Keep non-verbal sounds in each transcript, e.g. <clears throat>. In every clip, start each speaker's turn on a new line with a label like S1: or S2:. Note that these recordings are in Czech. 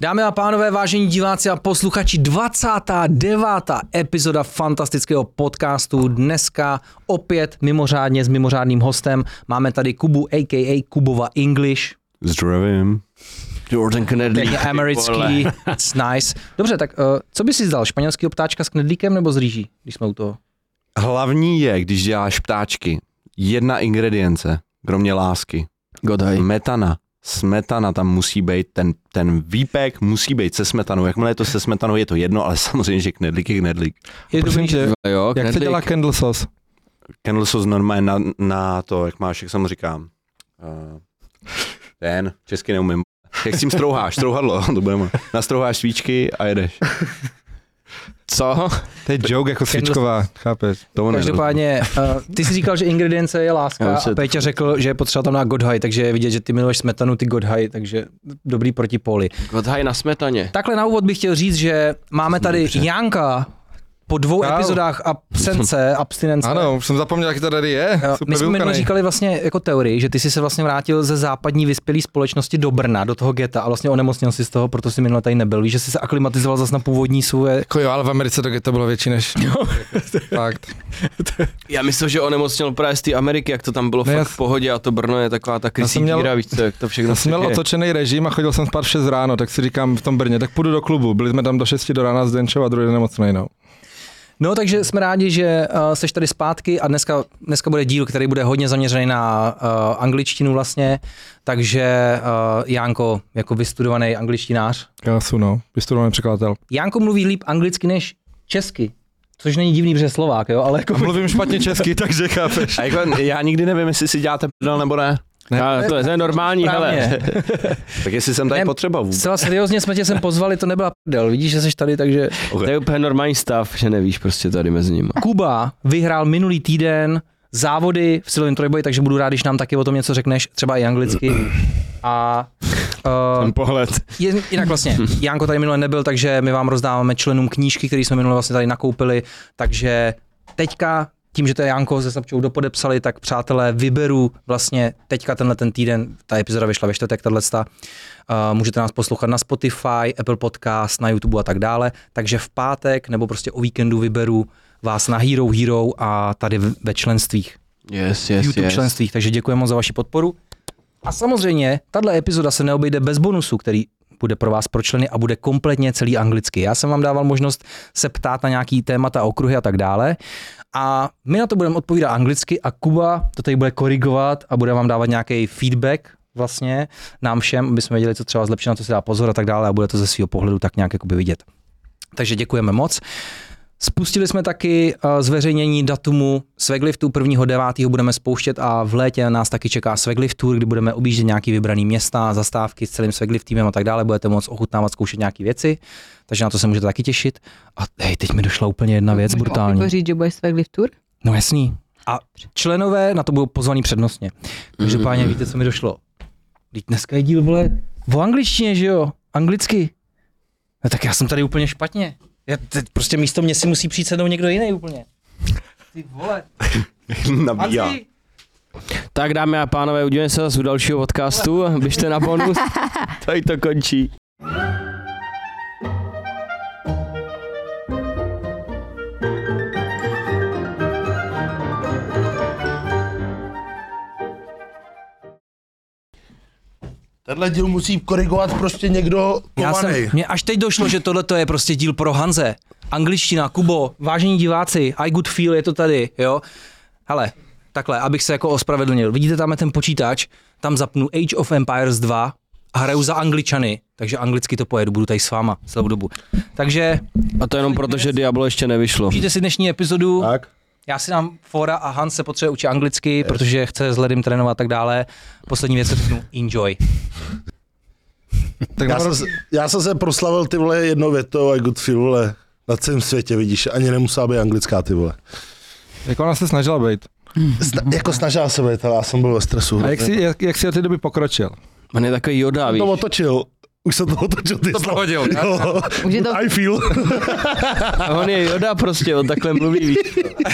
S1: Dámy a pánové, vážení diváci a posluchači, 29. epizoda fantastického podcastu. Dneska opět mimořádně s mimořádným hostem. Máme tady Kubu, a.k.a. Kubova English.
S2: Zdravím. Jordan Knedlík.
S1: Pěkně americký, it's nice. Dobře, tak eh, co bys si zdal, španělského ptáčka s knedlíkem nebo s rýží, když jsme u toho?
S2: Hlavní je, když děláš ptáčky, jedna ingredience, kromě lásky.
S3: Godaj.
S2: Metana. Smetana tam musí být, ten, ten výpek musí být se smetanou. Jakmile je to se smetanou, je to jedno, ale <laughs> samozřejmě, že knedlík je knedlík.
S1: Je
S3: Prosím
S1: dobrý,
S3: tě,
S1: že
S3: jo,
S4: Jak se
S3: knedlík.
S4: dělá candle sauce?
S2: Kendall sauce normálně na, na to, jak máš, jak jsem říkám. Uh, ten, česky neumím. Jak s tím strouháš, strouhadlo, <laughs> to budeme. Nastrouháš svíčky a jedeš.
S3: Co?
S4: To je joke jako svíčková, chápeš?
S2: To
S1: Každopádně, eh, ty jsi říkal, že ingredience je
S3: Já
S1: láska
S3: se-
S1: a Péťa řekl, že je potřeba tam na Godhaj, takže je vidět, že ty miluješ smetanu, ty Godhaj, takže dobrý protipóly.
S3: Godhaj na smetaně.
S1: Takhle na úvod bych chtěl říct, že máme tady Janka po dvou
S4: Čau.
S1: epizodách absence, abstinence.
S4: Ano, už jsem zapomněl, jak to tady je.
S1: Jo,
S4: Super
S1: My jsme minule
S4: vyukanej.
S1: říkali vlastně jako teorii, že ty jsi se vlastně vrátil ze západní vyspělé společnosti do Brna, do toho geta a vlastně onemocněl jsi z toho, proto jsi minule tady nebyl. Víš, že jsi se aklimatizoval zase na původní svoje...
S4: Jako jo, ale v Americe to ghetto bylo větší než... <laughs> Fakt.
S3: Já myslel, že onemocněl právě z té Ameriky, jak to tam bylo
S4: Ne,
S3: ne,
S4: já
S3: fakt v pohodě a to Brno je taková ta krysí
S4: jsem měl-
S3: díra, víš co, jak to všechno
S4: Já jsem měl
S3: se děje.
S4: otočený režim a chodil jsem spát v 6 ráno, tak si říkám v tom Brně, tak půjdu do klubu. Byli jsme tam do 6 do rána s Denčou a druhý den nemocnej, no.
S1: No takže jsme rádi, že uh, seš tady zpátky a dneska, dneska bude díl, který bude hodně zaměřený na uh, angličtinu vlastně, takže uh, Jánko jako vystudovaný angličtinář.
S4: Já jsem, no, vystudovaný překladatel.
S1: Jánko mluví líp anglicky než česky, což není divný, protože je Slovák, jo,
S2: <laughs>
S1: ale jako...
S4: A mluvím špatně česky, takže chápeš.
S2: A jako, já nikdy nevím, jestli si děláte prdel nebo ne.
S3: Já, to, je- to je normální, hele.
S1: Správně.
S2: Tak jestli jsem tady
S1: Ne,
S2: potřeba vůbec. <laughs>
S1: Zcela seriózně jsme tě sem pozvali, to nebyla prdel, vidíš, že jsi tady, takže...
S3: To je úplně normální stav, že nevíš prostě tady mezi nimi.
S1: Kuba vyhrál minulý týden závody v silovém trojboji, takže budu rád, když nám taky o tom něco řekneš, třeba i anglicky. A uh,
S3: pohled.
S1: je, jinak vlastně, Janko tady minule nebyl, takže my vám rozdáváme členům knížky, které jsme minule vlastně tady nakoupili, takže teďka tím, že to je Janko se Snapchou dopodepsali, tak přátelé, vyberu vlastně teďka tenhle ten týden, ta epizoda vyšla ve čtvrtek, tahle Uh, můžete nás poslouchat na Spotify, Apple Podcast, na YouTube a tak dále, takže v pátek nebo prostě o víkendu vyberu vás na Hero Hero a tady v- ve členstvích.
S3: Yes, yes,
S1: YouTube
S3: yes.
S1: členstvích, takže děkujeme moc za vaši podporu. A samozřejmě, tahle epizoda se neobejde bez bonusu, který bude pro vás pro členy a bude kompletně celý anglicky. Já jsem vám dával možnost se ptát na nějaký témata, okruhy a tak dále. A my na to budeme odpovídat anglicky a Kuba to tady bude korigovat a bude vám dávat nějaký feedback vlastně nám všem, aby jsme věděli, co třeba zlepšit, na co se dá pozor a tak dále a bude to ze svého pohledu tak nějak jakoby vidět. Takže děkujeme moc. Spustili jsme taky eh, zveřejnění datumu Svegliftu 1.9. budeme spouštět a v létě nás taky čeká Sveglift Tour, kdy budeme objíždět nějaký vybraný města, zastávky s celým Sveglift týmem a tak dále, budete moc ochutnávat, zkoušet nějaké věci, takže na to se můžete taky těšit. A hej, teď mi došla úplně jedna věc
S5: Můžu
S1: brutální.
S5: opět Jako říct, že budeš svek live tour?
S1: No jasný. A členové na to budou pozvaní přednostně. Každopádně víte, co mi došlo. Teď dneska je díl, vole, o angličtině, že jo? Anglicky. No tak já jsem tady úplně špatně. Já teď prostě místo mě si musí přijít sednout někdo jiný úplně. Ty vole.
S2: Nabíjá.
S1: Hanzi!
S3: Tak dámy a pánové, udělejme se zase u dalšího podcastu, běžte na bonus, tady to končí.
S6: Tenhle díl musí korigovat prostě někdo
S1: Já jsem,
S6: kovanej.
S1: mě až teď došlo, že tohle je prostě díl pro Hanze. Angličtina, Kubo, vážení diváci, I good feel, je to tady, jo. Hele, takhle, abych se jako ospravedlnil. Vidíte, tam je ten počítač, tam zapnu Age of Empires 2 a hraju za angličany, takže anglicky to pojedu, budu tady s váma celou dobu. Takže
S3: A to jenom proto, že Diablo ještě nevyšlo.
S1: užijte si dnešní epizodu.
S6: Tak.
S1: Já si dám fora a Hans se potřebuje učit anglicky, protože chce s Ledym trénovat a tak dále. Poslední věc řeknu, enjoy.
S4: Tak
S6: Já,
S4: nám,
S6: jsem, se- já jsem se proslavil ty vole jednou větou a good feel, vole. Na celém světě vidíš, ani nemusela být anglická ty vole.
S4: jako ona se snažila být.
S6: Sna, jako snažila se být, ale já jsem byl ve stresu.
S4: A jak jsi, jak, jak jsi od té doby pokročil?
S3: On je takový Yoda, víš.
S6: to otočil. Už jsem to otočil. Ty to prohodil. Jo.
S5: Už je to-
S6: I feel.
S3: A On je Yoda prostě, on takhle mluví, víš.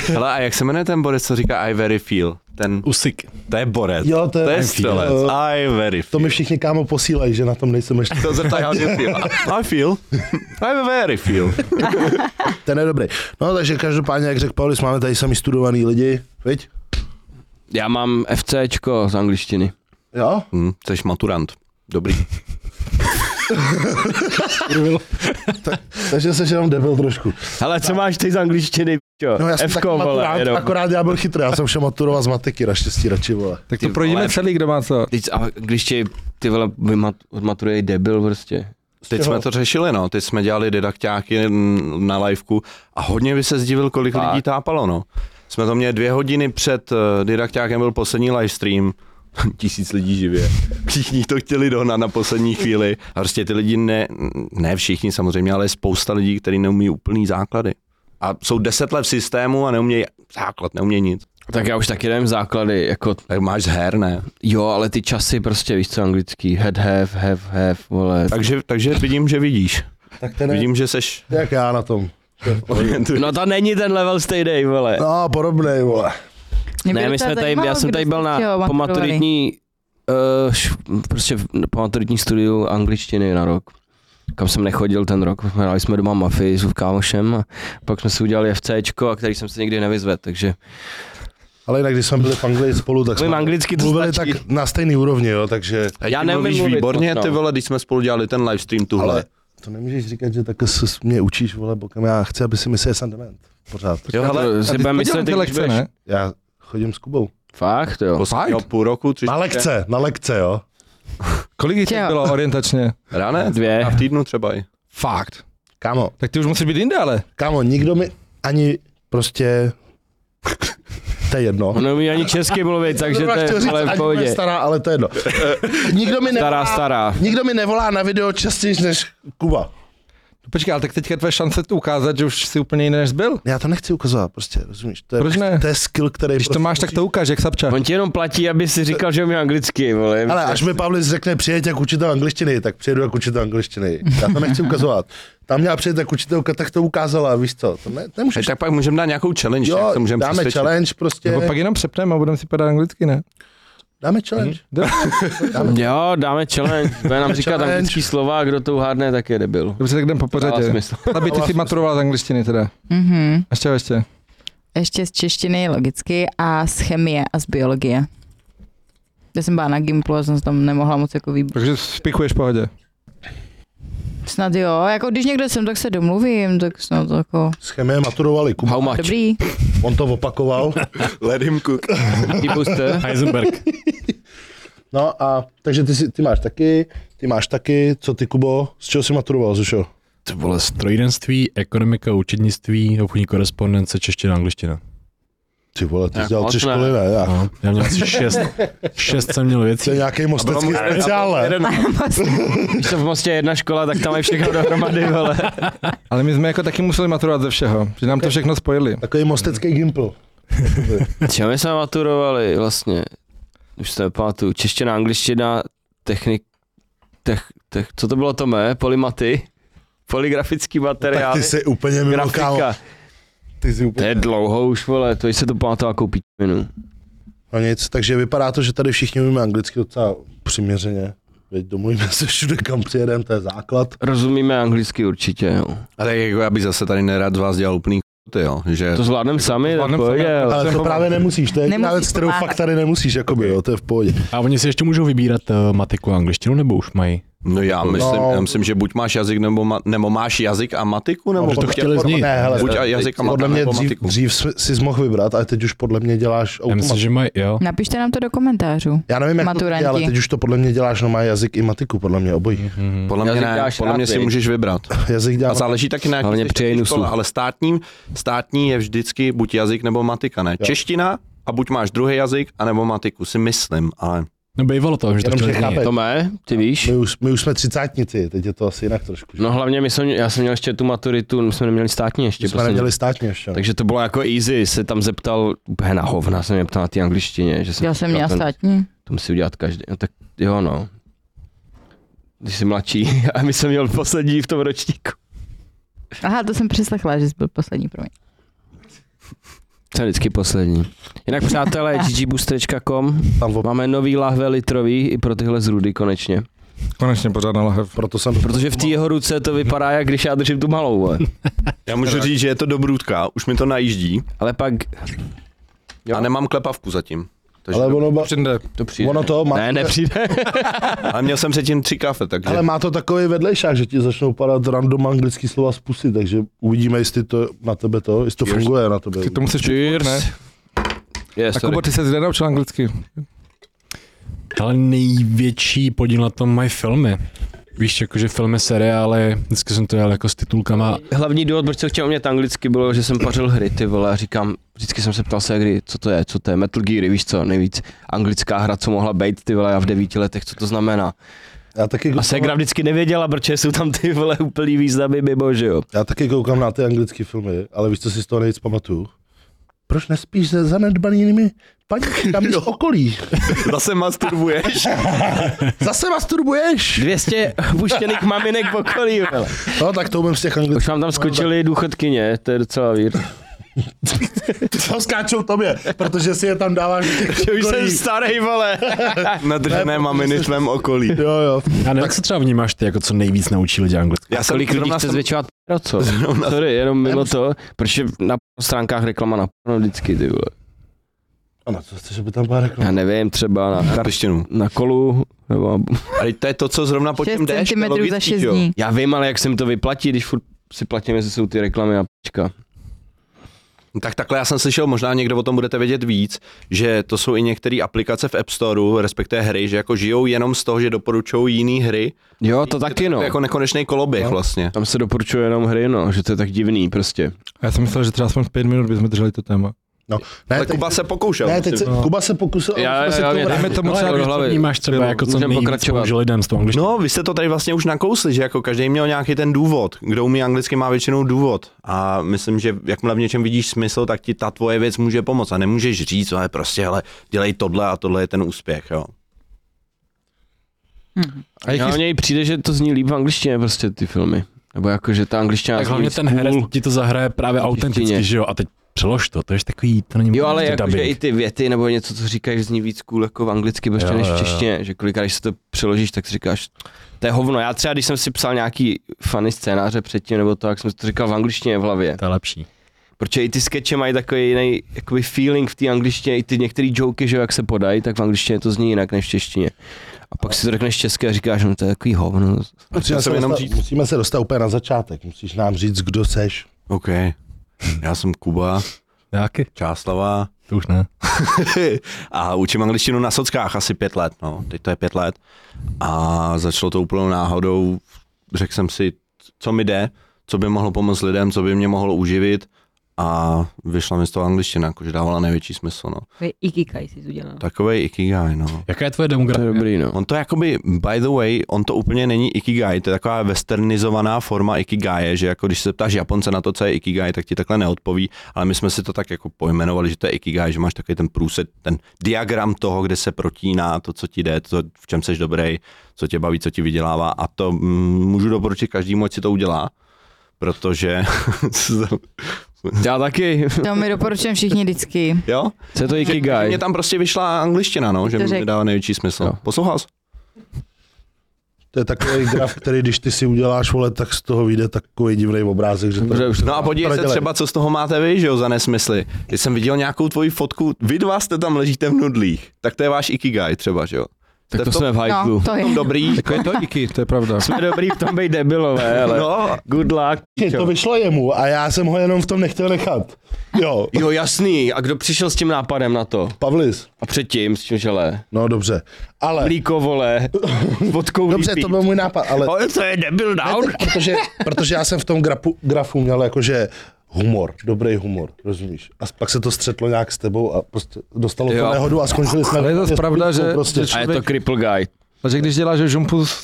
S2: Hele, a jak se jmenuje ten Boris, co říká I very feel? Ten,
S5: <laughs> Usik.
S2: to je borec.
S6: Jo, to je-
S2: to je střelec.
S6: Uh,
S2: I very
S6: To
S2: few.
S6: mi všichni kámo posílají, že na tom nejsem ještě.
S2: To zeptá já feel. I feel. I very
S6: <laughs>
S2: feel.
S6: Ten je dobrý. No takže každopádně, jak řekl Paulis, máme tady sami studovaný lidi, viď?
S3: Já mám FCčko z angličtiny.
S6: Jo?
S2: Hm, jsi maturant. Dobrý.
S6: Takže jsi jenom debil trošku.
S3: Ale co máš ty z angličtiny, čo?
S6: No já jsem
S3: Fko,
S6: taky
S3: vole,
S6: maturant,
S3: jenom.
S6: akorát já byl chytrý, já jsem šel maturovat z matiky, naštěstí radši, vole.
S4: Tak
S3: Ty
S4: to projdeme
S3: vole.
S4: celý, kdo má co.
S3: Teď, a když tě ty vole vymat- odmaturuje debil prostě.
S2: Teď jsme to řešili, no. Teď jsme dělali didaktáky mm, na liveku a hodně by se zdivil, kolik
S3: Tak.
S2: lidí tápalo, no. Jsme to měli dvě hodiny před eh, didaktákem, byl poslední livestream. <laughs> Tisíc lidí živě. Všichni to chtěli dohnat na poslední chvíli. A prostě ty lidi, ne, ne všichni samozřejmě, ale je spousta lidí, kteří neumí úplný základy. A jsou deset let v systému a neumějí základ, neumějí nic.
S3: Tak já už taky nevím základy, jako
S2: Tak máš z her, ne?
S3: jo, ale ty časy prostě, víš co anglický, head, have, have, have, vole.
S2: Takže, takže vidím, že vidíš.
S6: Tak ten je,
S2: Vidím, že seš...
S6: jak já na tom.
S3: No to není ten level stay day, vole.
S6: No, podobnej, vole.
S5: Mě
S3: Ne,
S5: by
S3: my
S5: docela
S3: jsme tady, já
S5: zajímalo,
S3: jsem
S5: kdybyste
S3: tady byl na
S5: chtěl
S3: po
S5: maturovali.
S3: maturitní, uh, š, prostě v- po maturitní studiu angličtiny na rok. Kam jsem nechodil ten rok, hráli jsme doma mafii s kámošem a pak jsme si udělali FCčko, a který jsem se nikdy nevyzvedl, takže
S6: Ale jinak, když jsme byli v Anglii spolu, tak
S3: mluvím
S6: jsme
S3: anglicky, to
S6: mluvili
S3: stačí.
S6: tak na stejný úrovni, jo, takže...
S3: Já
S2: Ty
S3: neumím
S2: mluvíš
S3: mluvit
S2: výborně,
S3: moc, no.
S2: ty vole, když jsme spolu dělali ten livestream tuhle.
S6: Ale to nemůžeš říkat, že takhle se s- mě učíš, vole, bokem. Já chci, aby si myslel, že jsem dement. Pořád.
S2: Jo, hele,
S3: to si budeme myslet,
S4: ty
S3: když
S4: lekce,
S3: budeš-
S4: ne?
S6: Já chodím s Kubou.
S3: Fakt, jo.
S2: posledního půl roku, tři,
S6: Na lekce, na lekce, jo.
S4: Kolik jich
S5: Jo.
S4: tak bylo orientačně?
S2: ráne,
S3: Dvě.
S2: a v týdnu třeba i.
S4: Fakt.
S6: Kámo,
S4: Tak ty už musí být jinde, ale.
S6: kámo, nikdo mi ani prostě... <laughs> To je jedno.
S3: On neumí ani česky mluvit, No, takže to je
S6: Zrovna chtěl říct,
S3: ale
S6: ani
S3: v
S6: bude
S3: pohodě.
S6: stará, ale
S3: <laughs>
S6: to je jedno. Eh, nikdo, mi
S3: Stará,
S6: nevolá,
S3: stará.
S6: nikdo mi nevolá na video častěji než Kuba.
S4: Počkej, ale tak teďka tvoje šance to ukázat, že už jsi úplně jiný než byl.
S6: Já to nechci ukazovat, prostě, rozumíš? To je,
S4: Proč ne?
S6: To je skill, který... prostě
S4: Když to máš, tak to ukáž, jak Sapča.
S3: On ti jenom platí, aby si říkal, že umí anglicky, vole.
S6: Ale až mi Pavlis řekne, přijeď jak učitel angličtiny, tak přijedu jak učitel angličtiny. Já to nechci ukazovat. Tam měla přijet jak učitelka, tak to ukázala, víš co? To ne,
S2: Hej,
S6: nemůžeš.
S2: tak pak můžeme dát nějakou challenge,
S6: Jo,
S2: jak to můžeme
S6: dáme
S2: přesvědčit.
S6: challenge prostě.
S4: Nebo pak jenom přepneme a budeme si padat anglicky, ne?
S3: Hm?
S6: Dáme challenge.
S4: Jde? Mhm.
S3: Jo, dáme challenge. Bude nám říkat
S6: Challenge.
S3: anglický slova, kdo to uhádne, tak je debil.
S4: Dobře, tak jdem po
S3: Dává
S4: pořadě.
S3: smysl.
S4: Aby ty si maturoval z angličtiny teda.
S5: Mhm.
S4: Ještě, ještě.
S5: Ještě z češtiny logicky a z chemie a z biologie. Já jsem byla na Gimplu a jsem se tam nemohla moc jako vybrat.
S4: Takže spichuješ v pohodě.
S5: Snad jo, jako když někde jsem, tak se domluvím, tak snad jako
S6: S chemie maturovali Kuba.
S3: How much?
S5: dobrý. <laughs>
S6: On to opakoval.
S2: Let him cook.
S3: Ty booster.
S7: <laughs>
S5: Heisenberg.
S6: No a takže ty, si- ty máš taky, ty máš taky, co ty Kubo, z čeho jsi maturoval, Zušo?
S5: To
S6: vole,
S5: strojírenství,
S7: Ekonomika, účetnictví, obchodní korespondence, čeština, angličtina.
S6: Ty vole, ty
S3: Tak
S6: jsi dělal
S3: moc
S6: tři
S3: ne.
S6: školy, ne? Já.
S7: No, já měl asi šest,
S6: <laughs>
S7: šest jsem měl
S6: To
S7: věcí.
S6: je nějaký mostecký speciál, ne?
S3: Když se v Mostě je jedna škola, tak tam je všechno dohromady, vole.
S4: Ale my jsme jako taky museli maturovat ze všeho, že nám to všechno spojili.
S6: Takový mostecký gimpl.
S3: Čím my jsme maturovali vlastně? Už se nepamatuju. Čeština, angličtina, technik... Tech, tech, co to bylo to mé? Polimaty? Poligrafický
S6: Tak
S3: materiál?
S6: ty jsi úplně mimo, kámo.
S3: Grafika.
S6: Ty jsi
S3: To
S6: úplně...
S3: je dlouho už, vole, to se to pamatoval jako píčminu.
S6: No nic, takže vypadá to, že tady všichni umíme anglicky docela přiměřeně. Veď domluvíme se všude, kam přijedeme, to je základ.
S3: Rozumíme anglicky určitě, jo.
S2: A tak jako já bych zase tady nerad z vás dělal úplný k***ty, jo, že...
S3: To zvládneme sami, tak
S4: zvládnem
S3: pojď,
S4: sami,
S3: jo.
S6: Ale
S4: jsem
S6: to
S4: pomáhal.
S6: právě nemusíš, to je jediná
S5: Nemusíš
S6: věc, kterou
S5: pomáhat.
S6: fakt tady nemusíš, jakoby, jo, to je v pohodě.
S7: A oni si ještě můžou vybírat uh, matiku a angličtinu, nebo už mají?
S2: No já myslím,
S6: No.
S2: já myslím, že buď máš jazyk, nebo, ma, nebo máš jazyk a matiku, nebo... prostě
S7: No, že to
S2: buď-
S7: chtěli z ní.
S6: Ne, hele,
S2: Buď a jazyk a matika,
S6: podle mě
S2: nebo
S6: dřív,
S2: matiku.
S6: dřív si mohl vybrat, ale teď už podle mě děláš
S7: Já myslím,
S6: automaticky.
S7: že mají, jo.
S5: Napište nám to do komentářů.
S6: Já nevím, jak
S5: Maturanti.
S6: to je, ale teď už to podle mě děláš, no má jazyk i matiku, podle mě obojí.
S7: Mhm.
S2: Podle mě
S3: Jazyk
S2: ne,
S3: dáš
S2: podle
S3: rád,
S2: mě si
S3: viď?
S2: můžeš vybrat.
S6: Jazyk dělá...
S2: A záleží taky na jaký
S3: Hlavně
S2: jsi
S3: při
S2: státní
S3: Janusu.
S2: škole, ale státní, státní je vždycky buď jazyk nebo matika, ne?
S6: Jo.
S2: Čeština a buď máš druhý jazyk, anebo matiku, si myslím, ale
S7: No bývalo to, že to
S6: Jenom
S7: chtěli
S6: že
S7: změnit.
S6: chápe.
S3: To mé, ty víš?
S6: My už, my už jsme třicátnici, teď je to asi jinak trošku. že?
S3: No hlavně my jsme, já jsem měl ještě tu maturitu, my jsme neměli státní ještě.
S6: My jsme
S3: poslední.
S6: neměli státně ještě. no.
S3: Takže to bylo jako easy, se tam zeptal úplně na hovna, jsem mě ptal na té angličtině, že jsem
S5: Já
S3: si
S5: jsem
S3: říkal,
S5: měla Hm.
S3: ten-
S5: státní.
S3: To musí udělat každý, no, tak jo no. Když jsi mladší, <laughs> a my jsem měl poslední v tom ročníku.
S5: Aha, to jsem přeslechla, že jsi byl poslední pro mě.
S3: Jsem vždycky poslední. Jinak přátelé, <laughs> ggboosters.com,
S6: Tam op-
S3: máme nový lahve litrový i pro tyhle zrudy konečně.
S4: Konečně pořádná lahev.
S6: proto jsem...
S3: Protože v té jeho ruce to vypadá, jak když já držím tu malou, vole.
S2: Já můžu říct, že je to dobrůdka, už mi to najíždí
S3: Ale pak...
S2: a nemám klepavku zatím. Takže
S6: Ale ono, ba-
S4: Přijde.
S3: To přijde.
S6: ono to má...
S3: Ne, nepřijde.
S2: ale měl jsem předtím tři kafe, takže
S6: Ale má to takový vedlejšák, že ti začnou padat random anglický slova z pusy, takže uvidíme, jestli to na tebe to, jestli to
S2: Cheers.
S6: funguje na tebe.
S4: Ty to musíš pít, furt, ne?
S3: Yes,
S4: A Kubo, ty se zde naučil anglicky.
S7: Ale největší podíl na tom mají filmy. Víš, jakože filmy, seriály, vždycky jsem to dělal jako s titulkama.
S3: Hlavní důvod, proč jsem chtěl umět anglicky, bylo, že jsem pařil hry, ty vole, a říkám, vždycky jsem se ptal se hry, co to je, co to je, Metal Gear, víš co, nejvíc anglická hra, co mohla být, ty vole, a v devíti letech, co to znamená.
S6: Já taky,
S3: A Segra vždycky nevěděla, proč jsou tam ty vole úplný významy mimo, že jo.
S6: já taky koukám na ty anglické filmy, ale víš, co si z toho nejvíc pamatuju? Proč nespíš se zanedbanými <laughs> paníkami z okolí?
S2: <laughs> zase masturbuješ.
S6: Zase masturbuješ?
S3: <laughs> 200 opuštěných maminek v okolí, vole.
S6: No tak to umím z těch
S3: Už
S6: anglických.
S3: vám tam skočili důchodkyně, to je docela vír.
S6: Ty to skáčou tobě, protože si je tam dáváš do těch
S3: Už jsem
S6: okolí.
S3: starý, vole.
S2: Nadržené maminy v tvém okolí.
S6: Jo, jo.
S7: Já nevím, jak se třeba vnímáš ty, jako co nejvíc naučí lidi anglicky.
S2: Já jsem
S3: Kolik lidí
S2: zrovna <laughs>
S3: chce
S2: jsem-
S3: zvětšovat p***o, co? Sorry, jenom mimo to, protože na p- stránkách reklama na p- vždycky, ty vole.
S6: Ano, co chceš, aby tam byla reklama?
S3: Já nevím, třeba na, na,
S2: Karpištinu.
S3: na kolu, nebo na
S2: Ale to je to, co zrovna po
S5: 6
S2: tím jdeš, to je
S5: cm za 6
S2: logický, jo.
S5: dní.
S3: Já vím, ale jak se mi to vyplatí, když furt si platím, jestli jsou ty reklamy na p***ka.
S2: Tak takhle já jsem slyšel, možná někdo o tom budete vědět víc, že to jsou i některé aplikace v App Storeu, respektive hry, že jako žijou jenom z toho, že doporučují jiné hry.
S3: Jo, to taky
S2: To
S3: no.
S2: je jako nekonečný koloběh vlastně.
S3: Tam se doporučuje jenom hry, no, že to je tak divný prostě.
S4: A já jsem myslel, že třeba aspoň pět minut bychom drželi to téma.
S6: Ne,
S2: Ale
S6: teď,
S2: Kuba se pokoušel.
S6: ne, teď se,
S2: musím-
S6: Kuba se pokusil,
S3: No. Já-
S6: ale jsme si
S3: já-
S6: to
S3: já-
S6: vrátili.
S4: Dejme tomu
S7: Ale
S4: třeba
S7: jak to
S3: hlavy.
S7: vnímáš třeba,
S3: Bylo.
S7: jako co
S3: Můžem
S7: nejvíc
S3: pokračovat.
S7: použil lidem s tou angličtinou.
S2: No, vy jste to tady vlastně už nakousli, že jako každý měl nějaký ten důvod. Kdo umí anglicky, má většinou důvod. A myslím, že jakmile v něčem vidíš smysl, tak ti ta tvoje věc může pomoct. A nemůžeš říct, ale prostě, hele, dělej tohle a tohle je ten úspěch, jo.
S4: A
S3: Já
S4: jaký
S3: o něj No, přijde, že to zní líp v angličtině prostě ty filmy. Nebo jako, že ta angličtina
S7: Tak
S3: zní
S7: hlavně
S3: víc
S7: ten herec ti to zahraje právě autenticky, že jo? A teď přelož to, to je takový, to není
S3: Jo, ale
S7: prostě
S3: jako, že
S7: dubbing.
S3: i ty věty nebo něco, co říkáš, zní víc cool jako v anglicky prostě
S7: Jo,
S3: než
S7: jo,
S3: v
S7: jo.
S3: češtině. Že kolikrát, když se to přeložíš, tak si říkáš, to je hovno. Já třeba, když jsem si psal nějaký funny scénáře předtím, nebo to, jak jsem si to říkal v angličtině v hlavě.
S7: To je lepší.
S3: Protože i ty skeče mají takový jiný jakoby feeling v té angličtině, i ty některé joky, že jo, jak se podají, tak v angličtině to zní jinak než v češtině. A pak si to řekneš česky a říkáš, no to je takový hovno.
S6: Musíme
S2: jsem
S6: se
S2: jenom
S6: dostat-
S2: říct-
S6: Musíme se dostat úplně na začátek, musíš nám říct, kdo seš.
S2: OK. Já jsem Kuba,
S7: Taky?
S2: Čáslava,
S7: To už ne.
S2: a učím angličtinu na sockách asi pět let, no, teď to je pět let. A začalo to úplnou náhodou, řekl jsem si, co mi jde, co by mohlo pomoct lidem, co by mě mohlo uživit a vyšla mi z toho angličtina, jakože dávala největší smysl, no.
S8: Ikikai jsi udělal.
S2: Takovej ikigai, no.
S7: Jaká je tvoje
S3: To je
S7: demografie?
S3: dobrý, no.
S2: On to jakoby, by the way, on to úplně není ikigai, to je taková westernizovaná forma ikigaje, že jako když se ptáš Japonce na to, co je ikigai, tak ti takhle neodpoví, ale my jsme si to tak jako pojmenovali, že to je ikigai, že máš takový ten průsed, ten diagram toho, kde se protíná to, co ti jde, to, v čem seš dobrý, co tě baví, co ti vydělává a to mm, můžu doporučit každému, ať si to udělá, protože, <laughs>
S3: Já taky. <laughs>
S5: To mi doporučujem všichni vždycky.
S2: jo,
S3: Co je to Ikigai?
S2: mě tam prostě vyšla angličtina, no, že
S5: To
S2: mi
S5: řek.
S2: dává největší smysl.
S3: Jo.
S2: Poslouchal jsi?
S6: To je takový graf, který když ty si uděláš, vole, tak z toho vyjde takový divný obrázek, že to...
S3: Dobře, už to
S2: No a podívej se
S6: Prodělej.
S2: třeba, co z toho máte vy, že jo, za nesmysly. Když jsem viděl nějakou tvoji fotku, vy dva jste tam ležíte v nudlích, tak to je váš ikigai třeba, že jo.
S3: tak
S2: Jste
S3: to
S2: v tom,
S3: jsme v hajku.
S5: No, to
S2: v
S5: je.
S2: tom dobrý,
S4: Jako je to iky, to je pravda.
S3: Jsme dobrý v tom být debilové, ale
S2: no,
S3: good luck.
S6: To vyšlo jemu a já jsem ho jenom v tom nechtěl nechat. Jo,
S3: Jo, jasný. A kdo přišel s tím nápadem na to?
S6: Pavlis,
S3: A předtím s tím želé.
S6: no dobře, ale...
S3: Mlíko, vole, s vodkou
S6: Dobře,
S3: lípí.
S6: to byl můj nápad, ale...
S3: Ale to je debil down.
S6: Ne, tak protože, protože já jsem v tom grafu, grafu měl jakože humor, dobrý humor, rozumíš? A pak se to střetlo nějak s tebou a prostě dostalo
S3: Jo.
S6: to nehodu a skončili jsme...
S4: Ale je zase pravda, že-
S6: Prostě.
S4: že
S3: A je to
S4: člověk-
S3: cripple guy.
S4: Takže když děláš žumpu s,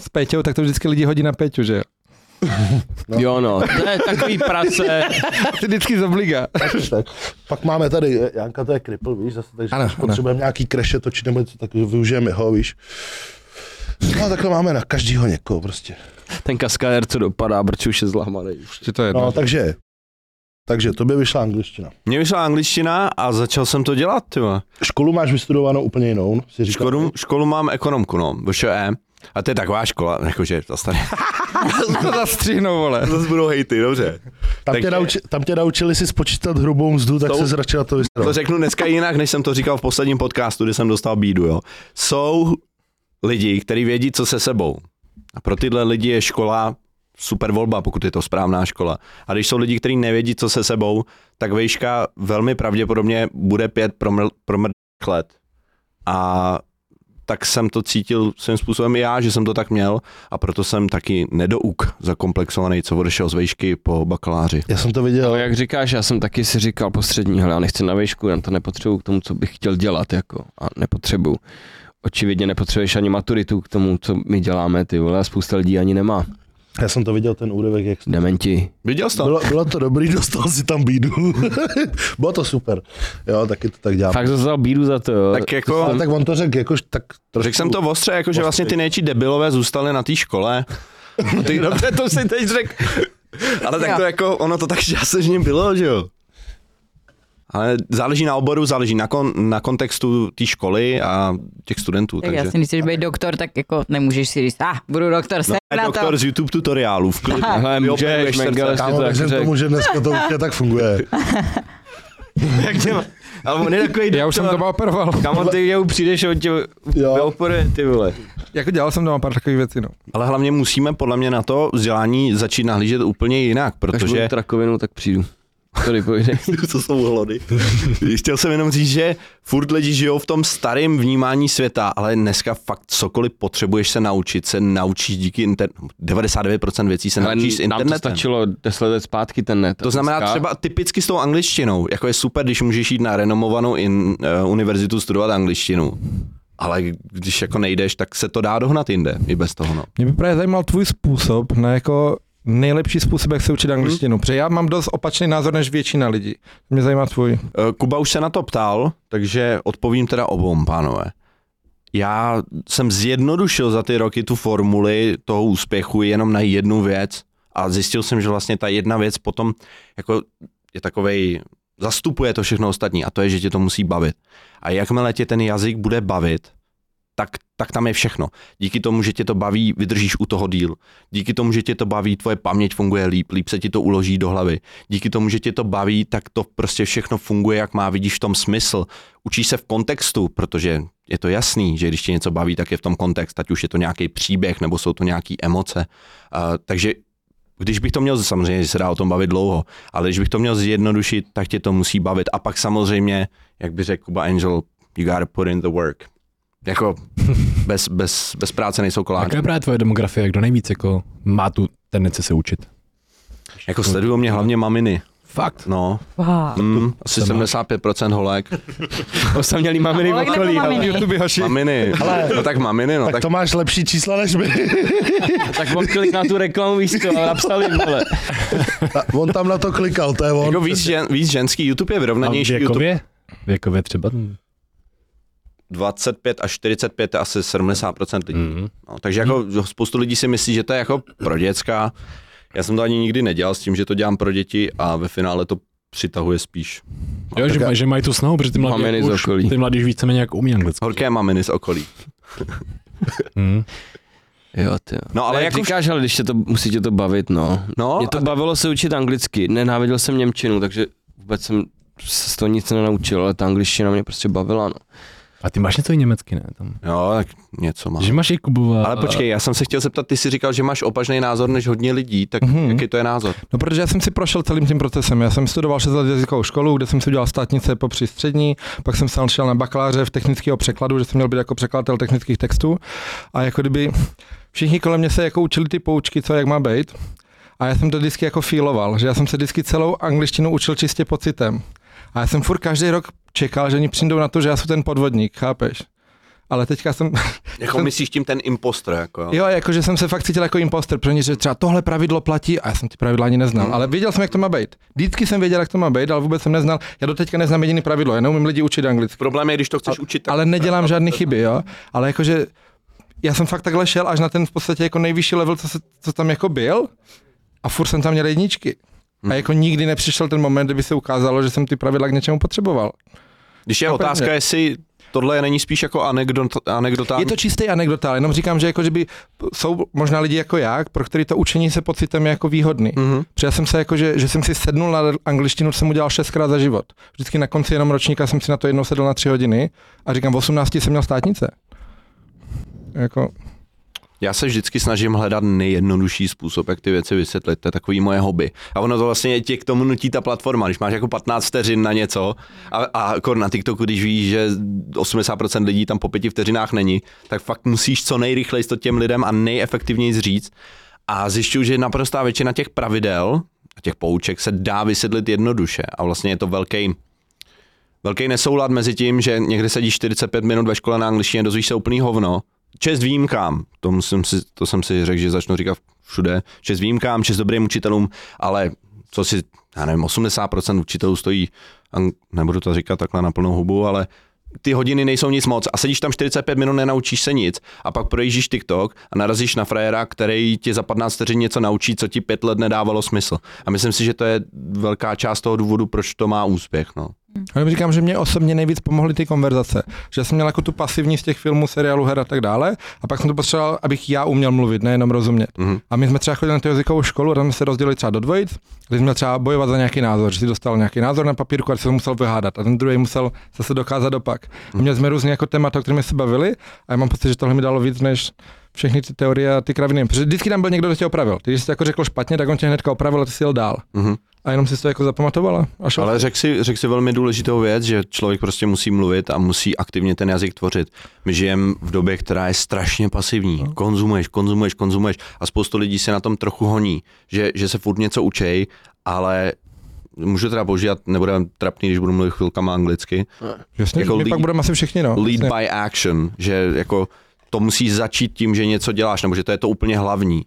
S4: s Péťou, tak to vždycky lidi hodí na Péťu, že jo?
S3: No. Jo no, to je takový prase.
S4: Ty vždycky zobliga.
S6: tak. Pak máme tady, eh, Janka to je kripl, víš, zase, takže
S4: Ano,
S6: ano,
S4: ano.
S6: potřebujeme nějaký kreše točit nebo něco takového, využijeme ho, víš. No takhle máme na každýho někoho prostě.
S3: Ten kaskadér, co dopadá, brču už je zlamaný.
S4: No, Že to je jedno.
S6: No takže Takže tobě vyšla angličtina.
S2: Mně vyšla angličtina a začal jsem to dělat, ty vole.
S6: Školu máš vystudovanou úplně jinou, no, si říkal.
S2: Školu, školu mám ekonomku, no, VŠE. A to je taková škola, jakože zase tady.
S4: To zastříhnou, vole.
S2: Zase budou hejty, dobře.
S6: Tam, tě
S2: Takže-
S6: nauči, tam tě naučili si spočítat hrubou mzdu, tak
S2: Jsou-
S6: se zračila to
S2: To
S6: vystudovat.
S2: řeknu dneska jinak, než jsem to říkal v posledním podcastu, kdy jsem dostal bídu, jo. Jsou lidi, kteří vědí, co se sebou. A pro tyhle lidi je škola super volba, pokud je to správná škola. A když jsou lidi, kteří nevědí, co se sebou, tak vejška velmi pravděpodobně bude pět promr- promrdých let. A tak jsem to cítil svým způsobem i já, že jsem to tak měl a proto jsem taky nedouk zakomplexovaný, co odešel z vejšky po bakaláři.
S6: Já jsem to viděl,
S3: Ale jak říkáš, já jsem taky si říkal po střední, hele, já nechci na vejšku, já to nepotřebuju k tomu, co bych chtěl dělat, jako, a nepotřebuju. Očividně nepotřebuješ ani maturitu k tomu, co my děláme, ty vole, a spousta lidí ani nemá.
S6: já jsem to viděl ten úryvek, jak
S3: Dementi.
S2: Viděl jsi to?
S6: bylo, bylo to dobrý, <laughs> dostal si tam bídu. <laughs> bylo to super. Jo, taky to tak dělám.
S3: Fakt zase dal bídu za to, jo.
S2: Tak jako...
S6: Ale tak on to řekl, jakož tak trošku.
S2: Řekl jsem to ostře, jako že vlastně ty nejčí debilové zůstali na té škole. A
S3: <laughs>
S2: ty, dobře, to si teď řekl. Ale tak to jako, ono to tak <laughs> částečně bylo, že jo. Ale záleží na oboru, záleží na, kon, na kontextu té školy a těch studentů.
S5: Tak
S3: Jako
S2: takže.
S5: jasně, když chceš být doktor, tak jako nemůžeš si říct, ah, budu doktor, jsem
S2: No,
S5: na to.
S2: doktor z YouTube tutoriálu, v klidu.
S3: Hele, můžeš, Mengele, jestli
S6: Kámo,
S3: to
S6: věřím
S3: jako řek.
S6: tomu, že dneska to určitě tak funguje.
S2: Jak tě má- Ale on je takový
S4: Já už jsem
S2: doktor.
S4: doma operoval.
S3: Kamo, ty jau přijdeš, on tě
S6: Jo.
S3: vyoperuje, ty vole.
S4: <laughs> Jako dělal jsem doma pár takových věcí, no.
S2: Ale hlavně musíme podle mě na to vzdělání začít nahlížet úplně jinak,
S3: Až
S2: protože...
S3: budu trakovinu, tak přijdu. Sorry, <laughs> povídej.
S2: <laughs> co jsou
S3: <laughs>
S2: hlody. Chtěl jsem jenom říct, že furt lidi žijou v tom starém vnímání světa, ale dneska fakt cokoliv potřebuješ se naučit, se naučíš díky no, internetu. 99% věcí se
S3: Ale
S2: naučíš s
S3: nám to
S2: internetem.
S3: stačilo 10 let zpátky ten net.
S2: To znamená
S3: Dneska- <laughs>
S2: třeba typicky s tou angličtinou, jako je super, když můžeš jít na renomovanou in, uh, univerzitu studovat angličtinu. Ale když jako nejdeš, tak se to dá dohnat jinde, i bez toho. No.
S4: Mě by právě zajímal tvůj způsob na jako nejlepší způsob, jak se učit angličtinu. Protože já mám dost opačný názor než většina lidí. Mě zajímá tvůj.
S2: Eh, Kuba už se na to ptal, takže odpovím teda obou, pánové. Já jsem zjednodušil za ty roky tu formuli toho úspěchu jenom na jednu věc a zjistil jsem, že vlastně ta jedna věc potom jako je takovej, zastupuje to všechno ostatní a to je, že tě to musí bavit. A jakmile tě ten jazyk bude bavit, tak, tak tam je všechno. Díky tomu, že tě to baví, vydržíš u toho díl. Díky tomu, že tě to baví, tvoje paměť funguje líp, líp se ti to uloží do hlavy díky tomu, že tě to baví, tak to prostě všechno funguje, jak má, vidíš v tom smysl. Učíš se v kontextu, protože je to jasný, že když tě něco baví, tak je v tom kontext, ať už je to nějaký příběh nebo jsou to nějaké emoce. Uh, takže když bych to měl, samozřejmě že se dá o tom bavit dlouho, ale když bych to měl zjednodušit, tak tě to musí bavit. A pak samozřejmě, jak by řekl Kuba Angel, you gotta put in the work. Jako <laughs> bez, bez, bez práce nejsou koláče.
S7: Jaká je právě tvoje demografie, kdo nejvíc jako má tu tendenci se učit?
S2: Jako sledují mě hlavně maminy.
S7: Fakt.
S2: No,
S5: Wow.
S2: mm, asi 75%
S7: <laughs>
S2: holek.
S3: Osamělý maminy v
S5: Holek nebo
S3: okolí.
S5: maminy?
S3: YouTube hoši.
S2: Maminy,
S6: Ale-
S2: no tak maminy, no
S6: Tak
S2: tak,
S6: to máš lepší čísla než my.
S3: Tak on klik na tu reklamu, víš co, ale napsali, vole.
S6: <laughs> A On tam na to klikal, to je on.
S2: jako
S6: <laughs>
S2: víc, žen, víc ženský, YouTube je
S7: A jako-
S2: vyrovnanější, YouTube
S7: věkově? Věkově třeba? Mm.
S2: 25 až 45 je asi 70% lidí.
S7: Mhm.
S2: No, takže jako spoustu lidí si myslí, že to je jako pro děcka. Já jsem to ani nikdy nedělal s tím, že to dělám pro děti a ve finále to přitahuje spíš. Jako
S7: Jo, že,
S6: tak já-
S7: že, mají tu snahu, protože ty mladí,
S3: Maminy z
S7: už,
S3: okolí.
S7: ty mladí už víceméně jak umí anglicky.
S2: Horké maminy z okolí.
S7: Mm.
S3: Jo, ty.
S2: No ale
S3: jak
S2: jako už,
S3: říkáš, ale když tě to, musí tě to bavit, no.
S2: no,
S3: Mě to bavilo se učit anglicky, nenáviděl jsem Němčinu, takže vůbec jsem se z toho nic nenaučil, ale ta angličtina mě prostě bavila, no.
S7: A ty máš něco i německy, ne? Tam.
S2: jo, tak něco má.
S7: Že máš i Kubova.
S2: Ale počkej, já jsem se chtěl zeptat, ty jsi říkal, že máš opačný názor než hodně lidí, tak
S4: Mhm.
S2: jaký to je názor?
S4: No, protože já jsem si prošel celým tím procesem. Já jsem studoval 6 let jazykovou školu, kde jsem si udělal státnice po při střední, pak jsem se šel na bakaláře v technického překladu, že jsem měl být jako překladatel technických textů. A jako kdyby všichni kolem mě se jako učili ty poučky, co jak má být. A já jsem to vždycky jako fíloval, že já jsem se vždycky celou angličtinu učil čistě pocitem. A já jsem furt každý rok čekal, že oni přijdou na to, že já jsem ten podvodník, chápeš? Ale teďka jsem
S2: Jako myslíš tím ten impostor, jako jo?
S4: Jo, jakože jsem se fakt cítil jako imposter, protože oni řekli třeba tohle pravidlo platí a já jsem ty pravidla ani neznal, ale věděl jsem, jak to má být. Vždycky jsem věděl, jak to má být, ale vůbec jsem neznal. Já doteďka neznám jediný pravidlo, já neumím lidi učit anglicky,
S2: Problém je, když to chceš učit, tak
S4: ale nedělám žádné chyby, jo. Ale jakože já jsem fakt takhle šel až na ten v podstatě jako nejvyšší level, co, se, co tam jako byl a furt jsem tam měl jedničky.
S2: Mhm.
S4: A jako nikdy nepřišel ten moment, kdyby se ukázalo, že jsem ty pravidla k něčemu potřeboval.
S2: Když je
S4: No,
S2: otázka,
S4: pevně.
S2: jestli tohle není spíš jako anekdot, anekdotální.
S4: Je to čistý anekdotál, jenom říkám, že, jako, že by jsou možná lidi jako já, pro který to učení se pocitem je jako výhodný.
S2: Mhm.
S4: Protože já jsem se jako, že, že jsem si sednul na angličtinu, jsem udělal šestkrát za život. Vždycky na konci jenom ročníka jsem si na to jednou sedl na tři hodiny a říkám, v 18 jsem měl státnice. Jako,
S2: Já se vždycky snažím hledat nejjednodušší způsob, jak ty věci vysvětlit. To je takový moje hobby. A ono to vlastně tě k tomu nutí ta platforma. Když máš jako 15 vteřin na něco a, a akor na TikToku, když víš, že 80% lidí tam po pěti vteřinách není, tak fakt musíš co nejrychleji to těm lidem a nejefektivněji říct. A zjišťuju, že naprostá většina těch pravidel a těch pouček se dá vysvětlit jednoduše. A vlastně je to velký velký nesoulad mezi tím, že někde sedíš 45 minut ve škole na angličtině, dozvíš se úplný hovno. Čest výjimkám, to, musím si, to jsem si řekl, že začnu říkat všude. Čest výjimkám, čest dobrým učitelům, ale co si, já nevím, 80% učitelů stojí, ang- nebudu to říkat takhle na plnou hubu, ale ty hodiny nejsou nic moc a sedíš tam 45 minut, nenaučíš se nic a pak projíždíš TikTok a narazíš na frajera, který ti za 15 vteřin něco naučí, co ti pět let nedávalo smysl. A myslím si, že to je velká část toho důvodu, proč to má úspěch. No.
S4: Já jenom říkám, že mě osobně nejvíc pomohly ty konverzace. Že jsem měl jako tu pasivní z těch filmů, seriálů, her a tak dále. A pak jsem to potřeboval, abych já uměl mluvit, nejenom rozumět.
S2: Mhm.
S4: A my jsme třeba chodili na tu jazykovou školu, a tam jsme se rozdělili třeba do dvojic, kde jsme měli třeba bojovat za nějaký názor, že si dostal nějaký názor na papírku a ty se musel vyhádat. A ten druhý musel zase dokázat opak. A měli jsme různé jako témata, o kterými se bavili, a já mám pocit, že tohle mi dalo víc než všechny ty teorie a ty kraviny. Protože vždycky tam byl někdo, kdo tě opravil. Ty, když jsi to jako řekl špatně, tak on tě hnedka opravil a ty si jel dál.
S2: Mhm.
S4: A jenom si to jako zapamatovala. A šel
S2: Ale řekl si, řek si velmi důležitou věc, že člověk prostě musí mluvit a musí aktivně ten jazyk tvořit. My žijeme v době, která je strašně pasivní. Konzumuješ, konzumuješ, konzumuješ a spoustu lidí se na tom trochu honí, že, že se furt něco učej, ale můžu teda používat, nebude trapný, když budu mluvit chvilkama anglicky,
S4: Jasně,
S2: jako
S4: my
S2: lead-
S4: pak budeme asi všichni, no.
S2: lead
S4: Jasně.
S2: by action, že jako to musí začít tím, že něco děláš, nebo že to je to úplně hlavní.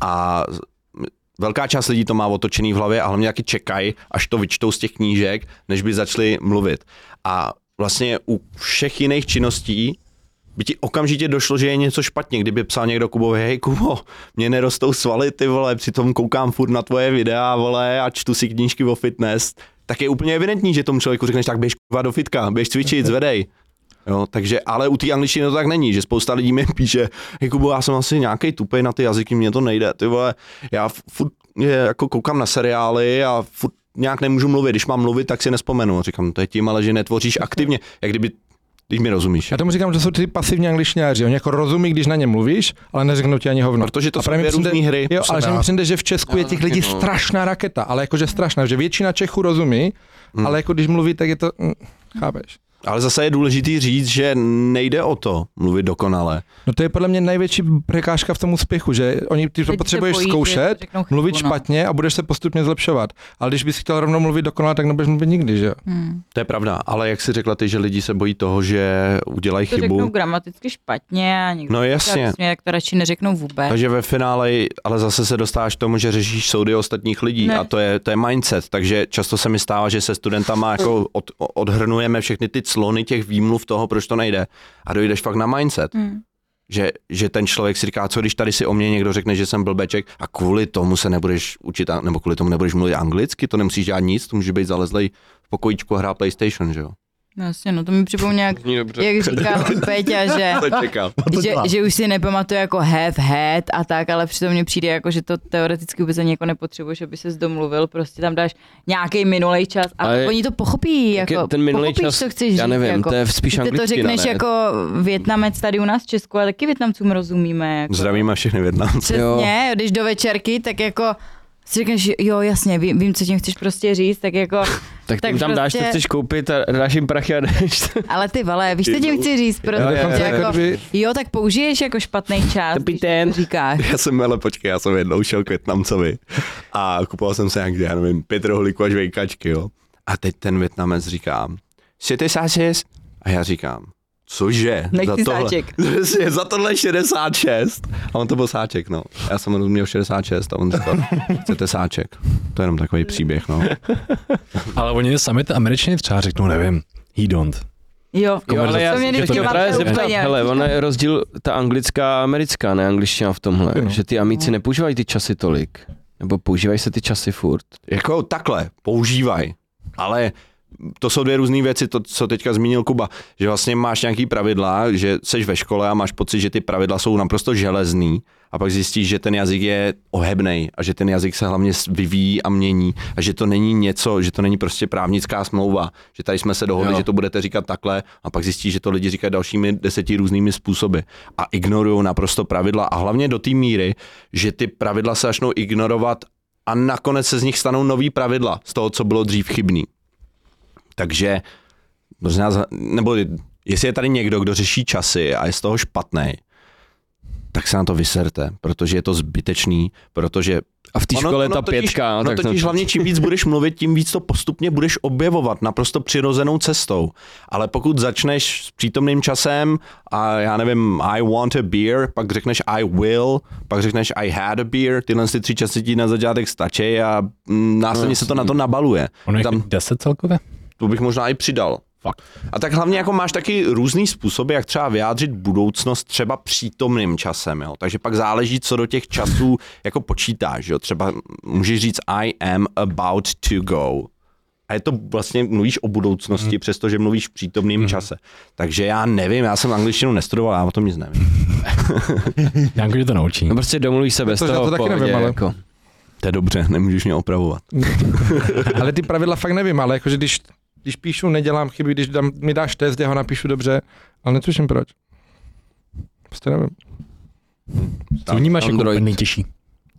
S2: A z- m- velká část lidí to má otočený v hlavě a hlavně taky čekají, až to vyčtou z těch knížek, než by začali mluvit. A vlastně u všech jiných činností by ti okamžitě došlo, že je něco špatně, kdyby psal někdo Kubovi, hej Kubo, mě nerostou svaly, ty vole, přitom koukám furt na tvoje videa, vole, a čtu si knížky o fitness, tak je úplně evidentní, že tomu člověku řekneš, tak běž kurva do fitka, běž cvičit, zvedej. Jo, takže, ale u té angličtiny to tak není, že spousta lidí mi <laughs> píše, hej Kubo, já jsem asi nějaký tupej na ty jazyky, mně to nejde, ty vole, já f- furt je, jako koukám na seriály a furt nějak nemůžu mluvit, když mám mluvit, tak si nespomenu. Říkám, "No to je tím, ale že netvoříš aktivně, jak kdyby, když mi rozumíš.
S4: Já tomu říkám, že jsou ty pasivní angličtináři. Oni jako rozumí, když na ně mluvíš, ale neřeknou ti ani hovno.
S2: Protože to
S4: A
S2: jsou
S4: právě mi
S2: dvě různý hry.
S4: Jo,
S2: To
S4: ale
S2: se
S4: že mi
S2: dá.
S4: přijde, že v Česku je
S3: Já
S4: těch
S3: taky,
S4: lidí
S3: no.
S4: strašná raketa, ale jakože strašná, že většina Čechů rozumí,
S2: Hmm.
S4: ale jako když mluví, tak je to, mm, chápeš.
S2: Ale zase je důležitý říct, že nejde o to mluvit dokonale.
S4: No to je podle mě největší překážka v tom úspěchu, že oni ty to
S5: Teď se
S4: potřebuješ
S5: bojí, že
S4: zkoušet,
S5: řeknou chybu,
S4: mluvit
S5: no.
S4: špatně a budeš se postupně zlepšovat. Ale když bys chtěl rovnou mluvit dokonale, tak nebudeš mluvit nikdy, že jo?
S5: Hmm.
S2: To je pravda, ale jak si řekla ty, že lidi se bojí toho, že udělají
S5: To řeknou
S2: chybu.
S5: gramaticky špatně a někdo
S2: No jasně.
S5: Mě, jak to radši neřeknou vůbec.
S2: Takže ve finále, ale zase se dostáváš k tomu, že řešíš soudy ostatních lidí
S5: Ne.
S2: a to je, to je mindset, takže často se mi stává, že se studentama jako od, odhrnujeme všechny ty clony těch výmluv toho, proč to nejde a dojdeš fakt na mindset.
S5: Hmm.
S2: Že, že ten člověk si říká, co když tady si o mě někdo řekne, že jsem blbeček a kvůli tomu se nebudeš učit, a- nebo kvůli tomu nebudeš mluvit anglicky, to nemusíš dělat nic, to může být zalezlej v pokojíčku a hrát PlayStation, že jo?
S5: No jasně, no to mi připomíná, jak, jak říká
S3: <laughs>
S5: Péťa, že,
S2: čekám.
S5: že, že, už si nepamatuje jako have, had a tak, ale přitom mně přijde jako, že to teoreticky vůbec ani jako nepotřebuješ, aby se domluvil, prostě tam dáš nějaký minulý čas a
S3: Ale
S5: oni to pochopí,
S3: jak
S5: jako,
S3: je ten minulý
S5: pochopíš,
S3: čas,
S5: co chceš
S3: Já nevím,
S5: říct, jako.
S3: to je spíš
S5: Ty to
S3: angličtina,
S5: řekneš
S3: ne?
S5: jako Větnamec tady u nás v Česku, ale taky Větnamcům rozumíme. Jako.
S2: Zdravíme všechny Větnamce.
S5: Přesně, jo. když do večerky, tak jako si řekneš, jo jasně, vím, vím, co tím chceš prostě říct, tak <laughs> jako
S3: Tak,
S5: Tak
S3: tak tam dáš, to
S5: prostě-
S3: chceš koupit a dáš jim prachy a <laughs> dáš to.
S5: Ale ty vole, víš, co tím chci říct,
S4: Já
S5: protože
S4: dokonce jako
S5: jako,
S4: kdyby-
S5: jo, tak použiješ jako špatný čas,
S3: Dobrý
S5: když to
S3: den.
S5: říkáš. <laughs>
S2: <laughs> Já jsem, ale počkej, já jsem jednou šel k Větnamcovi a kupoval jsem se nějak, já nevím, pět rohlíků a žvejkačky, jo. A teď ten Větnamec říká, chcete sáčes? A já říkám, cože?
S5: Nechci
S2: tohle,
S5: sáček.
S2: <laughs> Přesně, za tohle 66. A on to byl sáček, no. Já jsem rozuměl 66 a on říkal, chcete sáček. To je jenom takový příběh, no.
S7: Ale oni sami ty američané třeba řeknou, nevím, he don't.
S5: Jo,
S7: Jo, ale já-
S5: to mě
S7: že to
S5: vždycky
S3: Mě
S7: máte
S3: právě
S5: máte
S3: zeptat,
S5: úplně.
S3: hele, ona je rozdíl ta anglická a americká, ne angličtina v tomhle,
S4: Jo.
S5: No.
S3: že ty amici nepoužívají ty časy tolik. Nebo používají se ty časy furt?
S2: Jako takhle, používaj. Ale to jsou dvě různé věci, to, co teďka zmínil Kuba, že vlastně máš nějaký pravidla, že seš ve škole a máš pocit, že ty pravidla jsou naprosto železný a pak zjistíš, že ten jazyk je ohebnej a že ten jazyk se hlavně s- vyvíjí a mění a že to není něco, že to není prostě právnická smlouva, že tady jsme se dohodli,
S3: Jo.
S2: jo. že to budete říkat takhle a pak zjistíš, že to lidi říkají dalšími deseti různými způsoby a ignorují naprosto pravidla a hlavně do té míry, že ty pravidla se začnou ignorovat a nakonec se z nich stanou nový pravidla z toho, co bylo dřív chybný. Takže, prosím vás, nebo jestli je tady někdo, kdo řeší časy a je z toho špatný, tak se na to vyserte, protože je to zbytečný, protože
S3: A v té
S2: Ono-
S3: škole
S2: ono
S3: ta
S2: totiž-
S3: pětka,
S2: No
S3: tak
S2: totiž hlavně čím víc budeš mluvit, tím víc to postupně budeš objevovat naprosto přirozenou cestou. Ale pokud začneš s přítomným časem a já nevím, I want a beer, pak řekneš I will, pak řekneš I had a beer, tyhle ty tři časy ti na začátek stačí a mm, následně se to na to nabaluje.
S7: Ono je
S2: Tam-
S7: tam... 10 celkově?
S2: To bych možná i přidal. Fakt. A tak hlavně jako máš taky různý způsoby, jak třeba vyjádřit budoucnost třeba přítomným časem, jo. Takže pak záleží, co do těch časů jako počítáš, jo. Třeba můžeš říct I am about to go. A je to vlastně, mluvíš o budoucnosti, přestože mluvíš v přítomném čase. Takže já nevím, já jsem angličtinu nestudoval, já o tom nic nevím.
S7: Janko tě to naučí.
S3: No prostě domluví se bez
S4: Protože já
S3: toho
S4: to taky
S3: v pohodě,
S4: nevím, ale-
S3: jako.
S2: To je dobře, nemůžeš mě opravovat.
S4: Ale ty pravidla fakt nevím, ale jakože když, když píšu, nedělám chyby, když dám, mi dáš test, já ho napíšu dobře, ale netuším proč. Prostě nevím.
S7: Co vnímáš jako
S3: Android.
S7: úplně nejtěžší?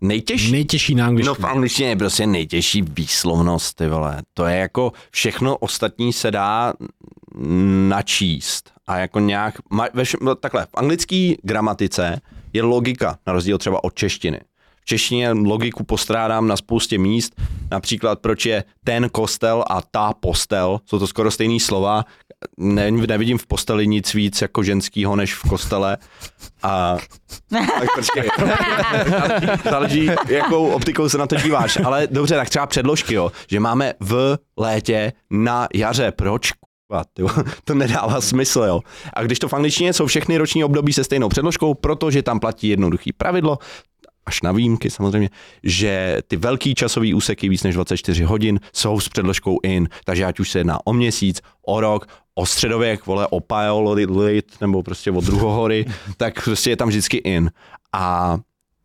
S2: Nejtěžší
S7: Nejtěžší na angličtinu.
S2: No v angličtině je prostě nejtěžší výslovnost, ty vole. To je jako všechno ostatní se dá načíst a jako nějak, ma, veš, no, takhle, v anglické gramatice je logika, na rozdíl třeba od češtiny. V češtině logiku postrádám na spoustě míst, například proč je ten kostel a ta postel, jsou to skoro stejné slova, ne, nevidím v posteli nic víc jako ženskýho než v kostele a tak počkej. <laughs> Záleží, jakou optikou se na to díváš. Ale dobře, tak třeba předložky, jo. Že máme v létě na jaře. Proč? kurva, ty vole? To nedává smysl, jo. A když to v angličtině jsou všechny roční období se stejnou předložkou, protože tam platí jednoduchý pravidlo, až na výjimky samozřejmě, že ty velký časový úseky víc než 24 hodin jsou s předložkou in, takže ať už se jedná o měsíc, o rok, o středověk, vole, o paleolit, nebo prostě o druhohory, tak prostě je tam vždycky in. A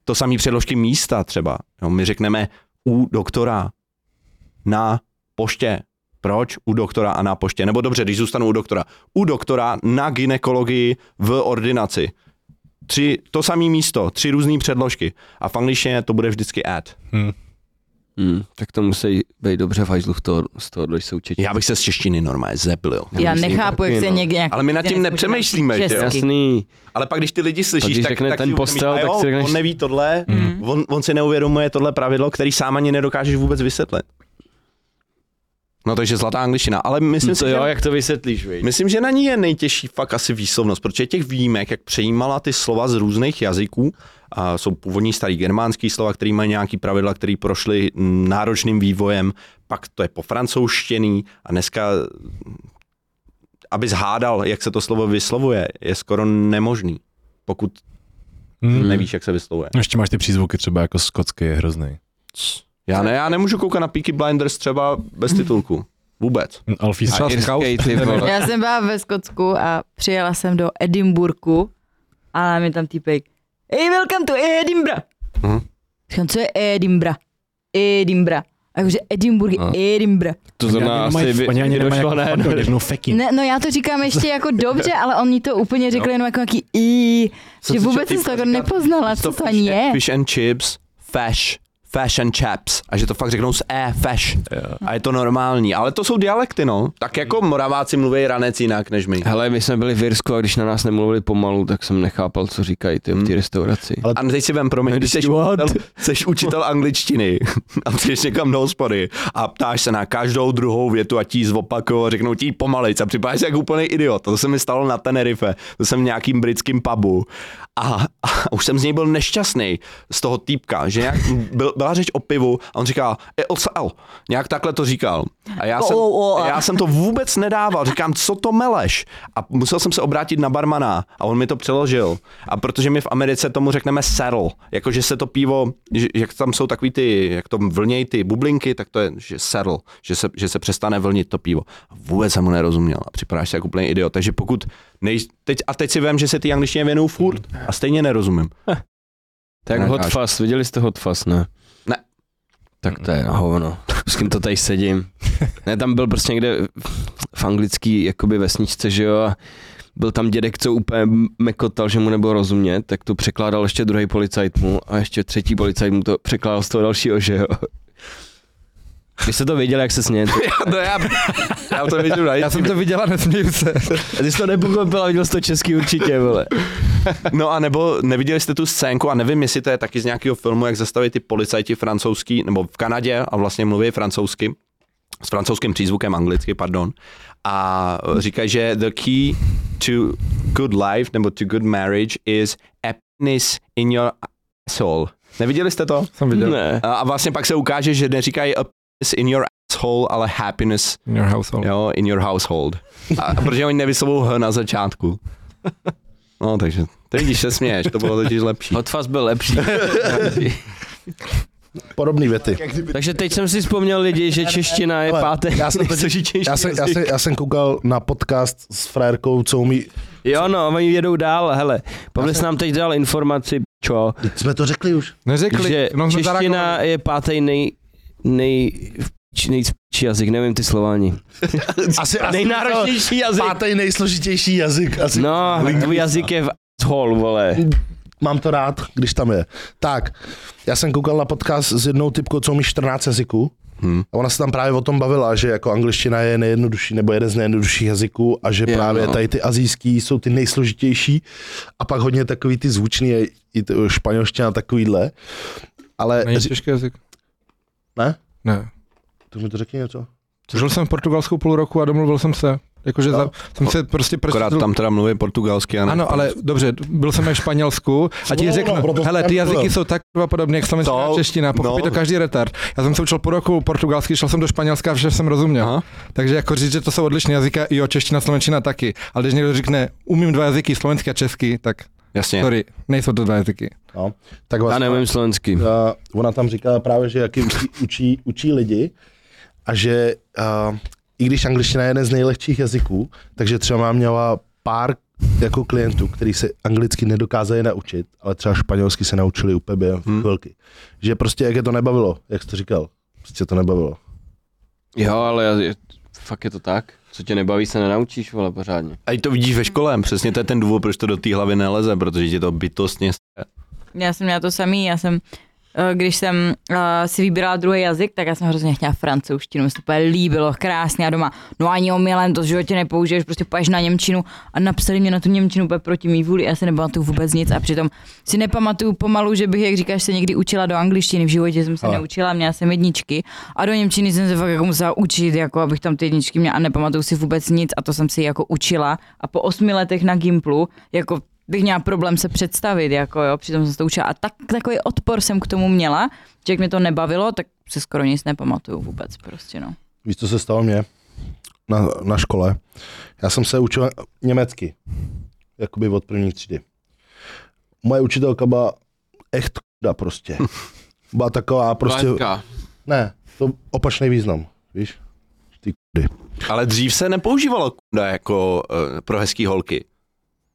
S2: to samý předložky místa třeba. Jo, my řekneme u doktora na poště. Proč u doktora a na poště? Nebo dobře, když zůstanu u doktora. U doktora na ginekologii v ordinaci. Tři, to samé místo, tři různé předložky. A v angličtině to bude vždycky ad.
S3: Hmm, tak to musí být dobře v hajzlu v toho, z toho, když jsou četí.
S2: Já bych se z češtiny normálně zeblil.
S5: Já nechápu, jak se někdy nějak...
S2: Ale my nad tím nepřemýšlíme, že jo?
S3: Jasný.
S2: Ale pak, když ty lidi
S3: Tak
S2: slyšíš,
S3: když
S2: tak,
S3: řekne
S2: tak
S3: ten
S2: si uvědomíš,
S3: postel,
S2: a jo,
S3: tak si řekneš-
S2: on neví tohle,
S5: Mm.
S2: on, on si neuvědomuje tohle pravidlo, který sám ani nedokážeš vůbec vysvětlit. No takže zlatá angličtina, ale myslím si,
S3: To jo,
S2: že,
S3: jak to vysvětlíš, vej?
S2: myslím, že na ní je nejtěžší fakt asi výslovnost, protože těch výjimek, jak přejímala ty slova z různých jazyků, a jsou původní starý germánský slova, které mají nějaký pravidla, které prošly mm, náročným vývojem, pak to je pofrancouzštěný a dneska aby zhádal, jak se to slovo vyslovuje, je skoro nemožný, pokud
S7: Hmm.
S2: nevíš, jak se vyslovuje.
S7: Ještě máš ty přízvuky třeba jako skotsky, je hrozný.
S2: Já ne, já nemůžu koukat na Peaky Blinders třeba bez titulku. Vůbec.
S7: Alfie
S4: Třeba
S3: irský,
S4: scout,
S3: ty
S2: <laughs>
S4: nevím.
S3: vole.
S5: Já jsem byla ve Skotsku a přijela jsem do Edinburghu a mi tam týpek Hey, welcome to Edinburgh.
S2: Mhm.
S5: Říkám, co je Edinburgh? Edinburgh. A jakože Edinburgh,
S3: No.
S5: Edinburgh.
S3: To zrovna asi by,
S7: Oni ani
S3: by
S7: nemají
S3: došlo
S7: jako
S3: na
S7: fakt,
S3: jedno.
S7: řeknou fekin.
S5: Ne, no já to říkám ještě jako <laughs> dobře, ale oni to úplně řekli jenom jako nějaký i, že vůbec jsem to jako nepoznala, co to ani je.
S2: Fish and chips, fash, fash and chaps. A že to fakt řeknou s E, fash. A je to normální. Ale to jsou dialekty, no. Tak jako moraváci mluví ranec jinak než my.
S3: Hele, my jsme byli v Irsku a když na nás nemluvili pomalu, tak jsem nechápal, co říkají ty v té restauraci.
S2: A teď si vem, promiň, když jsi učitel, jsi učitel angličtiny a přijdeš někam do hospody a ptáš se na každou druhou větu a ti ji zopakujou a řeknou ti ji pomalejc a připadáš si jako úplný idiot. To se mi stalo na Tenerife, to jsem v nějakým britským pubu a, a už jsem z něj byl nešťastný z toho týpka, že nějak byl, byl byla řeč o pivu a on říká "E, ELCL. Nějak takhle to říkal. A já,
S5: O,
S2: jsem,
S5: o, o, a-
S2: já jsem to vůbec nedával. Říkám, co to meleš? A musel jsem se obrátit na barmana a on mi to přeložil. A protože my v Americe tomu řekneme settle, jakože se to pivo, že, jak tam jsou takový ty, jak to vlnějí ty bublinky, tak to je že settle, že se, že se přestane vlnit to pivo. A vůbec jsem mu nerozuměl a připadáš si jako úplný idiot. Takže pokud nej, teď, a teď si vím, že se ty angličtině věnují furt a stejně nerozumím.
S3: Tak
S2: Ne,
S3: Hot
S2: až-
S3: Fuzz, viděli jste Hot Fuzz, ne?
S2: Ne.
S3: Tak to je na hovno. S kým to
S2: <laughs>
S3: tady sedím? Ne, tam byl prostě někde v anglický jakoby vesničce, že jo, a byl tam dědek, co úplně mekotal, že mu nebylo rozumět, tak to překládal ještě druhý policajt mu a ještě třetí policajt mu to překládal z toho dalšího, že jo. Vy jste to věděli, jak
S2: <laughs>
S3: se smějete.
S2: No já, já to vidím
S3: <laughs>
S2: na
S4: Já jsem to viděla, nesměju se.
S3: Ty jsi to nepochopil a viděl jsi to česky určitě, vole.
S2: No a nebo neviděli jste tu scénku a nevím, jestli to je taky z nějakého filmu, jak zastaví ty policajti francouzský, nebo v Kanadě a vlastně mluví francouzsky, s francouzským přízvukem anglicky, pardon. A eh, říkají, že the key to good life, nebo to good marriage is happiness in your asshole. Neviděli jste to?
S4: Jsem viděl.
S3: Ne.
S2: A a vlastně pak se ukáže, že neříkají happiness in your asshole, ale happiness
S4: In your household.
S2: Jo, in your household. A, protože oni nevyslovují H na začátku. No, takže, ty vidíš, se směješ, to bylo totiž lepší.
S3: Hot Fuzz byl <laughs> lepší.
S6: Podobný věty.
S3: Takže teď jsem si vzpomněl lidi, že čeština je
S6: Ale
S3: páté. <laughs>
S6: já jsem totiž-
S3: nejsložitější
S6: Já jsem, já, jsem, já jsem koukal na podcast s frajerkou, co umí...
S3: Jo no, oni jedou dál, hele. Pavlis nám teď dal informaci, čo,
S6: Jsme to řekli už.
S4: Neřekli,
S3: že
S6: no,
S4: jenom jsme zareagovali.
S3: čeština je pátý nej, nej, v- nejspíčí jazyk, nevím ty slováni.
S6: Asi, asi
S3: Nejnáročnější jazyk.
S6: Pátý nejsložitější jazyk. Asi.
S3: No, tvůj jazyk je v hol, vole.
S6: Mám to rád, když tam je. Tak, já jsem koukal na podcast s jednou typkou, co umí 14 jazyků.
S2: Hmm.
S6: A ona se tam právě o tom bavila, že jako angličtina je nejjednodušší nebo jeden z nejjednodušších jazyků a že
S3: Jo,
S6: právě
S3: no.
S6: tady ty azijský jsou ty nejsložitější a pak hodně takový ty zvučný, je i to španělština takovýhle. Ale
S4: Není
S6: ři-
S4: těžký jazyk.
S6: Ne?
S4: Ne.
S6: to mi to řekni něco.
S4: Žil jsem v Portugalsku půl roku a domluvil jsem se. Jakože
S6: Jo.
S4: za, jsem se prostě
S2: Akorát
S4: prostě
S2: tam teda mluví portugalsky. A ne.
S4: Ano, ale dobře, byl jsem ve Španělsku a ti
S6: No,
S4: řeknu,
S6: no, proto
S4: hele, ty
S6: jsem
S4: jazyky
S6: mluvil.
S4: jsou tak kurva podobné, jak slovenská
S2: To-
S4: a čeština, pochopí
S2: no.
S4: to každý retard. Já jsem se učil po roku portugalsky, šel jsem do Španělska a vše jsem rozuměl.
S2: Aha.
S4: Takže jako říct, že to jsou odlišné jazyka, jo, čeština, slovenčina taky. Ale když někdo řekne, umím dva jazyky, slovenský a český, tak
S2: Jasně.
S4: sorry, nejsou to dva jazyky.
S6: No. Tak
S3: Já
S6: vlastně,
S3: nevím slovenský.
S6: a ona tam říkala právě, že jaký učí, učí, učí lidi a že a, i když angličtina je jeden z nejlehčích jazyků, takže třeba měla pár jako klientů, který se anglicky nedokázali naučit, ale třeba španělsky se naučili úplně během
S2: Hmm.
S6: hmm. chvilky. Že prostě jak je to nebavilo, jak jsi to říkal, prostě to nebavilo.
S3: Jo, ale já- fakt je to tak. Co tě nebaví, se nenaučíš, vole, pořádně.
S2: A i to vidíš ve škole, přesně to je ten důvod, proč to do té hlavy neleze, protože ti to bytostně...
S5: Já jsem měla to samý, já jsem eh, když jsem uh, si vybírala druhý jazyk, tak já jsem hrozně chtěla francouzštinu, mi se to úplně líbilo, krásně a doma, no ani omylem, to v životě nepoužiješ, prostě půjdeš na Němčinu a napsali mě na tu Němčinu úplně proti mý vůli, já se nepamatuju vůbec nic a přitom si nepamatuju pomalu, že bych, jak říkáš, se někdy učila do angličtiny, v životě jsem se
S6: Ale.
S5: neučila, měla jsem jedničky a do Němčiny jsem se fakt jako musela učit, jako abych tam ty jedničky měla a nepamatuju si vůbec nic a to jsem si jako učila a po osmi letech na Gimplu, jako bych měla problém se představit, jako jo, přitom jsem se to učila. A tak, takový odpor jsem k tomu měla, že jak mě to nebavilo, tak se skoro nic nepamatuju vůbec prostě, no.
S6: Víš, co se stalo mně na, na škole? Já jsem se učil německy, jakoby od první třídy. Moje učitelka byla echt
S3: <laughs>
S6: kuda prostě. Byla taková prostě...
S3: Vláďka.
S6: Ne, to opačný význam, víš? Ty kudy.
S2: Ale dřív se nepoužívalo kunda jako uh, pro hezký holky.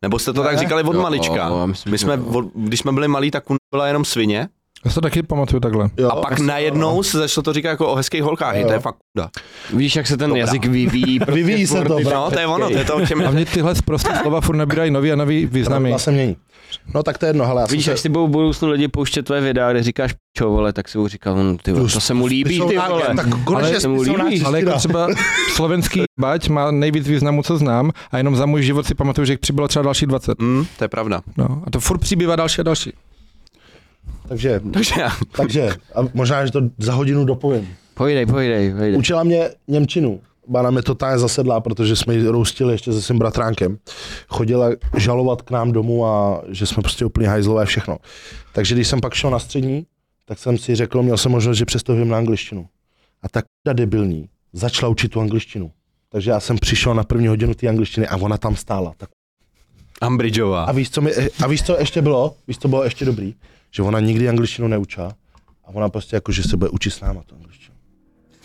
S2: Nebo jste to ne, tak říkali od
S3: Jo,
S2: malička.
S3: jo, já myslím,
S2: My
S3: že
S2: jsme,
S3: jo.
S2: od, když jsme byli malí, tak kunda byla jenom svině.
S4: Já se to taky pamatuju takhle.
S6: Jo, Prostě-
S2: A pak najednou se začalo to říkat jako o hezkých holkách. Je, to je fakt kunda.
S3: Víš, jak se ten jazyk vyvíjí.
S6: Vyvíjí se to,
S2: No, to je ono, to je to, o čem...
S4: A mě tyhle <laughs> prostě slova furt nabírají nový a nový významy.
S6: Znamy. se mění. No tak to je jedno, hele, já jsem
S3: Víš,
S6: se...
S3: až si budou v budoucnu lidi pouštět tvoje videa, kde říkáš čo, vole, tak si budou říkal, no, ty vole, to se mu líbí,
S6: Jsou
S3: ty
S6: na-
S3: vole.
S6: Tak konečně
S3: se mu
S6: jsou na
S3: líbí.
S6: čistě
S4: Ale jako
S6: dá.
S4: třeba slovenský bať má nejvíc významu, co znám, a jenom za můj život si pamatuju, že jich přibylo třeba další 20.
S2: Mm, to je pravda. <laughs>
S4: No, a to furt přibývá další a další.
S6: Takže,
S2: Takže já
S6: takže, a možná, že to za hodinu dopovím.
S3: Pojdej, pojdej, pojdej.
S6: Učila mě Němčinu. Bána mě totálně zasedla, protože jsme ji roustili ještě se svým bratránkem. Chodila žalovat k nám domů a že jsme prostě úplně hajzlové všechno. Takže když jsem pak šel na střední, tak jsem si řekl, měl jsem možnost, že přesto vím na angličtinu. A tak ta debilní začala učit tu angličtinu. Takže já jsem přišel na první hodinu té angličtiny a ona tam stála. Tak
S2: Ambridgeová.
S6: a víš, co mi, a víš, co ještě bylo? Víš, co bylo ještě dobrý? Že ona nikdy angličtinu neučá a ona prostě jako, že se bude učit s náma tu angličtinu.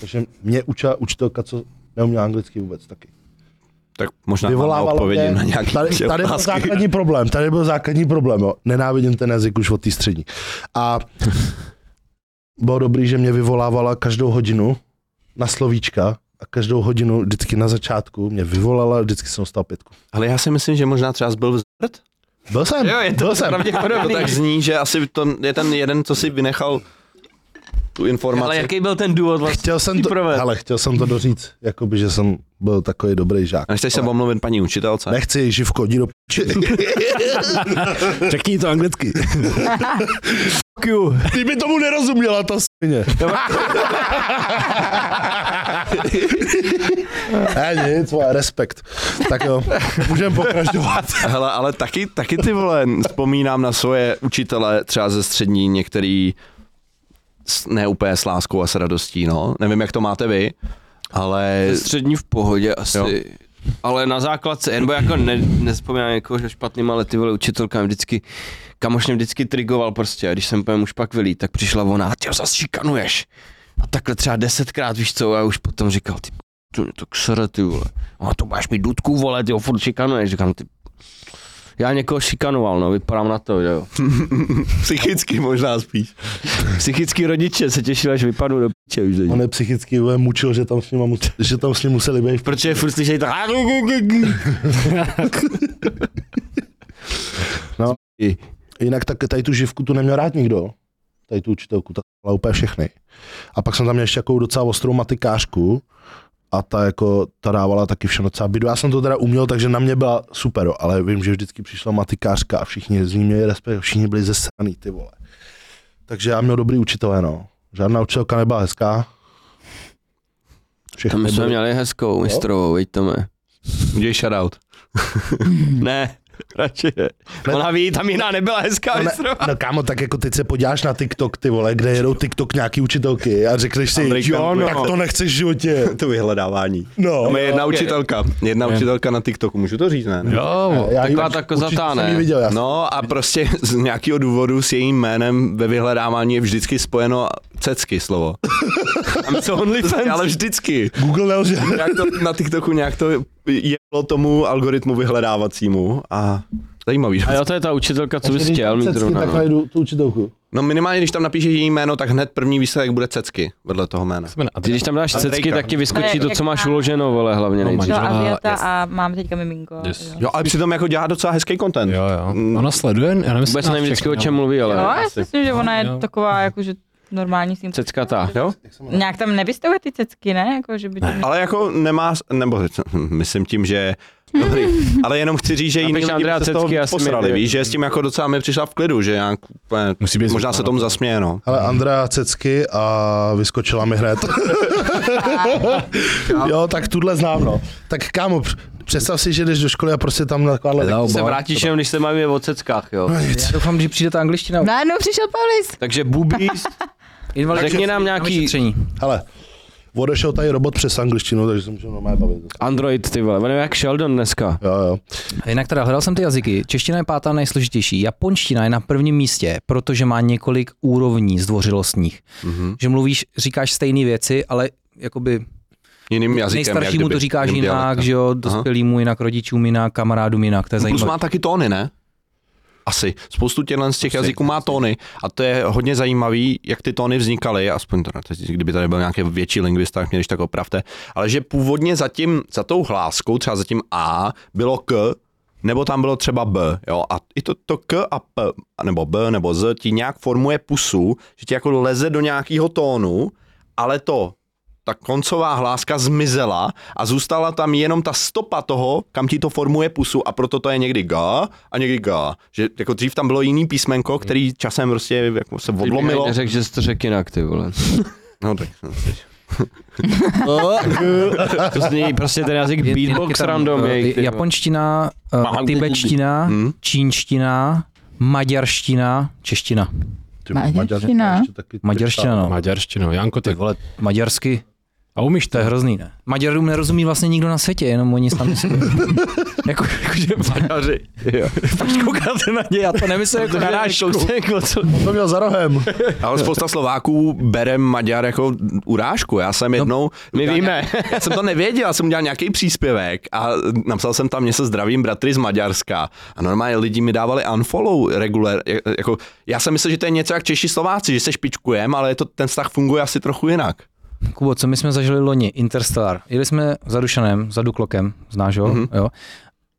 S6: Takže mě učila učitelka, co neuměla anglicky vůbec taky.
S2: Tak možná máme odpovědi na nějaké
S6: tady, tady byl
S2: otázky.
S6: základní problém, tady byl základní problém, jo. Nenávidím ten jazyk už od té střední. A bylo dobrý, že mě vyvolávala každou hodinu na slovíčka a každou hodinu vždycky na začátku mě vyvolala, vždycky jsem dostal pětku.
S2: Ale já si myslím, že možná třeba byl vzrt.
S6: Byl jsem, byl jsem.
S2: To tak zní, že asi to je ten jeden, co si vynechal tu
S3: Ale
S2: informaci.
S3: jaký byl ten důvod vlastně?
S6: Chtěl jsem, to,
S3: Teprve.
S6: ale chtěl jsem to doříct, jakoby, že jsem byl takový dobrý žák.
S2: A nechceš se omluvit paní <laughs> učitelce?
S6: Nechci, živko, jdi do piči.
S7: Řekni to anglicky.
S6: <laughs> Ty by tomu nerozuměla, ta svině. <laughs> ne, nic, vole, respekt. Tak jo, můžeme pokračovat.
S2: Hele, ale taky, taky ty vole, vzpomínám na svoje učitele třeba ze střední některý s- ne úplně s láskou a s radostí, no. Nevím, jak to máte vy, ale
S3: Ze Střední v pohodě asi.
S2: Eh, Jo.
S3: Jo. Ale na základce, nebo jako ne, nespomínám jako že špatným, ale ty vole učitelka mě vždycky, kamoš mě vždycky trigoval prostě, a když jsem úplně už pak vylí, tak přišla ona, ty zase šikanuješ. A takhle třeba desetkrát, víš co, a já už potom říkal, ty to, to ksere, ty vole. A to máš mi dudku, vole, ty ho furt šikanuješ, říkám, ty já někoho šikanoval, no, vypadám na to, že jo.
S2: <laughs> psychicky možná spíš.
S3: Psychický rodiče se těšil, až vypadnu do piče už. teď.
S6: On je psychicky vole, mučil, že tam s ním, mu, že tam s ním museli být.
S3: Protože furt slyšeli to,
S6: Jinak tak tady tu živku tu neměl rád nikdo. Tady tu učitelku, ta byla úplně všechny. A pak jsem tam měl ještě jako docela ostrou matikářku a ta jako, ta dávala taky všechno docela bidu. Já jsem to teda uměl, takže na mě byla super, jo, ale vím, že vždycky přišla matikářka a všichni z ní měli respekt, všichni byli zesaný, ty vole. Takže já měl dobrý učitele, no. Žádná učitelka nebyla hezká.
S3: To
S6: Všechny
S3: my jsme
S6: byly-
S3: měli hezkou mistrovou, veď to
S2: Udělej shoutout.
S3: Ne, radši Hmm. ne. Ona ví, tam jiná nebyla hezká
S6: Ne,
S3: mistrová.
S6: no kámo, tak jako teď se podíváš na TikTok, ty vole, kde jedou TikTok nějaký učitelky a řekneš si,
S2: Andrej
S6: jo,
S2: Kampl.
S6: no. tak to nechceš
S3: <laughs>
S6: v životě.
S2: To vyhledávání.
S6: No,
S2: Tam je jedna učitelka, jedna učitelka na TikToku, můžu to říct, ne?
S7: Jo,
S6: já
S3: taková
S6: ji-
S3: ta
S6: určitě
S3: kozatá,
S6: jsem
S3: ne?
S6: ji viděl, já no.
S2: No a prostě z nějakého důvodu s jejím jménem ve vyhledávání je vždycky spojeno cecky <laughs> slovo. Prostě,
S3: A my jsou OnlyFans.
S2: Ale vždycky.
S6: Google nelže.
S2: Nějak to, na TikToku nějak to jelo tomu algoritmu vyhledávacímu a zajímavý.
S3: A jo, to je ta učitelka, co bys chtěl mít
S6: Cecky,
S3: zrovna.
S6: tak
S3: No.
S6: najdu tu učitelku.
S2: No minimálně, když tam napíšeš její jméno, tak hned první výsledek bude cecky vedle toho jména.
S7: a
S3: Ty,
S7: ty,
S3: Když tam dáš cecky, tak ti vyskočí
S5: Ne,
S3: to,
S5: jak
S3: co máš
S5: mám.
S3: uloženo, vole, hlavně
S7: No,
S3: nejdřív.
S5: No,
S7: Manželá,
S5: Aviata
S7: yes.
S5: a mám teďka miminko.
S7: Yes.
S5: Jo,
S2: Jo, ale přitom jako dělá docela hezký content.
S7: jo, jo. Ona sleduje, já nevím,
S3: Vůbec
S7: nás
S3: nevím vždycky, o
S7: všechny,
S3: čem
S7: ale-
S3: mluví,
S5: jo
S3: ale
S5: já si myslím, že ona
S7: Jo.
S5: je taková, jakože normální s tím.
S3: cecka ta.
S2: Jo?
S5: Nějak tam nevystavuje ty cecky, ne? Jako, že by to...
S2: Ale jako nemá, nebo myslím tím, že Dobrý. Ale jenom chci říct, že jiný
S3: Napiš
S2: lidi
S3: Andrea
S2: by se z toho
S3: Cecky, já si
S2: posrali,
S3: myslím.
S2: víš, že s tím jako docela mi přišla v klidu, že nějak, úplně-
S7: Musí být
S2: možná se
S7: zvyklá,
S2: tomu
S7: no.
S2: zasměje, no.
S6: Ale Andrea Cecky a vyskočila
S3: <laughs>
S6: mi hned. jo, tak tuhle znám, no. Tak kámo, př- představ si, že jdeš do školy a prostě tam na takováhle...
S3: Se vrátíš jenom, když se máme o ceckách, jo.
S1: Já doufám, že přijde ta angličtina.
S5: Najednou přišel Pavlis.
S3: Takže boobies,
S1: Invalidní
S3: Řekni nám nějaký-
S1: ošetření.
S6: Hele, odešel tady robot přes angličtinu, takže se můžeme normálně bavit.
S3: <laughs> Android, ty vole, ono je jak Sheldon dneska.
S6: Jo, jo.
S1: A Jinak teda hledal jsem ty jazyky. Čeština je pátá nejsložitější. Japonština je na prvním místě, protože má několik úrovní zdvořilostních.
S2: Mhm.
S1: Mm-hmm. Že mluvíš, říkáš stejné věci, ale jakoby
S2: Jiným jazykem, jak
S1: nejstaršímu to
S2: kdyby,
S1: říkáš
S2: jiným
S1: jinak,
S2: dialektem.
S1: že jo, dospělýmu jinak, rodičům jinak, kamarádům jinak,
S3: No,
S1: to je
S2: No, Plus
S1: zajímavé.
S2: má taky tóny, ne? Asi. Spoustu těchto z těch jazyků má tóny a to je hodně zajímavý, jak ty tóny vznikaly, aspoň teda, teď, kdyby tady byl nějaký větší lingvista, tak mě když tak opravte, ale že původně za, tím, za tou hláskou, třeba za tím A, bylo K, nebo tam bylo třeba B, jo, a i to, to K a P, nebo B, nebo Z, ti nějak formuje pusu, že ti jako leze do nějakého tónu, ale to ta koncová hláska zmizela a zůstala tam jenom ta stopa toho, kam ti to formuje pusu a proto to je někdy ga a někdy ga. Že jako dřív tam bylo jiný písmenko, který časem prostě jako se odlomilo.
S3: Řekl, že jsi to řekl jinak, ty vole.
S2: No tak.
S3: To zní prostě ten jazyk
S1: Je- je-
S3: beatbox
S1: je tam,
S3: random.
S1: eh,
S3: jejich, ty vole.
S1: Japonština, eh, tibetština,
S2: Hmm.
S1: čínština, maďarština, čeština.
S6: Ty vole,
S5: Maďarština.
S6: Maďar- ještě taky
S1: Maďarština, no.
S7: Maďarštinou, Janko,
S1: Ty
S7: tak
S1: vole, maďarsky,
S7: a umíš
S1: to
S7: to?
S1: je hrozný, ne? Maďarům nerozumí vlastně nikdo na světě, jenom oni tam jako,
S7: <laughs>
S1: jakože
S2: Maďaři. Jo.
S1: fakt koukáte na ně, já to nemyslím jako
S7: <laughs>
S1: narážku.
S6: To měl za rohem.
S2: <laughs> Ale spousta Slováků berem Maďar jako urážku. Já
S6: No,
S2: jsem jednou...
S3: My víme.
S6: <laughs>
S2: Já jsem to nevěděl, já jsem udělal nějaký příspěvek a napsal jsem tam, mě se zdravím bratry z Maďarska. A normálně lidi mi dávali unfollow regular, jako, já jsem myslel, že to je něco jak Češi Slováci, že se špičkujem, ale je to, ten vztah funguje asi trochu jinak.
S1: Kubo, co my jsme zažili loni? Interstellar. Jeli jsme za Dušanem, za Duklokem, znáš ho? Mm-hmm. jo?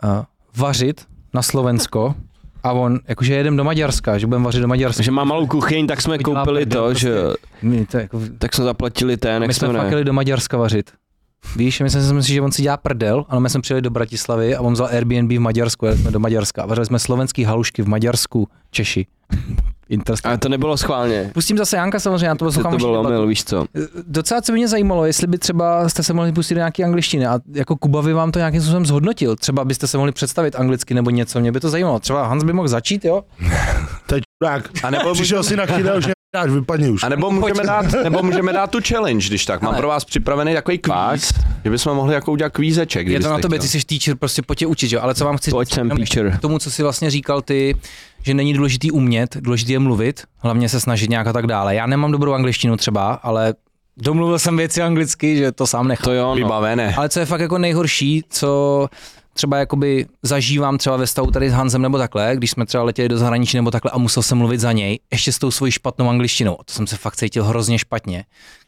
S1: A vařit na Slovensko a on, jakože jedem do Maďarska, že budeme vařit do Maďarska.
S3: Že má malou kuchyň, tak jsme
S1: Udělá
S3: koupili
S1: prdel
S3: to,
S1: prostě.
S3: že jo.
S1: My, to jako,
S3: tak jsme zaplatili ten, jak
S1: my jsme
S3: jsme
S1: fakt jeli do Maďarska vařit. Víš, my jsme si mysleli, že on si dělá prdel, ale my jsme přijeli do Bratislavy a on vzal Airbnb v Maďarsku, jeli jsme do Maďarska. A Vařili jsme slovenský halušky v Maďarsku, Češi. <laughs> Interstellar.
S3: Ale to nebylo schválně.
S1: Pustím zase Janka samozřejmě, já to
S3: To,
S1: poslouchám.
S3: to
S1: už
S3: bylo
S1: debatu.
S3: omyl, víš co.
S1: Docela co by mě zajímalo, jestli by třeba jste se mohli pustit do nějaké angličtiny a jako Kubavi vám to nějakým způsobem zhodnotil. Třeba byste se mohli představit anglicky nebo něco, mě by to zajímalo. Třeba Hans by mohl začít, jo?
S6: To je čurák.
S2: A nebo,
S6: <laughs> Přišel si na chyda, už nedáš, vypadni už.
S2: a nebo, můžeme, dát, nebo můžeme dát tu challenge, když tak. Mám pro vás připravený takový kvíz, že bychom mohli jako udělat kvízeček.
S1: Je to
S2: kdybyste
S1: na tobě,
S2: chtěl.
S1: ty jsi teacher, prostě pojď tě učit, jo? Ale co vám chci
S3: Pojď sem,
S1: jenom
S3: teacher.
S1: k tomu, co si vlastně říkal ty, že není důležitý umět, důležitý je mluvit, hlavně se snažit nějak a tak dále. Já nemám dobrou angličtinu třeba, ale domluvil jsem věci anglicky, že to sám nechám.
S3: To jo, no.
S2: Vybavené.
S1: Ale co je fakt jako nejhorší, co třeba jakoby zažívám třeba ve stavu tady s Hansem nebo takhle, když jsme třeba letěli do zahraničí nebo takhle a musel jsem mluvit za něj, ještě s tou svojí špatnou angličtinou. To jsem se fakt cítil hrozně špatně,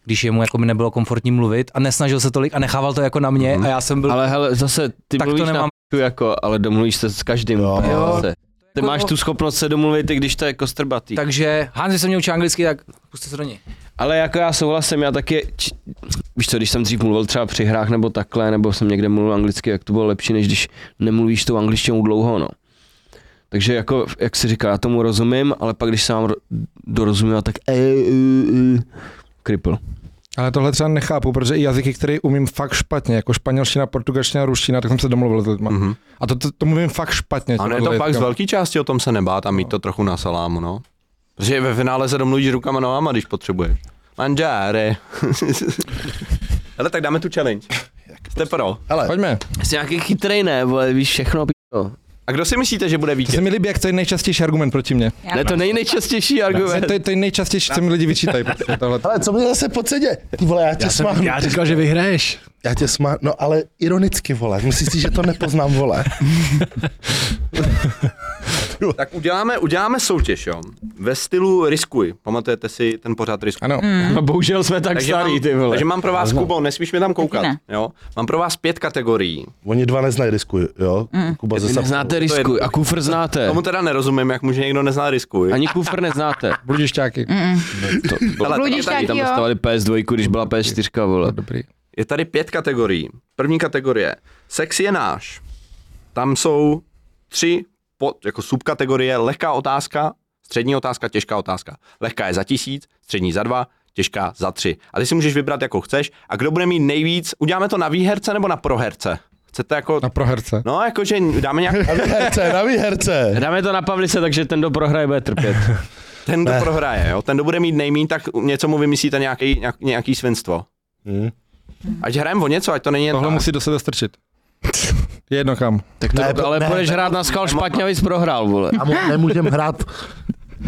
S1: když jemu jakoby nebylo komfortní mluvit a nesnažil se tolik a nechával to jako na mě a já jsem byl...
S3: Mhm. Ale hele, zase ty
S1: Tak to
S3: mluvíš
S1: nemám.
S3: na p***u jako, ale domluvíš se s každým. Jo. Zase. Ty
S1: Jako-
S3: máš tu schopnost se domluvit, i když to je jako kostrbatý. Tak.
S1: Takže Hans, když jsem mě učil anglicky, tak puste se do něj.
S3: Ale jako já souhlasím, já taky, č- víš co, když jsem dřív mluvil třeba při hrách nebo takhle, nebo jsem někde mluvil anglicky, jak to bylo lepší, než když nemluvíš tou angličtinou dlouho, no. Takže jako, jak si říká, já tomu rozumím, ale pak když se mám ro- dorozumím, tak e, e, e, kripl.
S4: Ale tohle třeba nechápu, protože i jazyky, které umím fakt špatně, jako španělština, portugalština, ruština, tak jsem se domluvil s
S1: No.
S4: lidma.
S2: Mhm.
S4: A to, to, to mluvím fakt špatně.
S2: Ano, je
S4: těma
S2: to pak z
S4: lidma.
S2: velké části o tom se nebát a mít to trochu na salámu, no. Protože ve finále se domluvíš rukama nohama, když potřebuješ. <laughs> Manžáre. Ale tak dáme tu challenge. Jste pro.
S6: Ale
S4: Pojďme.
S3: Jsi nějaký chytrej, ne, vole, víš všechno, no. p***o.
S2: A kdo si myslíte, že bude
S4: To se
S2: vítěz?
S4: mi líbí, jak to je nejčastější argument proti mně.
S5: Já
S3: Ne, to není nejčastější
S4: To je,
S3: argument.
S4: to je, to je nejčastější, co mi lidi vyčítají. Prostě, tohle.
S6: ale co mě zase po cedě? Ty vole, já tě já smáhnu.
S7: Já říkal, že vyhraješ.
S6: Já tě smáhnu, no ale ironicky, vole. Myslíš si, že to nepoznám, vole?
S2: Tak uděláme, uděláme soutěž, jo. Ve stylu riskuj. Pamatujete si ten pořád riskuj?
S4: Ano,
S3: A bohužel jsme tak starý,
S2: mám,
S3: ty vole.
S2: takže mám pro vás, Kubo, nesmíš mi tam koukat.
S5: ne.
S2: Jo? Mám pro vás pět kategorií.
S6: Oni dva neznají risku, jo? Kuba
S3: Vy
S6: ze
S3: neznáte risku a kufr znáte.
S2: Tomu teda nerozumím, jak může někdo nezná riskuj.
S3: Ani kufr neznáte.
S4: bludišťáky.
S2: Ale tak je
S5: Bludíš
S2: tady,
S5: taky,
S3: Tam
S5: jo.
S3: dostávali PS2, když byla PS4, vole.
S4: Dobrý.
S2: je tady pět kategorií. První kategorie. Sex je náš. Tam jsou tři pod, jako subkategorie. Lehká otázka, střední otázka, těžká otázka. Lehká je za tisíc, střední za dva, těžká za tři. A ty si můžeš vybrat, jakou chceš. A kdo bude mít nejvíc, uděláme to na výherce nebo na proherce? Chcete jako...
S4: Na proherce.
S2: No, jakože dáme nějak...
S6: Na výherce, na výherce.
S3: Dáme to na Pavlice, takže ten, kdo prohraje, bude trpět.
S2: Ten, kdo prohraje, jo? Ten, kdo bude mít nejmín, tak něco mu vymyslíte nějaký, nějak, nějaký svinstvo.
S6: Hm.
S2: Ať hrajeme o něco, ať to není jen
S4: Tohle
S2: tak.
S4: musí do sebe strčit.
S2: <laughs>
S4: Jedno kam.
S3: Tak to,
S6: Ne,
S3: ne, ale
S6: ne,
S3: budeš
S6: ne,
S3: hrát na skal špatně, abys prohrál, vole.
S6: A mo- nemůžem hrát.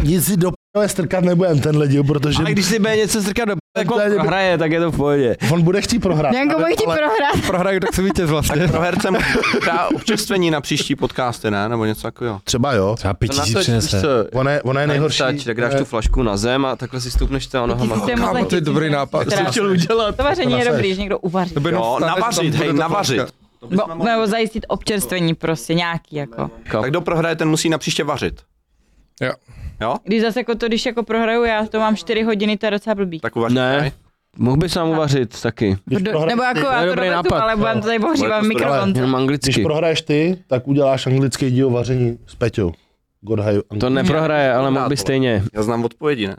S6: Nic si do p***le strkat nebudem tenhle díl, protože
S3: Ale když si bude něco strkat do p- tak
S6: To je-
S3: on prohraje, tak je to v pohodě.
S6: on bude chtít prohrát.
S5: Janko,
S6: Ale-
S5: bude ti
S6: ale-
S5: jako prohrát.
S4: Prohraju, tak se vítěz vlastně.
S2: Proherce mu dá občerstvení na příští podcasty, ne? Nebo něco takového.
S6: Třeba jo.
S7: Třeba pět
S3: To na
S7: tisíc
S3: to, víš
S7: přinese.
S3: co,
S6: Ona je, ona je nejhorší.
S3: Stač, tak dáš tu flašku na zem a takhle si stoupneš třeba nohama.
S5: Tisíc je moc
S4: Kámo, to je
S5: lehký,
S4: dobrý
S5: tisíc.
S4: nápad.
S5: Krásný.
S3: udělat?
S5: To vaření je
S6: Krásný.
S5: dobrý, když někdo uvaří.
S4: To by jenom
S2: Jo,
S4: vstaneš, tam
S2: navařit,
S4: bude
S2: hej,
S4: ta
S2: navařit.
S4: flaška.
S5: No, nebo zajistit občerstvení prostě nějaký jako.
S2: Tak kdo prohraje, ten musí na příště vařit.
S4: Jo.
S2: Jo?
S5: Když zase jako to, když jako prohraju, já to mám 4 hodiny, to je docela blbý.
S2: Tak uvařit.
S3: Ne, mohl bys nám uvařit taky.
S6: Když
S5: Do,
S6: prohra-
S5: nebo jako já to
S3: dobrý
S5: dovedu,
S3: nápad.
S5: ale budem to tady
S2: Ale-
S5: pohřívám mikrofon.
S3: Jenom
S6: Když
S3: anglicky.
S6: prohraješ ty, tak uděláš anglický díl vaření s Peťou. God high,
S3: To neprohraje, ale mohl by stejně.
S2: Já znám odpovědi,
S4: <laughs>
S2: ne?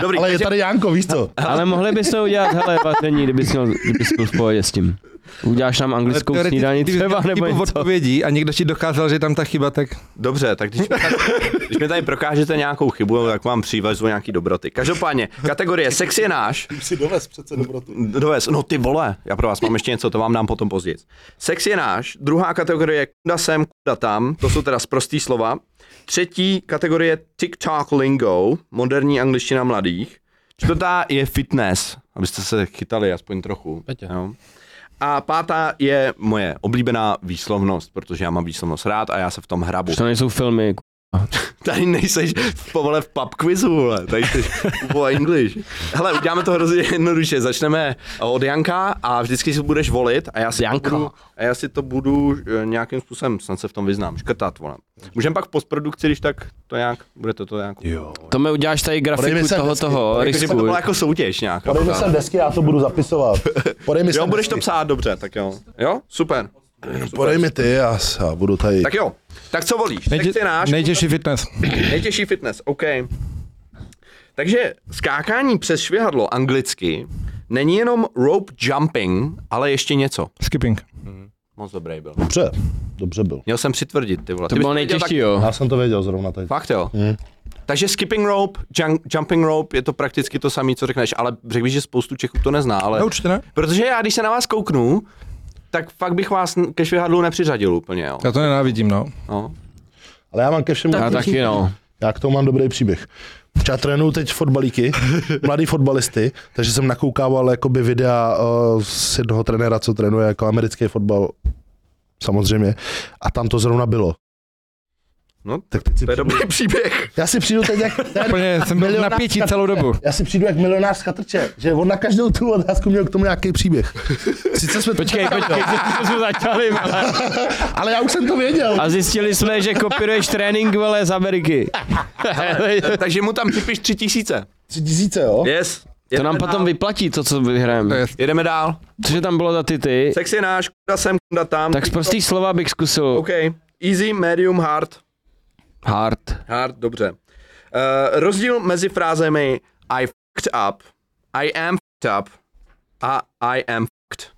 S2: Dobrý,
S6: Ale je
S2: takže
S6: tady Janko, víš co?
S3: Ale mohli bys to udělat, hele, vaření, kdybys měl, kdybys byl v pohodě s tím. Uděláš nám anglickou
S4: Ale teoreticky,
S3: snídaní
S4: kdyby
S3: třeba
S4: měl
S3: nebo
S4: chybu v
S3: něco.
S4: odpovědí a někdo ti dokázal, že je tam ta chyba, tak
S2: Dobře, tak když mi tady, když mi tady prokážete nějakou chybu, tak vám přívazbu nějaký dobroty. Každopádně, kategorie sex je náš.
S6: Už si dovez přece dobrotu.
S2: Dovez, no ty vole, já pro vás mám ještě něco, to vám dám potom později. Sex je náš, druhá kategorie je kuda sem, kuda tam, to jsou teda sprostý slova. Třetí kategorie je TikTok lingo, moderní angličtina mladých. Čtvrtá je fitness, abyste se chytali aspoň trochu.
S7: Petě.
S2: Jo. A pátá je moje oblíbená výslovnost, protože já mám výslovnost rád a já se v tom hrabu.
S3: Už to nejsou filmy, k-
S2: Tady nejseš v povole v pub quizu, vole. tady jsi po English. Hele, uděláme to hrozně jednoduše, začneme od Janka a vždycky si budeš volit a já si, to
S3: Janka.
S2: budu, a já si to budu eh, nějakým způsobem, snad se v tom vyznám, škrtat, vole. Můžeme pak v postprodukci, když tak to nějak, bude to to nějak.
S3: To mi uděláš tady
S6: Podej mi
S3: grafiku
S6: sem
S3: toho
S6: hezky,
S3: toho,
S2: Takže by to
S3: riskuj.
S2: byla jako soutěž nějak.
S6: Podej mi sem desky, já to budu zapisovat. Podej mi
S2: Jo,
S6: sem
S2: budeš to
S6: desky.
S2: psát dobře, tak jo. Jo, super.
S6: Podej mi ty, já, s- já budu tady.
S2: Tak jo, tak co volíš?
S4: nejtě,
S2: Nejtě, je náš,
S4: nejtěžší fitness.
S2: Nejtěžší fitness, OK. Takže skákání přes švihadlo anglicky není jenom rope jumping, ale ještě něco.
S4: Skipping.
S2: Moc dobrý byl.
S6: Dobře, dobře byl.
S2: Měl jsem přitvrdit, ty vole.
S3: To
S2: Ty bys
S3: bylo
S2: věděl
S3: nejtěžší, jo.
S6: Já jsem to věděl zrovna tady.
S2: Fakt jo. Takže skipping rope, junk, jumping rope je to prakticky to samé, co řekneš, ale řekl bych, že spoustu Čechů to nezná, ale...
S4: No určitě ne.
S2: Protože já, když se na vás kouknu, tak fakt bych vás n- ke švihadlu nepřiřadil úplně, jo.
S4: Já to nenávidím, no.
S2: No.
S6: Ale já mám ke všemu...
S3: Já taky no.
S6: Já k tomu mám dobrý příběh. Já trénuju
S2: <laughs>
S6: teď fotbalíky, mladý fotbalisty, takže jsem nakoukával jakoby videa uh, z jednoho trenéra, co trénuje jako americký fotbal, samozřejmě, a tam to zrovna bylo.
S2: No,
S6: tak teď si
S2: To je
S6: přijdu,
S2: dobrý příběh.
S6: já si přijdu teď jak
S2: <laughs>
S6: ten,
S4: Úplně jsem byl v
S6: Milionářka
S4: napětí celou dobu.
S6: já si přijdu jak milionář z chatrče, že on na každou tu otázku měl k tomu
S2: <laughs>
S6: nějaký příběh. Sice jsme
S3: Počkej, <laughs> počkej, to jsme začali, ale.
S6: ale já už jsem to věděl.
S3: A zjistili jsme, že kopíruješ trénink, vole, z Ameriky.
S2: Takže mu tam připiš tři tisíce.
S6: Tři tisíce, jo?
S2: Yes.
S3: To nám
S2: Jdeme
S3: potom
S2: dál.
S3: vyplatí to, co vyhrajeme.
S2: Jdeme dál.
S3: Cože tam bylo za ty ty,
S2: Sex je náš, kuda sem, kuda tam.
S3: tak z prostý slova bych zkusil
S2: OK. Easy, medium, hard.
S3: hard.
S2: Hard, dobře. Uh, rozdíl mezi frázemi I fucked up, I am fucked up a I am fucked.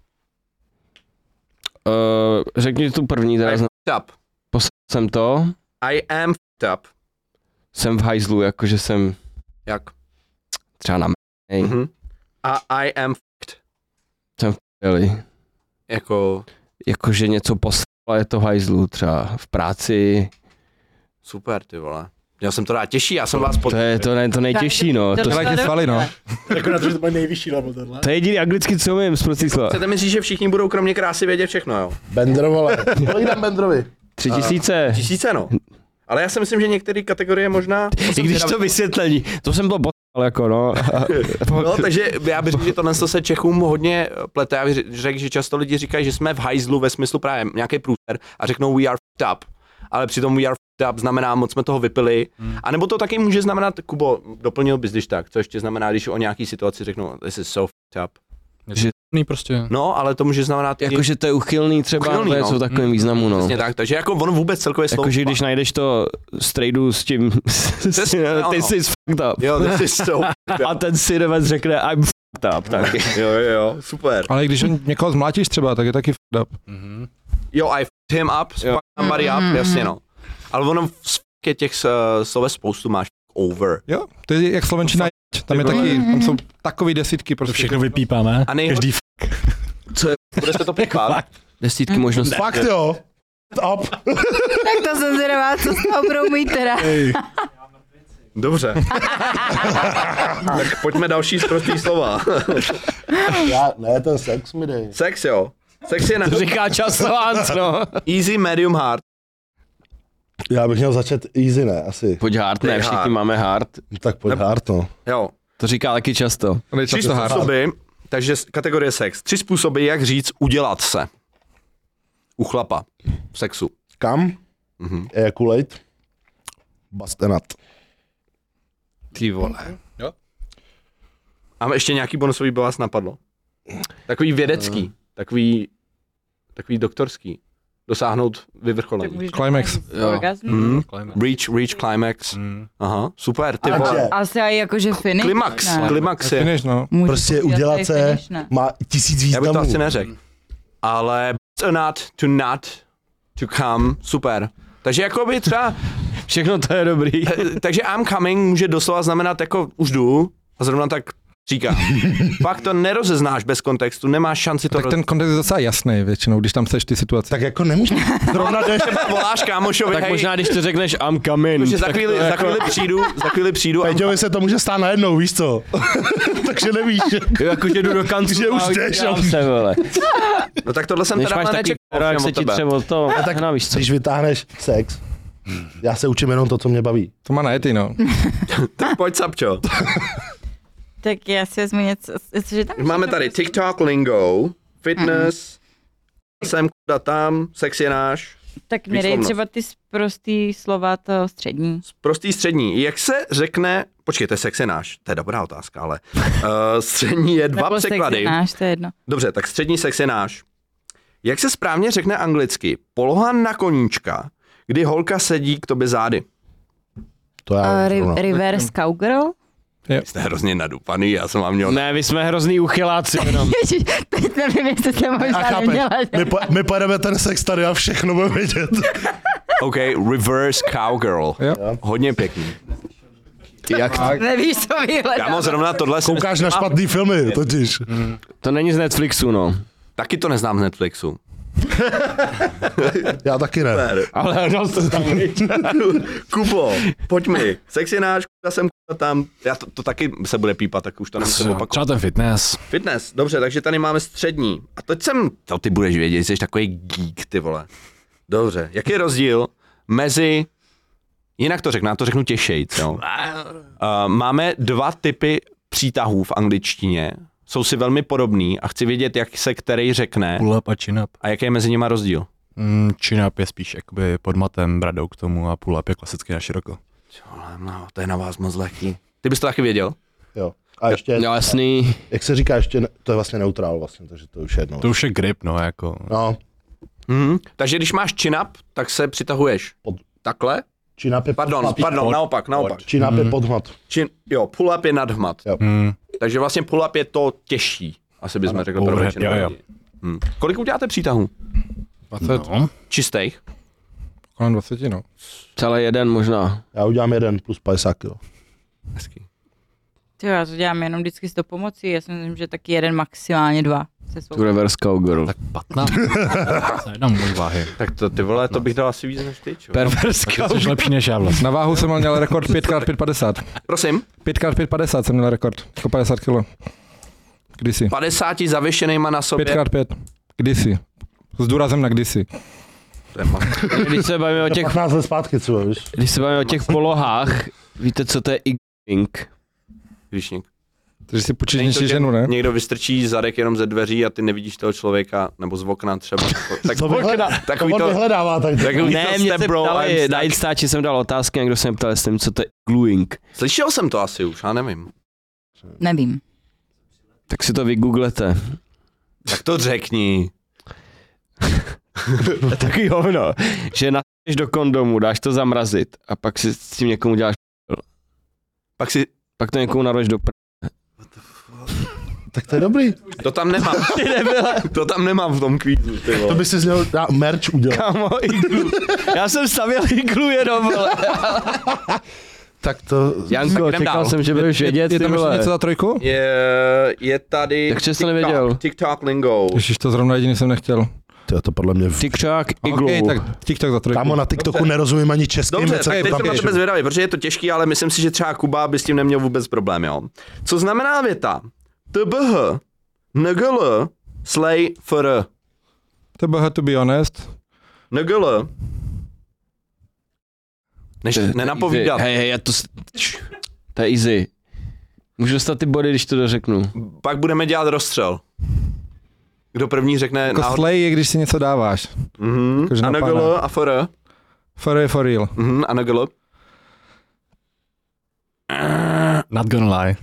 S3: Uh, řekni tu první, teda
S2: I
S3: zna-
S2: fucked up.
S3: poslal jsem to,
S2: I am fucked up.
S3: jsem v hajzlu, jakože jsem
S2: Jak?
S3: třeba na m***ej.
S2: Mhm. A I am fucked.
S3: Jeli.
S2: Jako
S3: Jakože něco poslal, je to v hajzlu, třeba v práci,
S2: super, ty vole. Měl jsem to dát těžší, já jsem vás pod...
S3: to je to, ne, to nejtěžší, no. To,
S4: Dělají tě svaly, no.
S6: Jako na to, že to bude nejvyšší level tohle.
S3: to je jediný anglicky, co umím, z prostý slova.
S2: Chcete mi říct, že všichni budou kromě krásy vědět všechno, jo?
S6: Bender, vole. Kolik dám Bendrovi?
S3: Tři tisíce.
S2: Tisíce, no. Ale já si myslím, že některé kategorie možná...
S3: I když to vysvětlení, to jsem byl poslal, jako no.
S2: <laughs> No, takže já bych řekl, že tohle se Čechům hodně plete. Já bych řekl, že často lidi říkají, že jsme v hajzlu ve smyslu právě nějaký průser a řeknou we are fucked up. Ale přitom we are fucked up znamená, moc jsme toho vypili. A nebo to taky může znamenat, Kubo, doplnil bys když tak, co ještě znamená, když o nějaký situaci řeknou, this is so fucked up.
S7: Ný prostě.
S2: No, ale to může znamenát jako,
S3: <laughs> Jakože to je uchylný třeba,
S2: Uchylný,
S3: nebo něco
S2: no.
S3: v takovém významu, no.
S2: přesně tak. Takže jako ono vůbec celkově slovo.
S3: Jakože když najdeš to z tradu s <laughs> tím,
S2: To je
S3: s,
S2: skvělé,
S3: ty
S2: no.
S3: jsi fucked up.
S2: Jo, this is
S3: <laughs>
S2: so fucked
S3: A
S2: up.
S3: ten synovec řekne, I'm fucked up, tak.
S2: jo, jo, jo, super.
S4: Ale když někoho zmlátíš třeba, tak je taky f***d up.
S7: Mhm.
S2: Jo, I fucked him up,
S3: Jo.
S2: fuck somebody up,
S5: Mhm.
S2: jasně no. Ale ono v s- je těch uh, slov spoustu máš over.
S4: Jo, to je jak slovenčina jeď. tam je
S2: Ty vole.
S4: taky, tam jsou takový desítky
S7: To
S4: prostě.
S7: všechno vypípáme.
S2: A nejhorší-
S7: Každý f-
S2: Bude se to <laughs> pěkovat.
S3: Desítky možností.
S6: Fakt jo.
S2: <laughs>
S6: Up.
S5: Tak to jsem zvědavá, co z toho budou mít teda.
S2: <laughs> Dobře. tak pojďme další zprostý slova.
S6: Já, ne, ten sex mi dej.
S2: Sex, jo. Sex je na
S3: <laughs> To říká časovánc, no.
S2: easy, medium, hard.
S6: Já bych měl začít easy, ne, asi.
S3: Pojď hard,
S2: Dej
S3: ne, všichni
S2: hard.
S3: máme hard.
S6: No Tak pojď
S2: Ne-
S6: hard, no.
S2: Jo.
S3: To říká taky často.
S4: Ale je
S2: Tři
S4: často hard.
S2: způsoby, takže s- kategorie sex. Tři způsoby, jak říct udělat se. U chlapa. V sexu.
S6: Kam?
S2: Mhm.
S6: Ejaculate. Bastenat.
S2: Ty vole. Jo. A ještě nějaký bonusový by vás napadlo? Takový vědecký. Takový, takový doktorský. Dosáhnout vyvrcholení.
S4: Climax.
S2: Mhm. Reach, reach, climax.
S7: Mhm.
S2: Aha, super, ty
S6: A
S2: vole.
S6: že?
S5: Asi aj jakože finish.
S2: Klimax,
S5: Ne.
S2: klimax je.
S4: Finish, no.
S5: Můžu
S6: Prostě
S5: udělat
S6: udělat
S5: i
S6: se
S5: finish, no. ne?
S6: má tisíc
S2: Já bych
S6: významů.
S2: to asi neřekl. ale to not, to not, to come, super. Takže jako by třeba, <laughs>
S3: Všechno to je dobrý.
S2: eh, takže I'm coming může doslova znamenat jako už jdu a zrovna tak říkám. Fakt to nerozeznáš bez kontextu, nemáš šanci to
S4: Tak ten kontext je docela jasný většinou, když tam seš ty situace.
S6: Tak jako nemůžu. Zrovna jdeš.
S2: roz... <laughs> voláš kámošovi,
S3: Tak
S2: hej,
S3: možná, když to řekneš I'm coming.
S2: že za
S3: tak
S2: chvíli,
S3: to
S2: za
S3: jako-
S2: chvíli přijdu, za chvíli přijdu a
S6: <laughs> Peťovi se to může stát najednou, víš co? <laughs> Takže nevíš.
S3: Jo, Jakože jdu do kanclu.
S6: Že už
S3: a
S6: jdeš,
S3: udělám
S6: ale-
S3: se, vole.
S2: No tak tohle jsem
S3: Když
S2: teda
S3: máš
S2: ale
S3: takový pero,
S2: ovšem
S3: jak
S2: od
S3: se ti
S2: tebe.
S3: třeba to
S6: A tak-
S3: tak víš co.
S6: Když vytáhneš sex, já se učím jenom to, co mě baví.
S4: To má najety, no.
S2: Tak pojď, Sapčo.
S5: Tak já si vezmu něco, cože tam?
S2: Máme tady TikTok lingo, fitness, jsem kuda tam, sex je náš,
S5: Tak mi dej
S2: výslovnost.
S5: třeba ty prostý slova to střední.
S2: prostý střední. Jak se řekne, počkejte, sex je náš, to je dobrá otázka, ale uh, střední je dva
S5: Nebo
S2: překlady.
S5: Náš, to je jedno.
S2: Dobře, tak střední sex je náš. Jak se správně řekne anglicky? Poloha na koníčka, kdy holka sedí k tobě zády.
S6: To
S5: A
S6: já no.
S5: ri-
S6: zrovna.
S5: reverse cowgirl?
S2: Jste hrozně nadupaný, já jsem vám měl...
S3: Ne, vy jsme hrozný uchyláci jenom.
S5: Ježiš, teď nevím, jestli jsem
S6: A
S5: možná
S6: chápeš,
S5: neměla. že-
S6: my, po, my pojedeme ten sex tady a všechno budeme vědět.
S2: OK, reverse cowgirl.
S4: Jo.
S2: Hodně pěkný.
S3: Jak?
S5: Nevíš, co
S2: Kámo,
S5: vyhledám.
S2: zrovna tohle jsem
S6: Koukáš na špatný filmy, totiž.
S3: To není z Netflixu, no.
S2: Taky to neznám z <laughs> Netflixu.
S6: Já taky ne.
S3: Ale dal jste tam.
S2: Kubo, pojď mi. Sex je náš, já jsem k***a tam. Já to, to, taky se bude pípat, tak už to nemusím opakovat.
S7: Třeba ten fitness.
S2: Fitness, dobře, takže tady máme střední. A teď jsem, to ty budeš vědět, jsi takový geek, ty vole. Dobře, jaký je rozdíl mezi, jinak to řeknu, já to řeknu těšejc, jo. Uh, máme dva typy přítahů v angličtině, jsou si velmi podobný a chci vědět, jak se který řekne
S7: Pull up a chin up.
S2: a jaký je mezi nima rozdíl.
S7: Mm, chin up je spíš jakoby pod matem, bradou k tomu a pull up je klasicky na široko.
S2: No, to je na vás moc lehký. Ty bys to taky věděl?
S6: Jo. A ještě,
S3: No jasný.
S6: jak se říká, ještě ne, to je vlastně neutrál vlastně, takže to už je jedno.
S7: To už je grip, no, jako.
S6: No,
S2: Mhm. Takže když máš chin up, tak se přitahuješ
S6: Pod-
S2: takhle.
S6: činap je
S2: Pardon,
S6: podhmat.
S2: pardon, naopak, naopak.
S6: Činap je podhmat.
S2: Chin, jo, pull up je nadhmat.
S6: Jo.
S7: Mm,
S2: Takže vlastně pull up je to těžší. Asi bychom řekli prvé
S7: overhead,
S2: chin
S7: jo,
S2: up.
S7: jo.
S2: Hm. Kolik uděláte přítahů?
S7: no.
S2: Čistých?
S4: Kolem 20, no.
S3: Celý jeden možná.
S6: Já udělám jeden plus 50 kg.
S2: Hezký.
S5: Ty jo, já to dělám jenom vždycky s to pomocí, já si myslím, že taky jeden, maximálně dva. Se svou...
S3: Tu reverse cowgirl.
S7: Tak 15. Zajedám můj váhy.
S2: Tak to, ty vole, to bych dal asi víc než ty, čo?
S3: Perverse
S7: Jsi
S3: cowgirl.
S7: lepší než já vlastně.
S4: Na váhu jsem měl rekord 5x550.
S2: Prosím,
S4: 5x550 jsem měl rekord. Jako 50 kg. Kdysi.
S2: 50 zavěšenýma na sobě.
S4: 5x5. Kdysi. S důrazem na kdysi.
S2: To je ma-
S3: Když se bavíme o těch,
S6: 15 let zpátky, co víš?
S3: když se bavíme o těch polohách, víte, co to je igling?
S2: Když něk-
S4: Takže si
S2: Není
S4: počíš
S2: to, že
S4: ženu, ne?
S2: někdo vystrčí zadek jenom ze dveří a ty nevidíš toho člověka, nebo z okna třeba. Tak,
S6: To vyhledá, to
S2: takový
S6: on
S2: to,
S6: vyhledává tak.
S2: takový to
S3: Ne, mě
S2: step
S3: se
S2: bro, I'm
S3: ptali,
S2: stuck.
S3: na Instači jsem dal otázky, někdo se mě ptal, jestli vím, co to je gluing.
S2: Slyšel jsem to asi už, já nevím.
S5: Nevím.
S3: Tak si to vygooglete. <laughs>
S2: Tak to řekni.
S3: To je takový hovno, že natáš do kondomu, dáš to zamrazit a pak si s tím někomu děláš,
S2: Pak si...
S3: pak to někomu narveš do pr... <laughs>
S6: Tak to je dobrý.
S2: To tam
S6: <laughs>
S2: nemám. to tam nemám v tom kvízu, ty
S6: To
S2: vole.
S6: by si z něho dá merch udělat.
S3: Kámo, iglu. Já jsem stavěl iglu jenom, vole.
S6: Tak to...
S2: Tak
S3: <laughs> Janko,
S2: jdem
S3: čekal
S2: dál.
S3: jsem, že budeš vědět,
S4: je
S3: ty
S4: tam ještě
S3: vole.
S4: něco za trojku?
S2: Je, je tady
S3: Jak jsi to nevěděl?
S2: TikTok lingo.
S4: Ježiš, to zrovna jediný jsem nechtěl.
S6: To, to podle mě... v-
S3: Tikčák, iglu.
S4: Okay, tak TikTok za trojku.
S6: Kámo, na TikToku nerozumím ani českým
S2: Dobře,
S6: věcem.
S2: tak teď
S4: tam
S2: jsem na
S4: píšu.
S2: tebe zvědavý, protože je to těžký, ale myslím si, že třeba Kuba by s tím neměl vůbec problém, jo. Co znamená věta? TBH, NGL, slej, FR.
S4: To bylo to be honest.
S2: NGL. Než nenapovídat.
S3: Hej, hej, já to... s- To je easy. Můžu dostat ty body, když to dořeknu.
S2: Pak budeme dělat rozstřel. Kdo první řekne
S4: Jako
S2: náhodou.
S4: slay je, když si něco dáváš.
S2: Mhm.
S4: jakože
S2: A
S4: na
S2: NGL
S4: pána.
S2: a FR.
S4: For real, for real.
S2: Mhm, a NGL.
S7: Not gonna lie.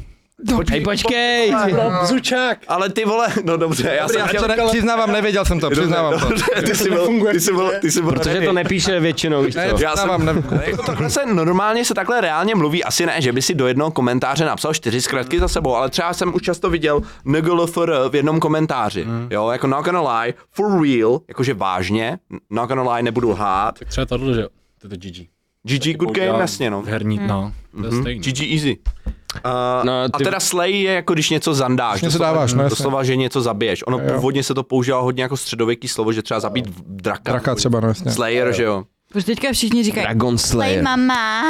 S3: Hej, počkej!
S2: Zučák! Ale ty vole, no dobře, já jsem
S4: Já
S2: chtěl...
S4: to ne, přiznávám, nevěděl jsem to,
S2: Dobře,
S4: přiznávám to.
S2: dobře, Ty jsi byl, ty jsi byl, ty jsi byl
S3: Protože to nepíše většinou, víš
S4: Ne,
S3: co?
S2: Já jsem-
S4: přiznávám, ne,
S2: Jako takhle se normálně se takhle reálně mluví, asi ne, že by si do jednoho komentáře napsal čtyři zkratky za sebou, ale třeba jsem už často viděl NGLFR v jednom komentáři,
S4: Hmm.
S2: jo, jako not gonna lie, for real, jakože vážně, not gonna lie, nebudu lhát,
S7: Tak třeba tohle, že jo. To je to GG.
S2: GG good game, jasně no,
S7: V herní, no. To je stejný.
S2: GG easy. Uh,
S3: No,
S2: a
S3: ty-
S2: teda slay je jako když něco zandáš,
S4: něco dáváš, no jasně.
S2: doslova, že něco zabiješ, ono původně se to používalo hodně jako středověký slovo, že třeba zabít draka,
S4: Draka třeba, no jasně.
S2: Slayer, že jo.
S5: Proč teďka všichni říkají,
S3: Dragon
S5: Slay
S3: Slayer.
S5: mama.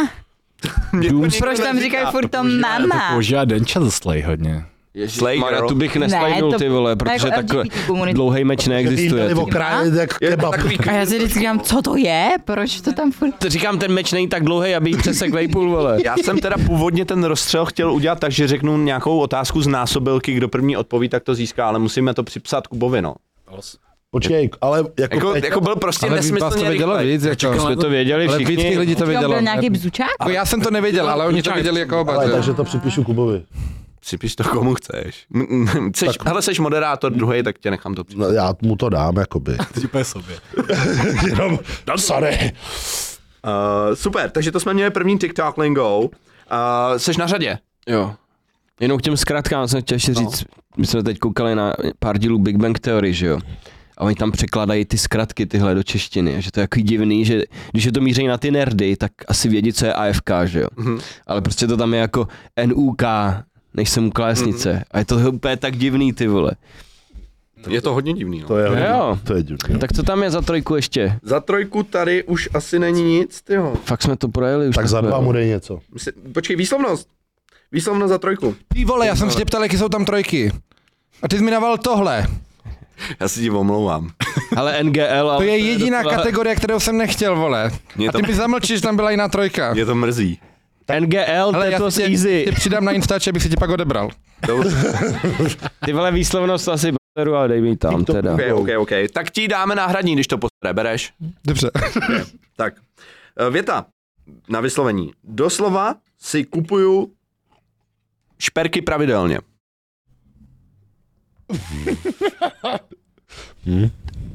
S5: Proč tam říkají furt to mama?
S7: Používá Denča za slay hodně.
S2: Slayer,
S3: Maria,
S2: jo.
S3: tu bych
S5: Ne,
S3: neslajnul
S5: to-
S3: ty vole, protože
S5: jako
S3: takhle
S5: LGBT komunita.
S3: dlouhý meč neexistuje. ty.
S6: okrájet jak kebab.
S5: A já si vždycky říkám, co to je? Proč to tam furt...
S3: To Říkám, ten meč není tak dlouhý, aby jí přesek vejpůl,
S5: <laughs>
S3: vole.
S2: Já jsem teda původně ten rozstřel chtěl udělat, takže řeknu nějakou otázku z násobilky, kdo první odpoví, tak to získá, ale musíme to připsat Kubovi, no.
S6: Počkej, ale jako,
S2: Jako,
S6: teď-
S2: jako byl prostě
S4: Ale vy- vás to
S2: nesmyslně
S4: vědělo
S2: rychlej.
S4: víc, jako,
S3: Jsme to věděli
S4: ale víc těch
S3: všichni.
S4: lidí to
S5: Tam
S4: vědělo.
S5: byl
S4: ne?
S5: nějaký bzučák?
S4: Jako já jsem to nevěděl, ale oni to věděli jako oba.
S6: ale,
S4: že jo.
S6: takže to připíšu Kubovi.
S2: Připiš to komu chceš. Chceš, hele, seš moderátor druhý, tak tě nechám to připsat.
S6: No, já mu to dám, jakoby.
S7: Typé sobě.
S6: <laughs> Jenom, no sorry.
S2: Uh, super, takže to jsme měli první TikTok lingo. Uh, seš na řadě.
S3: Jo. Jenom k těm zkratkám jsem chtěl ještě říct, my jsme teď koukali na pár dílů Big Bang Theory, že jo. A oni tam překládají ty zkratky tyhle do češtiny, a že to je jako divný, že když je to míří na ty nerdy, tak asi vědí, co je AFK, že jo. Mm-hmm. Ale prostě to tam je jako NUK, než jsem u klásnice. Mm-hmm. A je to úplně tak divný, ty vole.
S2: Je to hodně divný, no.
S6: To je,
S3: Jo.
S6: hodně, to je divný.
S3: Tak co tam je za trojku ještě?
S2: Za trojku tady už asi není nic, tyho.
S3: Fakt jsme to projeli už.
S6: Tak za
S3: takhle,
S6: dva
S3: no.
S6: mu dej něco.
S2: Mysl- Počkej, výslovnost. Výslovnost za trojku.
S4: Ty vole, já jsem se tě ptal, jaké jsou tam trojky. A ty jsi mi naval tohle.
S2: Já si ti omlouvám.
S3: Ale NGL.
S4: To
S3: ale
S4: je jediná
S3: docela-
S4: kategorie, kterou jsem nechtěl, vole.
S2: Mě
S4: A
S2: to,
S4: ty mi zamlčíš, tam byla jiná trojka.
S2: mě to mrzí.
S3: NGL, to
S4: Ale
S3: je
S4: já
S3: to
S4: si tě,
S3: easy.
S4: tě přidám na Instač, abych si tě pak odebral.
S3: Ty vole výslovnost asi beru, ale dej mi tam
S2: <laughs>
S3: teda.
S2: OK, OK, OK. Tak ti dáme náhradní, když to posere, bereš?
S4: Dobře.
S2: Tak. Eh, Věta na vyslovení. Doslova si kupuju šperky pravidelně.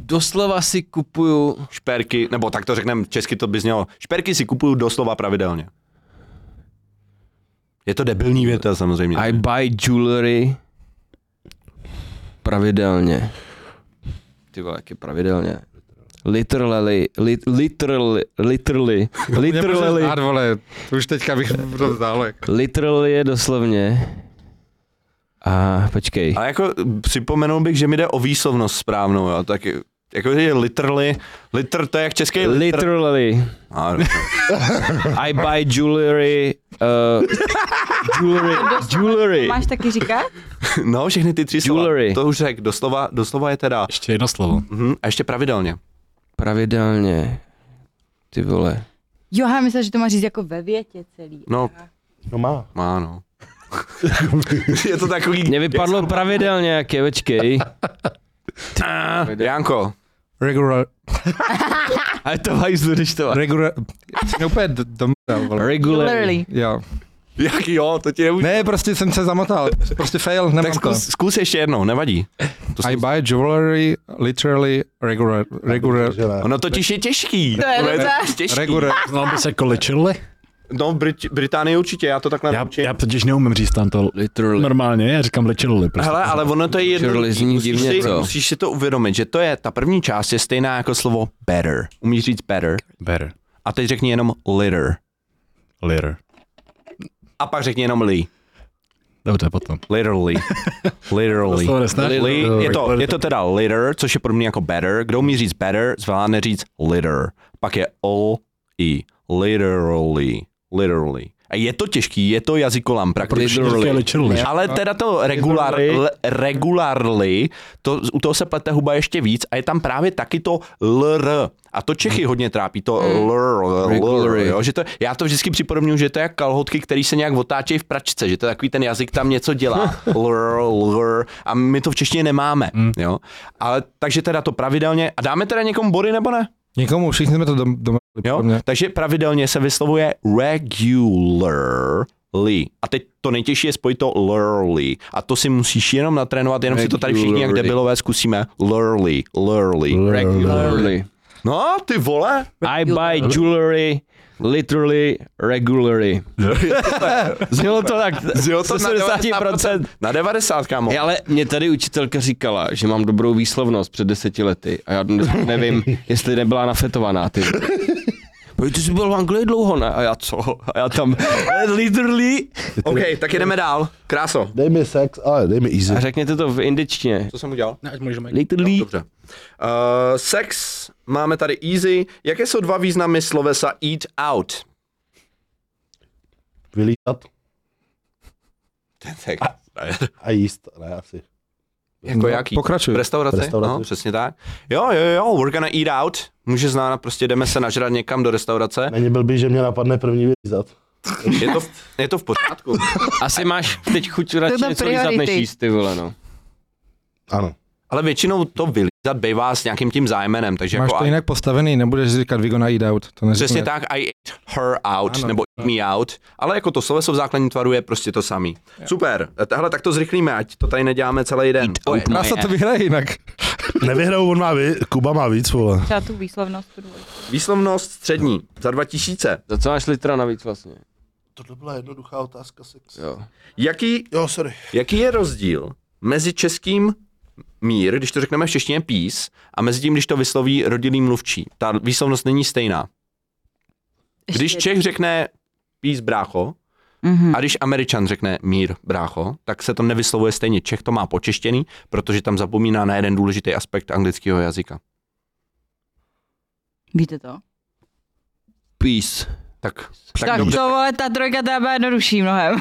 S3: Doslova si kupuju
S2: Šperky, nebo tak to řekneme, česky to by znělo. Šperky si kupuju doslova pravidelně. Je to debilní věta samozřejmě.
S3: I buy jewelry pravidelně. Ty vole, jak je pravidelně. Literally, lit, literally,
S4: <laughs>
S3: literally, literally,
S4: Rád, vole, to už teďka bych to vzal. jako.
S3: literally je doslovně. A počkej,
S2: A jako připomenul bych, že mi jde o výslovnost správnou, jo. Tak jako je literally, liter to je jak český litr.
S3: literally,
S2: A, <laughs>
S3: I buy jewelry,
S4: <laughs>
S3: uh, jewelry, jewelry,
S5: Máš taky říkat?
S2: no, všechny ty tři slova.
S3: Jewelry.
S2: To už řek, doslova, doslova je teda.
S7: Ještě jedno slovo.
S2: Mhm, a ještě pravidelně.
S3: pravidelně. Ty vole.
S5: Jo, já myslím, že to má říct jako ve větě celý.
S2: No,
S6: No má.
S2: Má, no. <laughs> je to takový...
S3: Mně vypadlo pravidelně, jak je, <laughs> počkej.
S2: Janko,
S4: Regular,
S3: Ale to hajzlu, když to
S4: regular, jsi úplně d- domrdal, vole.
S3: Regularly.
S5: Literally.
S4: Jo.
S2: jak jo, to ti nemůžu...
S4: Ne, prostě jsem se zamotal. Prostě fail,
S2: tak
S4: nemám to.
S2: zkus, zkus ještě jednou, nevadí. To
S4: I
S2: zkus.
S4: buy jewelry, literally, regular, regular,
S6: Že ne.
S2: Ono totiž je těžký.
S5: To je
S2: Ono
S5: docela-
S2: totiž těžký.
S4: regular.
S7: Znal bys jako lečili?
S2: No, v Brit- Británii určitě, já to takhle
S7: Já,
S2: učím.
S7: já totiž neumím říct tam to
S3: Literally.
S7: normálně, já říkám lečili. Prostě.
S2: Hele, ale ono to je jedno.
S3: Shirley zní
S2: Musíš,
S3: divně,
S2: si,
S3: co?
S2: musíš si to uvědomit, že to je, ta první část je stejná jako slovo better. Umíš říct better.
S7: Better.
S2: A teď řekni jenom litter.
S7: Later.
S2: A pak řekni jenom li.
S7: Dobře, potom.
S2: Literally. Literally.
S7: To nesnáš?
S2: Li, je, to, je to teda litter, což je podobný jako better. Kdo umí říct better, zvládne říct litter. Pak je o i literally. Literally. A je to těžký, je to jazykolam prakticky.
S7: Literally. Literally.
S2: Ale teda to regular, l, regularly, to, u toho se plete huba ještě víc a je tam právě taky to lr. A to Čechy hodně trápí, to lr, lr
S3: Regularly.
S2: jo, že to, já to vždycky připodobňuji, že to je jak kalhotky, který se nějak otáčejí v pračce, že to je takový ten jazyk tam něco dělá. Lr, lr, a my to v češtině nemáme, jo. Ale takže teda to pravidelně, a dáme teda někomu body nebo ne?
S4: Nikomu, všichni jsme to dom, dom,
S2: Jo? Takže pravidelně se vyslovuje regular, Lee. A teď to nejtěžší je spojit to lurly. A to si musíš jenom natrénovat, jenom si to tady všichni jak
S3: Regularly.
S2: debilové zkusíme. Lurly, lurly.
S3: Regularly.
S2: No, ty vole.
S3: I buy jewelry literally <laughs> regularly. Znělo to tak
S2: Zjel to na
S3: 80%.
S2: 90%. Na 90, kámo. <laughs>
S3: Hej, ale mě tady učitelka říkala, že mám dobrou výslovnost před deseti lety a já dnes <laughs> nevím, jestli nebyla nafetovaná. <laughs> Ty. vole. Pojď, ty jsi byl v Anglii dlouho, ne? A já co? A já <laughs> tam literally.
S2: OK, tak jdeme dál. Kráso.
S6: Dej mi sex, ale dej mi easy.
S3: A řekněte to v indičtině.
S2: Co jsem udělal?
S3: Literally.
S2: Dobře. Uh, sex, máme tady easy. Jaké jsou dva významy slovesa eat out?
S6: Vylítat
S2: <laughs> Tak,
S6: a jíst, ne asi.
S2: jako jaký?
S4: Pokračuj.
S2: V restauraci?
S6: Restauraci.
S2: No, přesně tak. Jo, jo, jo, we're gonna eat out. Může znát, prostě jdeme se nažrat někam do restaurace.
S6: Není blbý, že mě napadne první vylízat.
S2: Je to v, je to v pořádku.
S3: Asi máš teď chuť radši
S5: byly
S3: něco lízat než
S5: priority.
S3: jíst, ty vole, no.
S6: Ano.
S2: Ale většinou to vylízat bývá s nějakým tím zájmenem, takže
S4: Máš
S2: jako
S4: to
S2: I-
S4: jinak postavený, nebudeš říkat we gonna eat out. To neřekne.
S2: Přesně tak, I ate her out, ano,
S4: Ano.
S2: nebo eat me out, ale jako to sloveso v základním tvaru je prostě to samý. Super, tahle tak to zrychlíme, ať to tady neděláme celý den.
S3: out
S2: Oj,
S3: my
S4: Krása to vyhraje jinak.
S6: Nevyhrou, on má vy, Kuba má víc, vole.
S5: Třeba tu výslovnost. tu dvojku.
S2: Výslovnost střední, za 2000.
S3: Za co máš litra navíc vlastně?
S6: To byla jednoduchá otázka sex.
S3: Jo.
S2: Jaký,
S6: Jo, sorry.
S2: jaký je rozdíl mezi českým mír, když to řekneme v češtině peace, a mezi tím, když to vysloví rodilý mluvčí? Ta výslovnost není stejná. Když
S5: Ještě-
S2: Čech řekne peace brácho,
S5: Mhm.
S2: A když Američan řekne mír, brácho, tak se to nevyslovuje stejně. Čech to má počeštěný, protože tam zapomíná na jeden důležitý aspekt anglického jazyka.
S5: Víte to?
S3: Peace.
S2: Tak,
S5: Tak,
S2: tak, dobře.
S5: to vole, ta trojka ta byla jednodušší mnohem.
S2: Uh,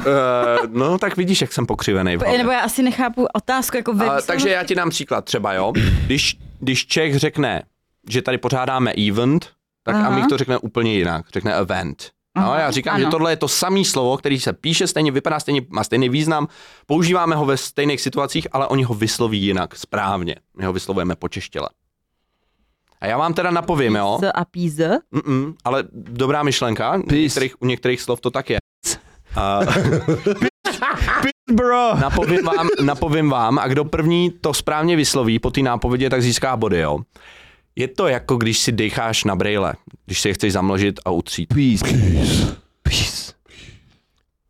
S2: no, tak vidíš, jak jsem pokřivený. v hlavě.
S5: Nebo já asi nechápu otázku jako ve
S2: A,
S5: výslovnosti.
S2: takže já ti dám příklad třeba, jo. Když, když Čech řekne, že tady pořádáme event, tak Aha.
S5: Aha.
S2: Amik to řekne úplně jinak. Řekne event. No,
S5: Aha,
S2: já říkám,
S5: ano.
S2: že tohle je to samé slovo, který se píše stejně, vypadá stejně, má stejný význam, používáme ho ve stejných situacích, ale oni ho vysloví jinak, správně. My ho vyslovujeme počeštěle. A já vám teda napovím, jo,
S5: S a píze.
S2: Mm-mm, ale dobrá myšlenka, u některých, u některých slov to tak je. A,
S3: Bro.
S2: napovím, vám, napovím vám, a kdo první to správně vysloví po té nápovědě, tak získá body, jo. Je to jako když si decháš na brejle, když si je chceš zamlžit a utřít.
S3: Peace. Peace.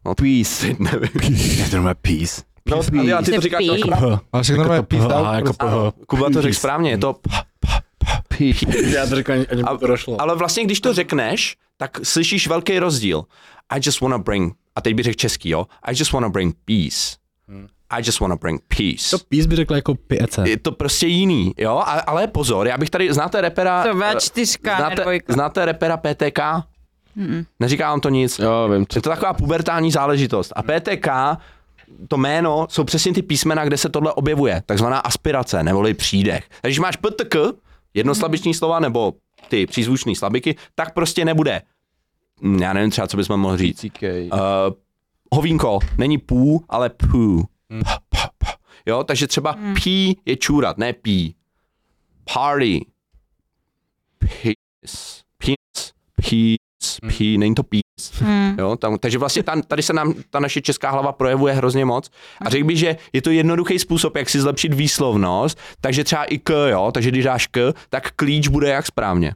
S2: No,
S3: Peace.
S2: Nevím.
S7: Je to má peace.
S2: No, ale já ty to
S5: Jste
S2: říkáš,
S5: pí.
S2: no,
S4: Ale všechno je peace
S7: A
S4: out.
S7: jako poho.
S2: Kuba to řekl správně, je to...
S3: Peace.
S7: Já to řekl, ani
S2: A-
S7: to došlo.
S2: Ale vlastně, když to řekneš, tak slyšíš velký rozdíl. I just wanna bring, a teď bych řekl český, jo. I just wanna bring peace. I just wanna bring peace.
S7: Hmm. To peace by řekla jako piece.
S2: je to prostě jiný, jo, a, ale pozor, já bych tady, znáte repera...
S5: To byla
S2: eh,
S5: čtyřka, ne
S2: znáte,
S5: dvojka.
S2: znáte repera PTK? Neříká vám to nic.
S3: Jo, vím, co
S2: Je to taková pubertální záležitost. A PTK, to jméno, jsou přesně ty písmena, kde se tohle objevuje. Takzvaná aspirace, neboli přídech. Takže když máš PTK, jednoslabiční slova, nebo ty přízvučné slabiky, tak prostě nebude. Hm, Já nevím třeba, co bychom mohli říct.
S3: CK.
S2: Uh, hovínko není pů, ale pů. Jo, takže třeba pí je čůrat, ne pí. Party. Penis. Penis. Penis. Pí. Není to penis.
S5: Hmm.
S2: Jo, tam, takže vlastně tam, tady se nám ta naše česká hlava projevuje hrozně moc. A řekl bych, že je to jednoduchý způsob, jak si zlepšit výslovnost. Takže třeba i k, jo, takže když dáš k, tak klíč bude jak správně.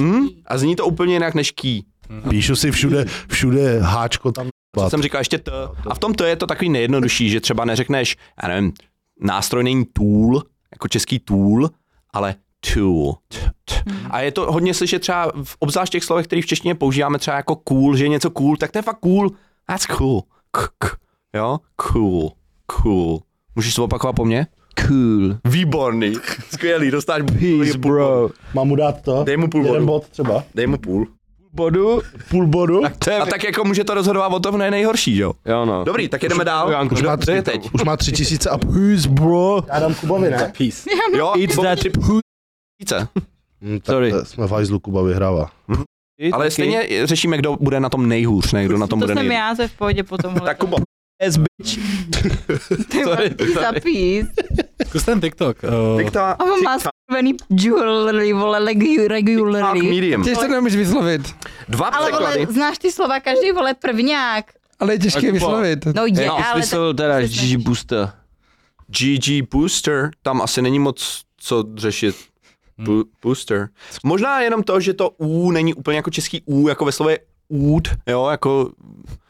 S2: Hm? A zní to úplně jinak než key.
S6: Píšu si všude, všude háčko tam.
S2: Co jsem říkal, ještě T. A v tom T je to takový nejjednodušší, že třeba neřekneš, já nevím, nástroj není tool, jako český tool, ale tool. T, t. A je to hodně slyšet třeba v obzvlášť těch slovech, které v češtině používáme třeba jako cool, že je něco cool, tak to je fakt cool. That's cool. K, k. Jo? Cool. Cool. Můžeš to opakovat po mně?
S3: Cool.
S2: Výborný. Skvělý, dostáš
S3: Peace, bro.
S6: Mám mu dát to?
S2: Dej mu půl
S6: Jeden
S2: bodu.
S6: bod třeba.
S2: Dej mu půl.
S3: Bodu?
S6: Půl bodu?
S3: To je...
S2: A tak jako může to rozhodovat o tom, ne nejhorší, jo?
S3: Jo, no.
S2: Dobrý, tak jedeme dál.
S3: Janku,
S2: Kdo,
S6: má
S2: kdo je
S6: tři-
S2: teď?
S6: Už má tři tisíce a peace, bro. Já dám Kubovi, ne?
S7: Peace.
S2: Jo,
S3: It's that
S2: Více.
S6: <laughs> Hm, tak
S3: Sorry.
S6: to jsme v hajzlu, Kuba vyhrává.
S2: Ale stejně řešíme, kdo bude na tom nejhůř, ne kdo na tom
S5: To
S2: bude
S5: jsem
S2: nejlíp.
S5: já, to je v pohodě potom.
S2: <laughs> Tak Kubo,
S1: ass bitch.
S5: Ty vole, zapís.
S7: Zkus ten TikTok. Uh,
S2: TikTok,
S5: A on má skrvený jewelry, vole, legu-
S2: TikTok
S5: regularly.
S2: medium.
S4: Těž to nemůžeš vyslovit,
S2: Dva
S5: Ale vole,
S2: překlady.
S5: znáš ty slova, každý vole prvňák.
S4: ale je těžké vyslovit.
S5: No je,
S7: Jako
S3: Já
S5: ale...
S3: uslyšel teda
S5: to se
S3: Gigi Booster.
S2: GG Booster, tam asi není moc co řešit. Bu- booster. Možná jenom to, že to U není úplně jako český U, jako ve slově úd, jo, jako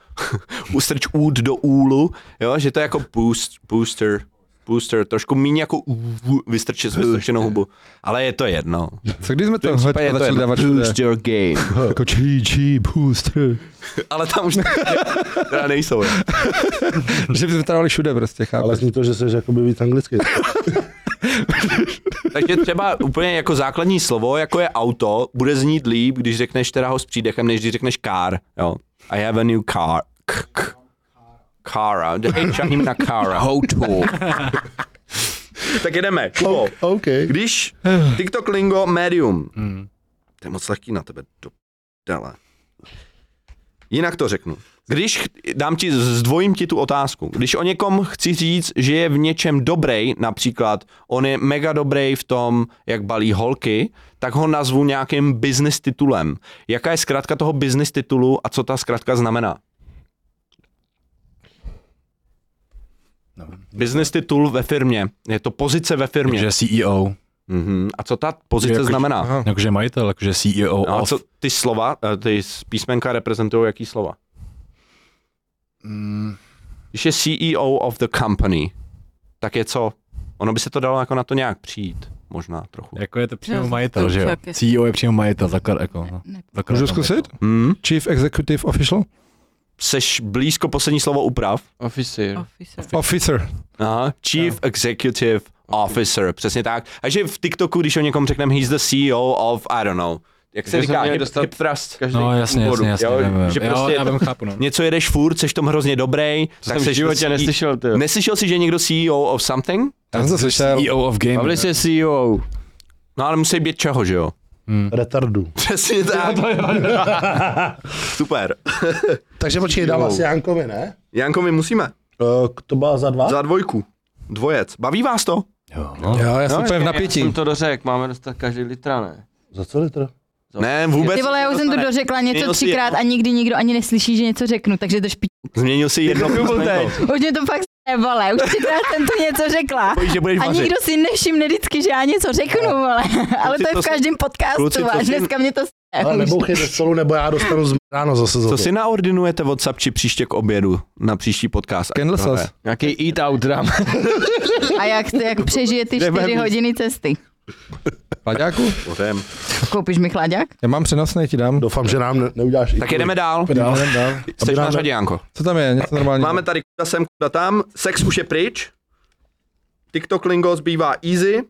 S2: <laughs> ustrč úd do úlu, jo, že to je jako boost, booster, booster, trošku míň jako ú, vystrčit s vystrčenou hubu, ale je to jedno.
S4: Co když jsme tohle
S2: případě je to
S4: začali
S2: jedno.
S4: dávat všude?
S3: Boost your game.
S4: Jako čí, čí, booster.
S2: <laughs> Ale tam už <laughs> teda nejsou. jo.
S4: Že bychom to dávali všude prostě, chápeš?
S6: Ale zní to, že jsi jakoby víc anglicky.
S2: Takže třeba úplně jako základní slovo, jako je auto, bude znít líp, když řekneš teda ho s přídechem, než když řekneš car, jo. I have a new car. K, k. Cara, dej čahním na Cara. Hotu. tak jedeme, Kubo.
S6: <laughs> OK.
S2: Když TikTok lingo medium. To je moc lehký na tebe, do dele. Jinak to řeknu. Když ch- dám ti, zdvojím ti tu otázku. Když o někom chci říct, že je v něčem dobrý, například on je mega dobrý v tom, jak balí holky, tak ho nazvu nějakým business titulem. Jaká je zkratka toho business titulu a co ta zkratka znamená? Business titul ve firmě. Je to pozice ve firmě.
S7: že CEO.
S2: Mhm. A co ta pozice
S7: Jako-
S2: znamená?
S4: Aha.
S7: Jakože majitel, jakože CEO.
S2: No, a
S7: of-
S2: co ty slova, eh, ty s- písmenka reprezentují jaký slova?
S7: Mm,
S2: Když je CEO of the company, tak je co? Ono by se to dalo jako na to nějak přijít, možná trochu.
S7: jako je to přímo
S5: Jo,
S7: majitel,
S5: to
S7: že jo?
S5: však je-
S7: CEO je přímo majitel, zaklad, jako, no.
S5: ne-
S7: zakladatel.
S4: Můžu zkusit?
S2: Hmm?
S4: Chief Executive Official?
S2: Seš blízko poslední slovo uprav.
S3: Officer.
S5: Officer.
S4: Officer.
S2: Aha. Chief Executive Officer, přesně tak. A že v TikToku, když o někom řekneme he's the CEO of, I don't know, jak se
S3: Takže jsem
S2: říká,
S3: měl
S2: hip,
S3: dostat
S2: hip thrust.
S3: Každý
S7: No jasně,
S2: bodu,
S7: jasně, jasně.
S2: jo,
S7: vím, vím.
S2: že
S7: jo,
S2: prostě-
S7: já vím, chápu, no.
S2: Něco jedeš furt, seš tom hrozně dobrý,
S3: To
S2: tak
S3: jsem v
S2: seš E
S3: životě neslyšel, ty.
S2: Neslyšel jsi, že je někdo CEO of something?
S4: Já jsem to slyšel.
S7: CEO E of game.
S3: Pavlis je CEO.
S2: No ale musí být čeho, že jo?
S6: Retardu.
S2: <laughs> Přesně tak. <laughs> Super.
S6: Takže počkej, dám asi Jankovi, ne?
S2: Janko, my musíme.
S6: Eh, To byla za dva?
S2: Za dvojku. Dvojec. Baví vás to?
S7: no.
S4: Jo, já jsem úplně v
S3: Já
S4: napětí.
S3: jsem to dořek, máme dostat každý litra, ne?
S6: Za co <laughs> litr?
S2: Ne, vůbec.
S5: Ty vole, já už jsem to dořekla něco
S2: Minus
S5: třikrát
S2: jedno.
S5: a nikdy nikdo ani neslyší, že něco řeknu, takže to špí.
S2: Změnil si jedno písmenko.
S5: Už mě to fakt s***e, vole, už třikrát jsem to něco řekla.
S2: Bojíš, že budeš
S5: A
S2: vařit.
S5: nikdo si nevšimne vždycky, že já něco řeknu, vole. <laughs> Ale to
S2: to
S5: je v
S2: si-
S5: každém
S2: kluci,
S5: podcastu
S2: to
S5: a
S2: si-
S5: dneska mě to
S6: Ale
S5: s***e. už.
S6: nebouchejte stolu, nebo já dostanu z ráno zase za
S2: Co
S6: to.
S2: si naordinujete WhatsApp či příště k obědu na příští podcast?
S4: Kendall
S2: No, ne.
S4: sauce.
S3: Nějaký eat out drum.
S5: A jak, jak přežije ty
S2: Jdeme
S5: čtyři
S2: víc.
S5: hodiny cesty?
S4: Paďáku?
S2: Pořem.
S5: Koupíš mi chlaďák?
S4: Já mám přenosný, ti
S2: No.
S4: dám.
S6: Doufám, že nám ne- neuděláš
S2: Tak
S6: i kvůli.
S2: jedeme dál.
S4: Dám, dám, dám.
S2: Jsi na
S6: nám-
S2: řadě, Janko.
S4: Co tam je? Něco normální.
S2: Máme tady kuda sem, kuda tam. Sex už je pryč. TikTok lingo zbývá easy.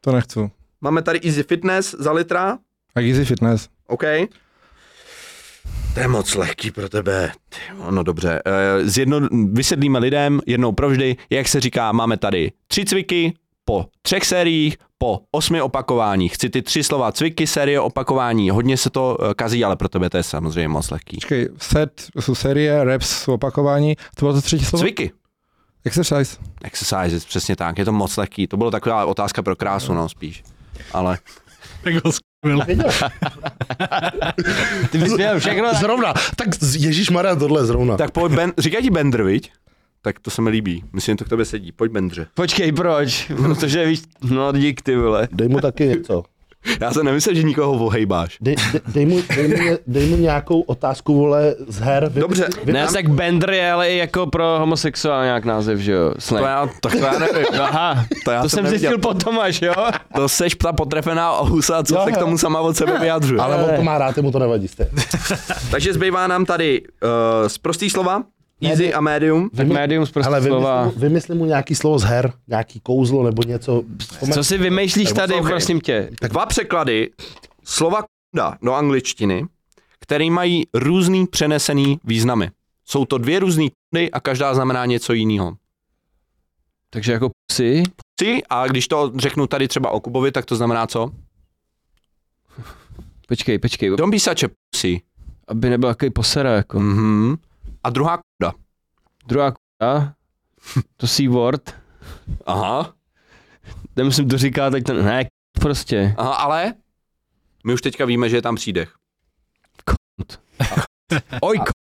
S4: To nechci.
S2: Máme tady easy fitness za litra.
S4: A Easy Fitness.
S2: OK. To je moc lehký pro tebe. Ty, no dobře. Eh, Zjedno, vysedlíme lidem jednou provždy, jak se říká, máme tady tři cviky po třech sériích, po osmi opakováních. Chci ty tři slova cviky, série, opakování. Hodně se to eh, kazí, ale pro tebe to je samozřejmě moc lehký.
S4: Počkej, set jsou série, reps jsou opakování. To bylo to třetí slovo?
S2: Cviky.
S4: Exercise.
S2: Exercises, přesně tak. Je to moc lehký. To bylo taková otázka pro krásu, no spíš. Ale
S3: Ty bys měl všechno.
S6: Zrovna, tak Ježíš Maria tohle zrovna.
S2: tak pojď, ben, říkají ti Bender, viď? Tak to se mi líbí. Myslím, že to k tobě sedí. Pojď Bendře.
S3: Počkej, proč? Protože víš, no dík ty vole.
S6: Dej mu taky něco.
S2: Já jsem nemyslel, že nikoho vohejbáš.
S6: Dej, dej, dej, mu, dej, mu, ně- dej mu nějakou otázku, vole, z her. Vy,
S2: Dobře,
S3: Ne, tak Bender je ale i jako pro homosexuál nějak název, že jo?
S2: To
S3: Slang.
S2: já, tak to já nevím. no,
S3: Aha,
S2: To já
S3: to jsem zjistil potom až, jo?
S2: To seš ta potrefená ohusa, co
S6: Jo,
S2: se k
S6: jo.
S2: tomu sama od sebe vyjadřuje.
S6: Ale on to má rád, mu to nevadí. Jste.
S2: Takže zbývá nám tady uh, z prostý slova, easy a medium.
S3: Tak médium z
S6: Ale
S3: prostě
S6: vymysli
S3: slova.
S6: mu, vymysli mu nějaký slovo z her, nějaký kouzlo nebo něco. Vzpomeň-
S3: Co si vymýšlíš tady,
S2: poslouchej.
S3: prosím tě?
S2: Dva překlady slova kunda do angličtiny, který mají různý přenesený významy. Jsou to dvě různé kundy a každá znamená něco jiného.
S3: Takže jako psy?
S2: Ty, a když to řeknu tady třeba o Kubovi, tak to znamená co?
S3: Počkej, počkej,
S2: Don't be such a pussy.
S3: aby nebyl takový posera, jako.
S2: Mhm. A druhá kunda.
S3: Druhá k***a, to C-word,
S2: Aha,
S3: nemusím to říkat, teď ten, ne, k***, prostě.
S2: aha, ale my už teďka víme, že je tam přídech. <laughs>
S3: Oj, k***,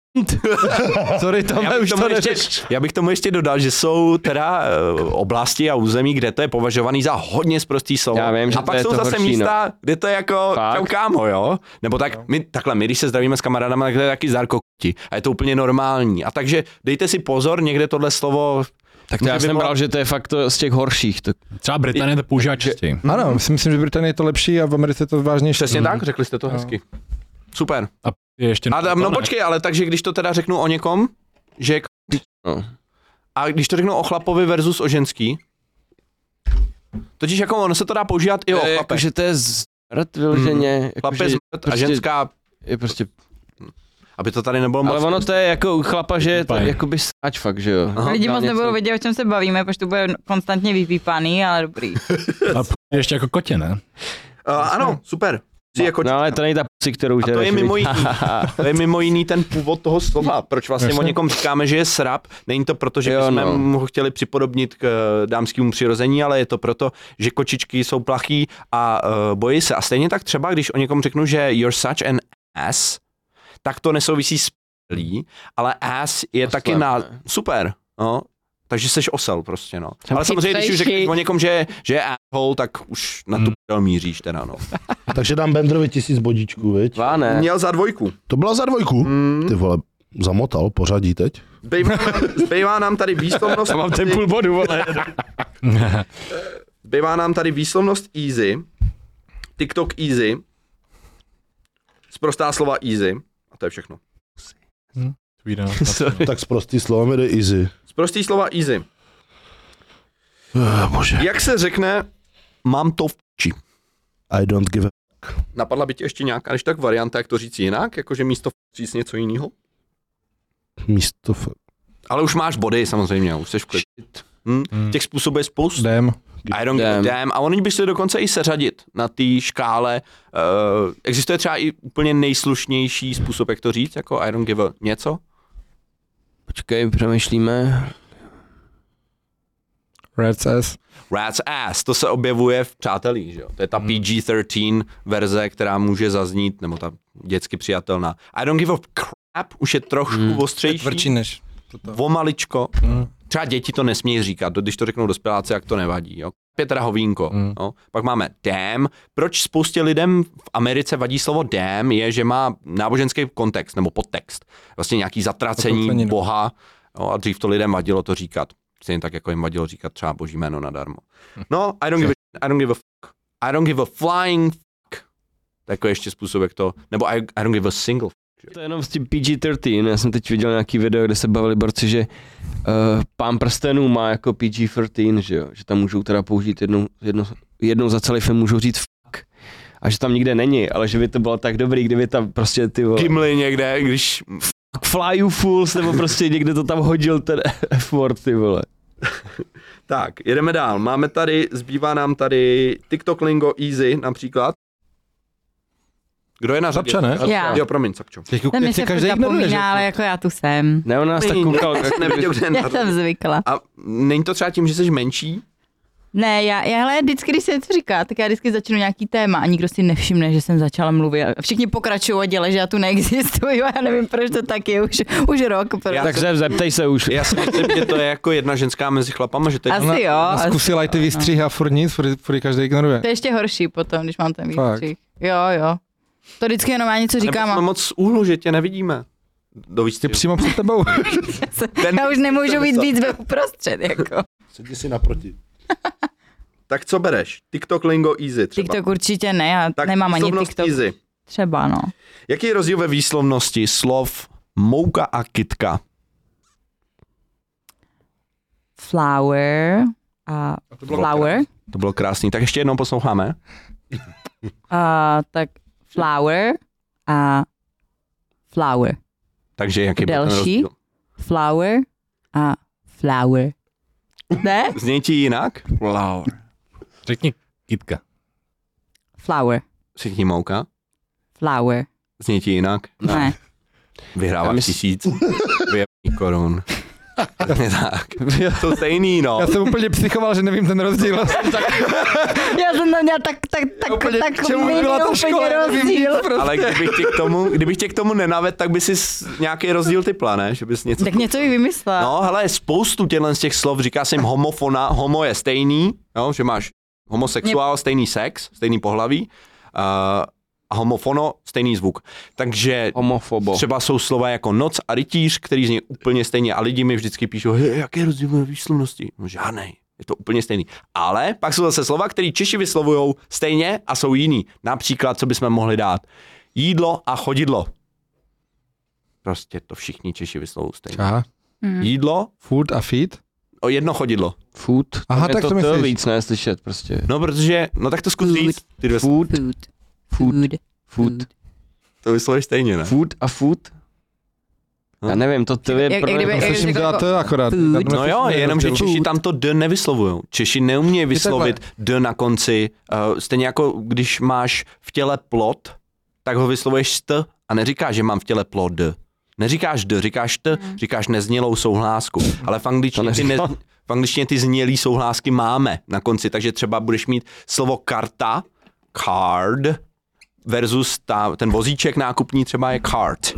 S3: sorry, tam
S2: Já bych,
S3: už
S2: tomu
S3: to
S2: ještě,
S3: ještě...
S2: já bych tomu ještě dodal, že jsou teda eh, oblasti a území, kde to je považovaný za hodně sprostý slovo.
S3: Já vím, že
S2: a pak
S3: to je
S2: jsou
S3: to
S2: zase
S3: horší, no.
S2: místa, kde to je jako
S3: Fakt?
S2: čau kámo, jo? Nebo tak, my, takhle, my když se zdravíme s kamarádama, tak to je taky zárko kuti. A je to úplně normální. A takže dejte si pozor, někde tohle slovo...
S3: Tak to já
S2: Kdyby
S3: jsem
S2: byla-
S3: bral, že to je fakt to z těch horších. To...
S7: Třeba Británie to používá častěji.
S4: Ano, myslím, myslím, že v Británii je to lepší a v Americe je to vážnější.
S2: Mhm. Přesně tak, řekli jste to hezky. Mhm. No. Super.
S7: Je ještě
S3: Jako
S2: A,
S7: to
S2: no
S7: ne.
S2: počkej, ale takže když to teda řeknu o někom, že je k-
S3: No.
S2: A když to řeknu o chlapovi versus o ženský, totiž jako ono se to dá používat i o
S3: je,
S2: chlapech.
S3: Eh, jakože jako, to je zmrt vyloženě. Mm.
S2: Chlap je zmrt a
S3: prostě-
S2: ženská,
S3: je prostě,
S2: aby to tady nebylo moc.
S3: ale ono to je jako u chlapa, že je to
S7: Fajn.
S3: jakoby sáč fakt, že jo.
S2: Aha.
S5: Lidi
S3: Dá
S5: moc
S3: něco.
S5: nebudou vědět, o čem se bavíme, protože to bude konstantně vypípaný, ale dobrý.
S7: A p- ještě jako kotě, ne?
S2: Uh, ano, super. Jsi jako,
S3: No ale to není ta pusi, kterou
S2: a to je
S3: žereš,
S2: mimo
S3: viď?
S2: jiný,
S3: <laughs>
S2: to je mimo jiný ten původ toho slova. Proč vlastně
S7: Jasně.
S2: o někom říkáme, že je srab? Není to proto, že
S3: Jo,
S2: bychom
S3: no.
S2: mu ho chtěli připodobnit k eh, dámskému přirození, ale je to proto, že kočičky jsou plachý a uh, bojí se. A stejně tak třeba, když o někom řeknu, že you're such an ass, tak to nesouvisí s plí, ale ass je
S3: Oslem,
S2: taky na...
S3: ne?
S2: Super, no. Takže seš osel prostě, no.
S3: Jsem
S2: ale samozřejmě, když už
S3: chytřejší.
S2: řekneš o někom, že, že je asshole, tak už na tu hmm. míříš teda, no.
S6: Takže dám Bendrovi tisíc bodíčků, viď?
S3: Dva ne.
S2: Měl za dvojku.
S6: To byla za dvojku. Ty vole, zamotal pořadí teď.
S2: Zbývá, zbývá nám tady výslovnost. mám ten půl bodu, vole. <laughs> zbývá nám tady výslovnost easy, TikTok easy, sprostá slova easy, a to je všechno.
S4: no.
S7: <laughs> Tvída.
S3: Sorry.
S6: Tak s prostý slovem jde easy.
S2: Sprostý slova easy.
S6: Ah, bože.
S2: Jak se řekne, mám to v či.
S6: I don't give a...
S2: Napadla by ti ještě nějaká, než tak varianta, jak to říct jinak, jakože místo v říct něco jiného?
S6: Místo... F...
S2: Ale už máš body samozřejmě, už jsi v klidu. Hm? Těch způsobů je spousta.
S4: Jdem.
S2: I don't give a
S3: Damn.
S2: damn. A oni by se dokonce i seřadit na té škále. Uh, existuje třeba i úplně nejslušnější způsob, jak to říct, jako I don't give a něco?
S3: Počkej, přemýšlíme.
S4: Red S.
S2: Rat's ass, to se objevuje v Přátelích, že jo? To je ta PG-13 verze, která může zaznít, nebo ta dětsky přijatelná. I don't give a crap už je trošku
S3: Hmm.
S2: ostřejší,
S4: Tvrdší než.
S2: o maličko.
S4: Mm.
S2: Třeba děti to nesmějí říkat, když to řeknou dospěláci, jak to nevadí. Jo? Je teda hovínko.
S4: Mm.
S2: Jo? Pak máme damn. Proč spoustě lidem v Americe vadí slovo damn, je, že má náboženský kontext nebo podtext. Vlastně nějaký zatracení
S4: Zatracení, no.
S2: boha. Jo? A dřív to lidem vadilo to říkat. Stejně tak, jako jim vadilo říkat třeba boží jméno nadarmo. No, I don't give a, shit, I don't give a fuck. I don't give a flying fuck. Takový ještě způsob, jak to... Nebo I, I don't give a single
S3: To je jenom s tím PG-13, já jsem teď viděl nějaký video, kde se bavili borci, že uh, pán prstenů má jako PG-13, že jo, že tam můžou teda použít jednou, jednou, jednou za celý film můžou říct fuck. A že tam nikde není, ale že by to bylo tak dobrý, kdyby tam prostě ty vole,
S2: Gimli někde, když
S3: fuck fly you fools, nebo prostě někde to tam hodil ten <laughs> F-word, ty vole.
S2: Tak, jedeme dál. Máme tady, zbývá nám tady TikTok Lingo Easy například. Kdo je na řadě?
S4: Sapča, ne?
S5: Já.
S2: Jo, promiň, Sapčo.
S4: Teď
S5: Ten
S4: tě
S5: mi se furt zapomíná, ale <laughs> jako já tu jsem.
S3: Ne, on nás tak koukal.
S2: Já jsem nevěděl, kde je na
S5: Já jsem
S2: řadě.
S5: zvykla.
S2: A není to třeba tím, že jsi menší?
S5: Ne, já, já hele, vždycky, když se něco říká, tak já vždycky začnu nějaký téma a nikdo si nevšimne, že jsem začala mluvit. A Všichni pokračují a dělají, že já tu neexistuju a <laughs> já nevím, proč to tak je už, už rok. Proč.
S2: Já
S3: Tak se zeptej se už.
S2: Já si myslím, že to je jako jedna ženská mezi chlapama, že to je...
S5: Asi jo. asi-
S4: Zkusila i ty výstřihy a furt nic, furt, furt ji každý ignoruje.
S5: To je ještě horší potom, když mám ten
S4: Fakt.
S5: výstřih. Jo, jo. To vždycky jenom já něco
S2: Nebo jsme
S5: říkám a
S2: moc z úhlu, že tě nevidíme. Do
S4: Ty
S2: výstřelu.
S4: přímo před
S5: <laughs>
S4: tebou.
S2: ten-
S5: já už nemůžu být víc ve uprostřed, jako.
S6: Sedni si naproti.
S2: Tak co bereš? TikTok Lingo Easy třeba.
S5: TikTok určitě ne, já
S2: tak
S5: nemám ani
S2: výslovnost
S5: TikTok.
S2: Easy.
S5: Třeba, no.
S2: Jaký je rozdíl ve výslovnosti slov mouka a kitka?
S5: Flower a flower.
S2: To bylo krásný. Tak ještě jednou posloucháme.
S5: A, tak flower a flower.
S2: Takže jaký byl ten
S5: Další.
S2: rozdíl?
S5: Flower a flower. Ne?
S2: Znějí ti jinak?
S7: Wow. Řekni kitka.
S5: Flower.
S2: Všichni mouka.
S5: Flower.
S2: Zní ti jinak?
S4: <laughs>
S5: Ne.
S2: Vyhráváš
S3: Já mysl-
S2: tisíc. Vyjemný korun. <laughs> Přesně tak. To stejný, no.
S4: Já jsem úplně psychoval, že nevím ten rozdíl.
S5: Já jsem tam měla tak, tak, tak,
S4: Úplně,
S5: tak,
S4: k čemu byla ta škola, nevím <laughs> nic prostě.
S2: Ale kdybych tě k tomu, kdybych tě k tomu nenavedl, tak by si nějaký rozdíl typla, ne? Že bys něco...
S5: Tak něco i vymyslela.
S2: No, hele, spoustu těchto z těch slov, říká se jim homofona, homo je stejný, jo, že máš homosexuál, stejný sex, stejný pohlaví, uh, a homofono, stejný zvuk. Takže
S3: Homofobo.
S2: třeba jsou slova jako noc a rytíř, který zní úplně stejně a lidi mi vždycky píšou, hej, jaký je rozdíl ve výslovnosti? No žádnej, je to úplně stejný. Ale pak jsou zase slova, které Češi vyslovují stejně a jsou jiný. Například, co bychom mohli dát? Jídlo a chodidlo. Prostě to všichni Češi vyslovují stejně.
S4: Aha,
S5: Mhm.
S2: Jídlo,
S4: food a feed.
S2: o jedno chodidlo.
S3: Food.
S4: Aha,
S3: Tam je
S4: tak
S3: to,
S4: to myslíš.
S3: víc ne, slyšet prostě.
S2: No, protože, no tak to zkus říct, ty dvě
S3: Food,
S5: Food.
S3: Food.
S5: Food.
S3: food,
S2: to vyslovuješ stejně, ne?
S3: food a food.
S2: Hm.
S3: Já nevím, to ty je
S5: Jak- jak kdyby-
S4: Tam
S5: jak-
S4: slyším
S5: jako-
S4: dát akorát.
S5: Food.
S4: Tam
S2: No jo,
S4: neslyším
S2: jenom, že
S4: rozdíl.
S2: Češi tam to D nevyslovují. Češi neumějí vyslovit D na konci. Uh, stejně jako když máš v těle plot, tak ho vyslovuješ s T a neříkáš, že mám v těle plot D. Neříkáš D, říkáš T, říkáš neznělou souhlásku. Ale v angličtině, ty, ne,
S3: neříkám.
S2: v angličtině ty znělý souhlásky máme na konci, takže třeba budeš mít slovo karta, card, versus ta, ten vozíček nákupní třeba je cart.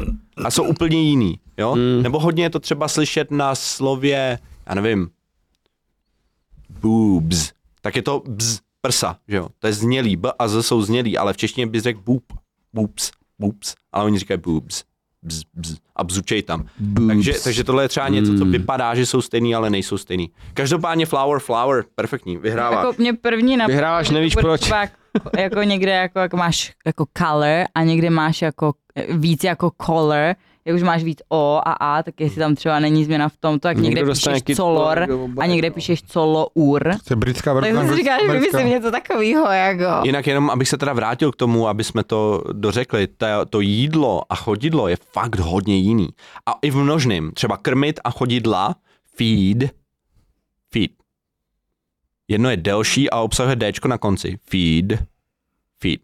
S2: A jsou úplně jiný, jo? Mm. Nebo hodně je to třeba slyšet na slově, já nevím, boobs. Tak je to bz, prsa, že jo? To je znělý, b a z jsou znělý, ale v češtině bys řekl boob, boobs, boobs, ale oni říkají boobs. Bz, bz, a bzučej tam. Takže, takže tohle je třeba něco, co vypadá, že jsou stejný, ale nejsou stejný. Každopádně flower, flower, perfektní, vyhrává.
S5: Jako mě první na
S3: Vyhráváš, nevíš
S5: bude
S3: proč.
S5: třeba jako- jako někde jako, jako máš jako color a někde máš jako eh, víc jako color, jak už máš víc O a A, tak jestli tam třeba není změna v tom, tak někde píšeš color a někde píšeš colour.
S4: To je britská
S5: Tak jsem si
S4: verze.
S5: říkala, že
S4: americká.
S5: vymyslím něco takového, jako.
S2: Jinak jenom, abych se teda vrátil k tomu, aby jsme to dořekli, ta, to jídlo a chodidlo je fakt hodně jiný. A i v množném, třeba krmit a chodidla, feed, feed. Jedno je delší a obsahuje Dčko na konci. Feed, feed.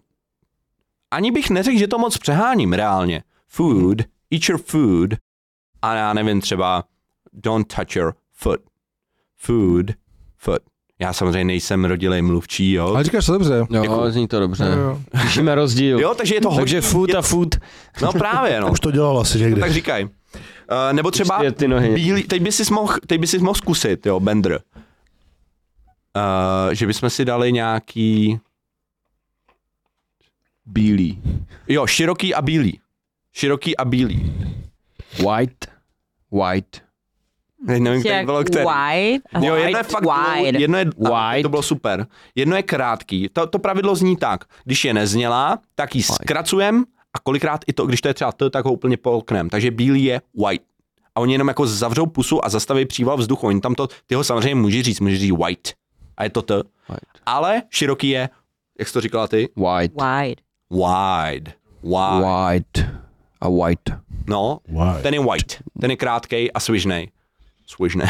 S2: Ani bych neřekl, že to moc přeháním reálně. Food, eat your food. A já nevím, třeba don't touch your foot. Food, foot. Já samozřejmě nejsem rodilej mluvčí, jo.
S4: Ale říkáš to dobře.
S3: Jo, zní to dobře.
S4: Jo, jo.
S3: Píšeme rozdíl.
S2: Jo, takže je to hodně.
S3: Takže food
S2: je,
S3: a food.
S2: No právě,
S3: <laughs>
S2: no.
S6: Už to dělal asi
S2: No
S6: někdy.
S2: tak říkaj. Uh, nebo třeba
S3: Prostě ty nohy.
S2: bílý, teď by si mohl, teď by si mohl zkusit, jo, Bender. Uh, že bychom si dali nějaký,
S3: Bílý.
S2: jo, široký a bílý. Široký a bílý.
S3: White. White.
S2: Ne- Nevím,
S5: Prostě
S2: jak
S5: jak
S2: bylo který.
S5: wide, a
S2: Jo, jedno je
S5: white,
S2: fakt
S5: wide.
S2: dlouhý, jedno je,
S3: Wide.
S2: Ano, to bylo super. Jedno je krátký. To, to pravidlo zní tak, když je neznělá, tak ji zkracujem a kolikrát i to, když to je třeba t, tak ho úplně polknem. Takže bílý je white. A oni jenom jako zavřou pusu a zastaví příval vzduchu. Oni tam to, ty ho samozřejmě může říct, může říct white. A je to t.
S3: White.
S2: Ale široký je, jak jsi to říkala ty?
S3: White.
S5: Wide.
S2: Wide. Wide.
S3: White. A white.
S2: No,
S6: Wide.
S2: ten je white. Ten je krátkej a svižnej. Svižnej.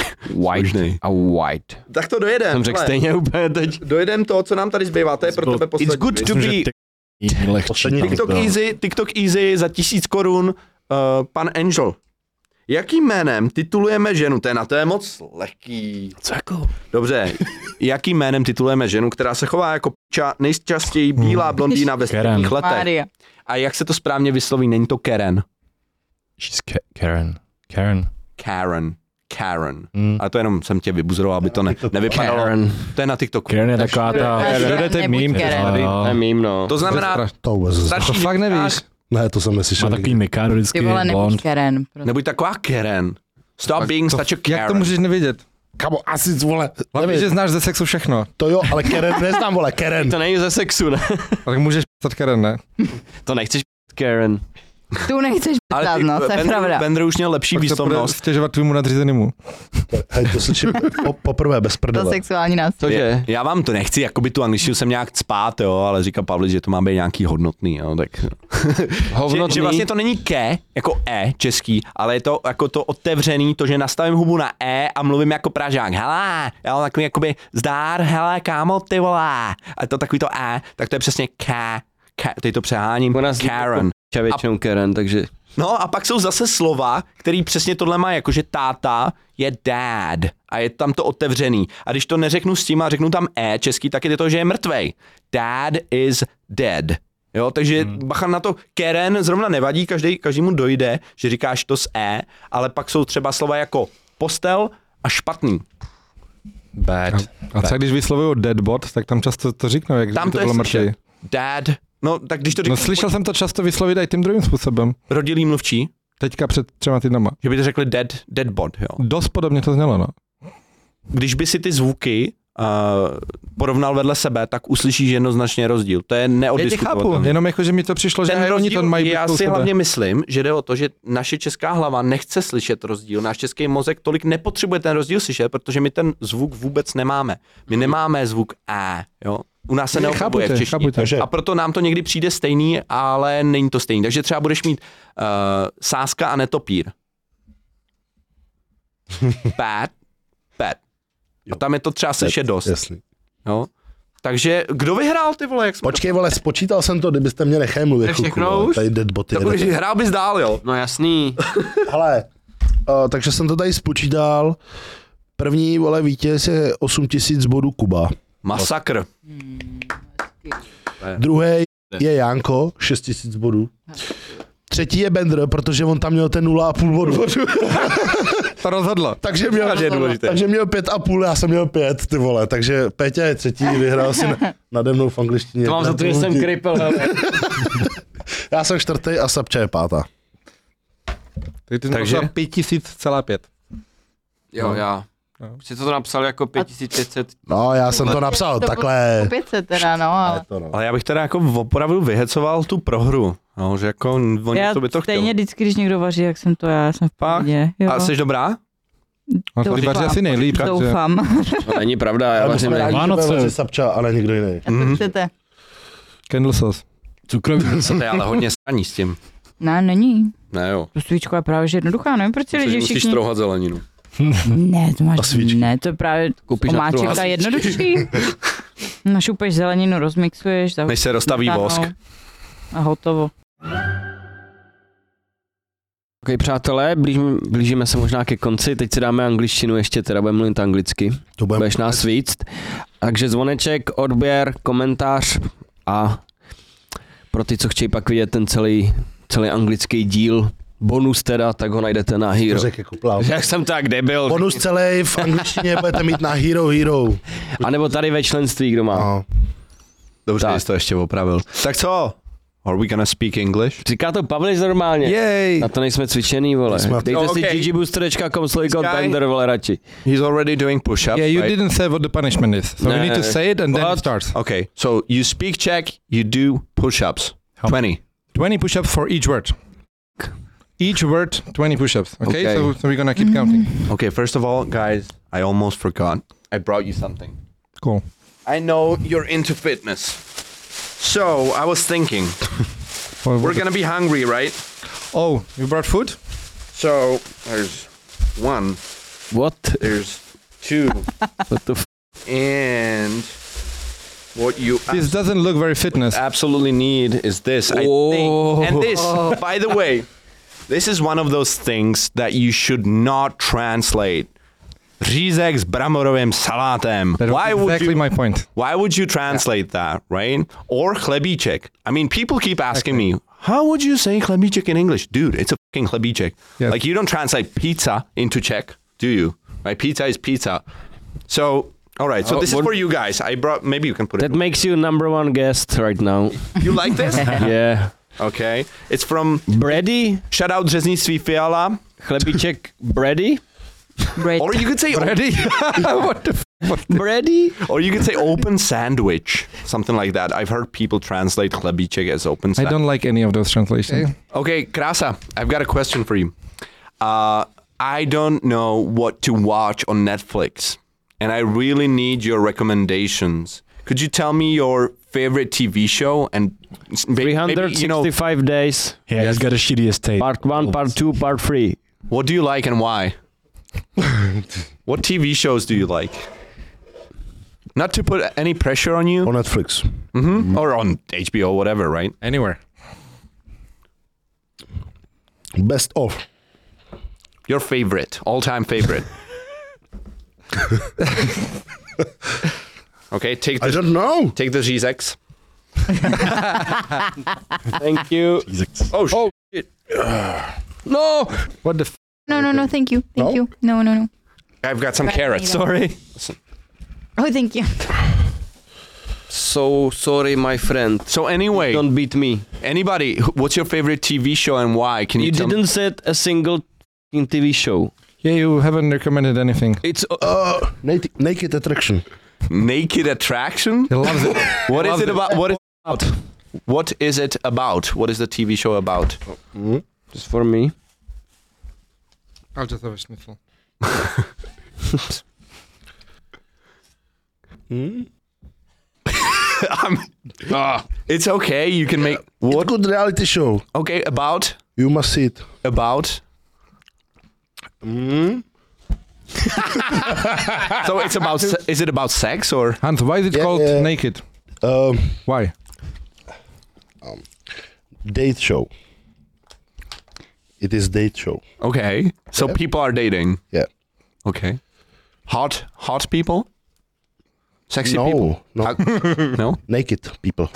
S3: White. A white.
S2: Tak to dojedem.
S3: Jsem řekl
S2: hele.
S3: stejně úplně teď.
S2: Dojedem to, co nám tady zbývá, to je pro tebe poslední. It's good to be
S7: Jiný lehčí.
S6: Poslední
S2: TikTok Easy, TikTok Easy za tisíc korun, uh, pan Angel. Jakým jménem titulujeme ženu? To je na to je moc lehký. Co jako? Dobře, jakým jménem titulujeme ženu, která se chová jako ča, nejčastěji bílá blondýna ve
S7: Karen.
S2: středních letech?
S5: Maria.
S2: A jak se to správně vysloví? Není to Karen.
S7: She's Ka- Karen. Karen.
S2: Karen. Karen.
S7: Mm.
S2: A to jenom jsem tě vybuzeroval, aby to ne, nevypadalo.
S3: Karen.
S2: To je na TikToku.
S7: Karen je taková ta...
S5: Karen.
S7: Karen.
S5: Nebuď Karen.
S3: To je mím, no.
S2: To znamená,
S6: To vůbec
S2: starší
S4: To fakt nevíš.
S2: říkáš,
S6: Ne, to jsem
S7: Má
S6: neslyšel. nikdy.
S7: takový mikado vždycky,
S5: Ty vole, nebuď
S7: blond.
S5: Karen. prostě.
S2: Nebuď taková Karen. Stop
S4: Fakt,
S2: being
S4: to-
S2: such a Karen.
S4: Jak to můžeš nevědět?
S6: Kamo, asi vole.
S4: Hlavně,
S6: nevím.
S4: že znáš ze sexu všechno.
S6: To jo, ale Karen <laughs> neznám, vole, Karen.
S3: To není ze sexu, ne?
S4: A tak můžeš psat Karen, ne?
S3: <laughs> To nechceš Karen.
S5: Tu nechceš ptát, no, to je
S2: Bender-
S5: pravda.
S2: Bender už měl lepší
S4: Pak to bude
S2: výslovnost.
S4: stěžovat tvýmu nadřízenému.
S6: Hej, to slyším po, poprvé bez
S5: To
S6: prdele.
S5: sexuální násilí.
S3: Cože?
S2: Já vám to nechci, jakoby tu angličtinu jsem nějak spát, jo, ale říká Pavli, že to má být nějaký hodnotný, jo, tak. Že, že,
S3: Hovnotný.
S2: vlastně to není ke, jako e, český, ale je to jako to otevřený, to, že nastavím hubu na e a mluvím jako Pražák, hele, jo, takový jakoby zdár, hele, kámo, ty vole, a to takový to e, tak to je přesně ke, ke, teď to přeháním,
S3: U nás
S2: Karen.
S3: Karen. většinou Karen, takže
S2: No a pak jsou zase slova, který přesně tohle má, jakože táta je dad a je tam to otevřený. A když to neřeknu s tím a řeknu tam e český, tak je to, že je mrtvej. Dad is dead. Jo, takže hmm. bacha na to, Keren zrovna nevadí, každý, každému dojde, že říkáš to s e, ale pak jsou třeba slova jako postel a špatný. Bad.
S4: A třeba když vyslovují deadbot, tak tam často to říknou, jak
S2: Tam
S4: kdyby
S2: to,
S4: to bylo
S2: je slyšet.
S4: mrtvý.
S2: Dad. No, tak když to
S4: No
S2: říkáš
S4: slyšel jsem to často vyslovit i tím druhým způsobem.
S2: rodilý mluvčí,
S4: Teďka před třema týdnama.
S2: že by to řekli dead, dead bod, jo.
S4: Dost podobně to znělo, no.
S2: když by si ty zvuky uh, porovnal vedle sebe, tak uslyšíš jednoznačně rozdíl. To je neodiskutovatelné.
S4: Jenom jako, že mi to přišlo, že
S2: Ten
S4: Ten oni to
S2: rozdíl,
S4: mají
S2: já
S4: blízko u
S2: si
S4: sebe.
S2: hlavně myslím, že jde o to, že naše česká hlava nechce slyšet rozdíl. Náš český mozek tolik nepotřebuje ten rozdíl slyšet, protože my ten zvuk vůbec nemáme. My nemáme zvuk A, jo. U nás se
S4: Ne,
S2: neopakuje v
S4: chápu tě,
S2: češtině.
S4: chápu tě.
S2: A proto nám to někdy přijde stejný, ale není to stejný. Takže třeba budeš mít uh, sáska a
S4: <laughs>
S2: netopír. Bad, bad. A tam je to třeba slyšet dost.
S6: Jasný.
S2: Jo? Takže kdo vyhrál ty vole, jak jsme
S6: Počkej, vole, spočítal jsem to, kdybyste mě nechali mluvit.
S3: Všechno
S6: Chuku, vole,
S3: už?
S6: tady deadboty.
S2: to...
S6: jede.
S2: Hrál bys dál, jo.
S3: No jasný.
S6: Hele, uh, takže jsem to tady spočítal. První, vole, vítěz je 8000 bodů Kuba.
S2: Masakr.
S6: Druhý je Janko, 6000 bodů. Třetí je Bender, protože on tam měl ten 0,5 bodu.
S4: <laughs> To rozhodlo.
S6: takže měl,
S2: je důležité.
S6: takže měl 5,5, já jsem měl 5, ty vole. Takže Péťa je třetí, vyhrál si na, nade mnou v angličtině.
S3: To mám za to, že jsem kripel, hele.
S6: Já jsem čtvrtý a Sapča je pátá.
S4: Tak ty
S2: Takže?
S4: Takže? 5000,5.
S3: Jo, já. Jsi to napsal jako 5500.
S6: No, já jsem to napsal
S5: to
S6: takhle.
S5: Opět se teda, no, ale...
S6: Ale to no.
S2: Ale já bych teda jako opravdu vyhecoval tu prohru. No, že jako on
S5: Já
S2: něco by to chtěl.
S5: stejně vždycky, když někdo vaří, jak jsem to já, jsem v
S2: Fakt?
S5: pohodě. Jo.
S2: A jsi dobrá?
S4: A to
S5: Doufám.
S4: vaří asi nejlíp, takže...
S5: Doufám.
S3: To není pravda, já vlastně vařím
S6: Ale
S3: nejlíp.
S7: Vánoce.
S6: Vánoce. Sapča, ale nikdo jiný.
S5: A
S2: Mhm.
S3: Mhm.
S5: co chcete?
S4: Candle sauce.
S7: Cukrový.
S5: <laughs>
S2: To je ale hodně straní s tím.
S5: Ne, není.
S2: Ne jo.
S5: To svíčko je právě že jednoduchá, nevím, proč si lidi všichni...
S2: strouhat zeleninu.
S5: Ne, to máš,
S6: A svíčky.
S5: ne, to je právě
S3: Koupíš na
S5: omáček,
S3: trhu
S5: ta je jednodušší. Našupeš zeleninu, rozmixuješ, za
S2: Než se rozstaví vosk.
S5: no. A hotovo.
S3: Ok, přátelé, blížíme, blížíme se možná ke konci, teď si dáme angličtinu ještě, teda budeme mluvit anglicky,
S6: To budeme
S3: budeš nás víc. Takže zvoneček, odběr, komentář a pro ty, co chtějí pak vidět ten celý, celý anglický díl, bonus teda, tak ho najdete na Hero.
S6: řekl jako plán.
S3: Jak jsem tak debil.
S6: Bonus celý v angličtině budete mít na Hero Hero.
S3: A nebo tady ve členství, kdo má.
S6: No.
S2: Dobře,
S3: Tak.
S2: jsi to ještě opravil. Tak co? Are we gonna speak English?
S3: Říká to Pavliš normálně.
S2: Yay!
S3: Na to nejsme cvičený, vole.
S6: Jsme-
S3: Dejte
S2: No,
S3: si
S2: okay.
S3: ggbuster.com slojko
S2: Sky.
S3: Bender, vole, radši.
S2: He's already doing push-ups,
S4: Yeah, you
S2: right?
S4: didn't say what the punishment is. So
S3: Ne,
S4: we need to
S3: ne, ne.
S4: say it and then
S2: What?
S4: it starts.
S2: Okay, so you speak Czech, you do push-ups. 20.
S4: 20 push-ups for each word. Each word, 20 push-ups. Okay,
S2: Okay.
S4: So, so we're gonna keep counting.
S2: Okay, first of all, guys, I almost forgot. I brought you something.
S4: Cool.
S2: I know you're into fitness. So, I was thinking,
S4: Well,
S2: we're gonna be hungry, right?
S4: Oh, you brought food?
S2: So, there's one,
S3: What?
S2: there's two,
S3: What the f-
S2: and what you
S4: This doesn't look very fitness.
S2: absolutely need is this. I
S3: Oh.
S2: think. And this, by the way, this is one of those things that you should not translate. Řízek s bramorovým salátem.
S4: That was
S2: Why would
S4: exactly
S2: you?
S4: my point.
S2: Why would you translate that, right? Or chlebíček. I mean, people keep asking me, how would you say chlebíček in English? Dude, it's a fucking chlebíček.
S4: Yes.
S2: Like, you don't translate pizza into Czech, do you? Right? Pizza is pizza. So, all right. So
S3: Oh,
S2: this is
S3: what-
S2: for you guys. I brought, maybe you can put
S3: That
S2: it.
S3: makes you number one guest right now.
S2: You like this?
S3: <laughs> Yeah.
S2: okay. It's from,
S3: Brady?
S2: shout out Řeznictví Fiala.
S3: Chlebíček Brady?
S5: Bread.
S2: Or you could say,
S4: what the f-
S3: <laughs> Brady?
S2: or you could say open sandwich. Something like that. I've heard people translate chlebíček as open
S4: I
S2: sandwich.
S4: don't like any of those translations.
S2: Okay, Krasa, I've got a question for you. Uh, I don't know what to watch on Netflix, and I really need your recommendations. Could you tell me your favorite TV show and s- may- maybe, you know
S3: 365 days.
S7: Yeah, he's got a shitty estate.
S3: Part one, part two, part three.
S2: what do you like and why? what TV shows do you like? Not to put any pressure on you, mm-hmm,
S6: O Netflix.
S2: hmm or on HBO, whatever, right?
S4: Anywhere.
S6: Best of.
S2: Your favorite, all time favorite. okay, take
S6: I
S2: the,
S6: don't know.
S2: take the G-Sex.
S3: Thank you.
S2: Oh, sh-
S3: No!
S4: What the f-
S5: No, no, no, thank you, thank
S6: No?
S5: you. No, no, no.
S2: I've got some
S5: Right,
S2: carrots.
S5: neither.
S2: Sorry.
S5: Oh, thank you.
S3: So sorry, my friend.
S2: So anyway,
S3: Don't beat me.
S2: anybody, wh- what's your favorite TV show and why? Can you,
S3: You
S2: tell me?
S3: didn't set a single fucking TV show.
S4: Yeah, you haven't recommended anything.
S3: It's
S6: Uh, naked, naked Attraction.
S2: Naked Attraction?
S4: He loves it.
S2: What is
S4: Love
S2: it
S4: it.
S2: about? What is about? What is it about? What is the TV show about?
S3: just for me.
S4: I'll just have a schnitzel.
S2: I'm- it's okay. You can make what?
S6: What good reality show?
S2: Okay, about
S6: You must see it.
S2: about. <laughs> so it's about. se- Is it about sex or?
S4: Hans, why is it
S6: Yeah,
S4: called
S6: yeah.
S4: naked?
S6: Um,
S4: Why?
S6: date show. It is date show.
S2: Okay. So
S6: Yeah.
S2: people are dating.
S6: Yeah.
S2: Okay. Hot, hot people. Sexy
S6: no,
S2: people.
S6: no.
S4: <laughs>
S2: How- no.
S6: naked people.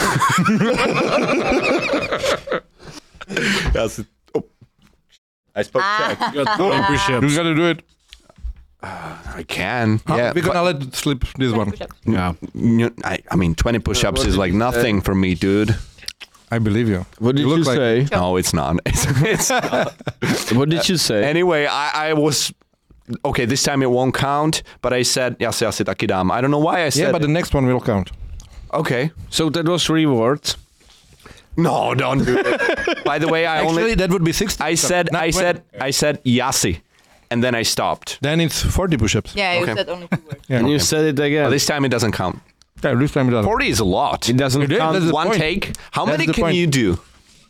S2: I spoke Czech.
S7: Ten push-ups.
S4: gotta do it.
S2: I can.
S4: Yeah,
S2: yeah.
S4: we're
S2: but-
S4: gonna let slip this one.
S7: Yeah.
S2: N- I, I mean, 20 push ups is like nothing for me, dude.
S4: I believe you.
S3: What did
S4: You
S3: you,
S4: look like-
S3: say?
S2: No, it's not. It's, it's not.
S3: What did you say?
S2: Anyway, I, I was. Okay, this time it won't count, but I said, yes, yes, taky dám. I don't know why I said.
S4: Yeah, but the next one will count.
S2: okay.
S3: So that was reward.
S2: No, don't do
S4: <laughs>
S2: it. By the way, I
S4: Actually,
S2: only.
S4: that would be 60.
S2: I said,
S4: No,
S2: I
S4: wait.
S2: said, I said, yasi. And then I stopped.
S4: Then it's 40 push-ups.
S5: Yeah, you
S2: Okay.
S5: said only two words.
S4: Yeah,
S3: And you
S2: Okay.
S3: said it
S2: But
S3: again.
S2: this time it doesn't count.
S4: yeah this time it doesn't.
S2: 40 is a lot.
S3: It doesn't
S4: It is,
S3: count.
S4: that's the
S2: one
S4: point.
S2: take. How
S4: That's
S2: many
S4: the
S2: can
S4: point.
S2: you do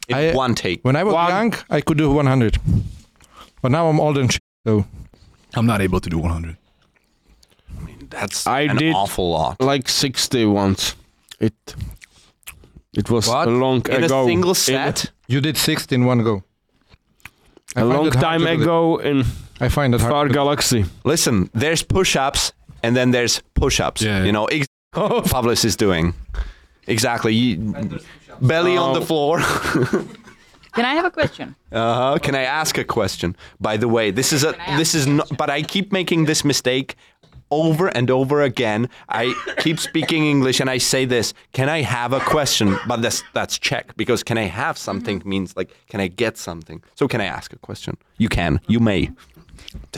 S2: in
S4: I-
S2: one take?
S4: When I was young, I could do 100. But now I'm old and shit, so
S8: I'm not able to do 100.
S2: That's
S3: I
S2: an
S3: did-
S2: awful lot.
S3: Like 60 once. It it was
S4: What?
S3: a long
S2: in
S3: ago.
S2: a single
S3: In
S2: set?
S4: you did 60 in one go. I
S3: a
S4: find
S3: long
S4: it hard
S3: time
S4: to do
S3: ago in
S4: that. I find it hard.
S3: Far
S4: to do.
S3: Galaxy.
S2: Listen, there's push-ups and then there's push-ups.
S7: Yeah.
S2: You know, ex- Pavlis is doing. Exactly. You, belly on the
S3: Oh.
S2: floor. <laughs>
S5: Can I have a question?
S2: Uh-huh. Can I ask a question? By the way, this is a
S5: Can I ask
S2: this
S5: a
S2: is not but I keep making this mistake over and over again. I keep speaking English and I say this, can I have a question? But that's that's Czech because can I have something
S5: Mm-hmm.
S2: means like can I get something? So can I ask a question? You can. You may.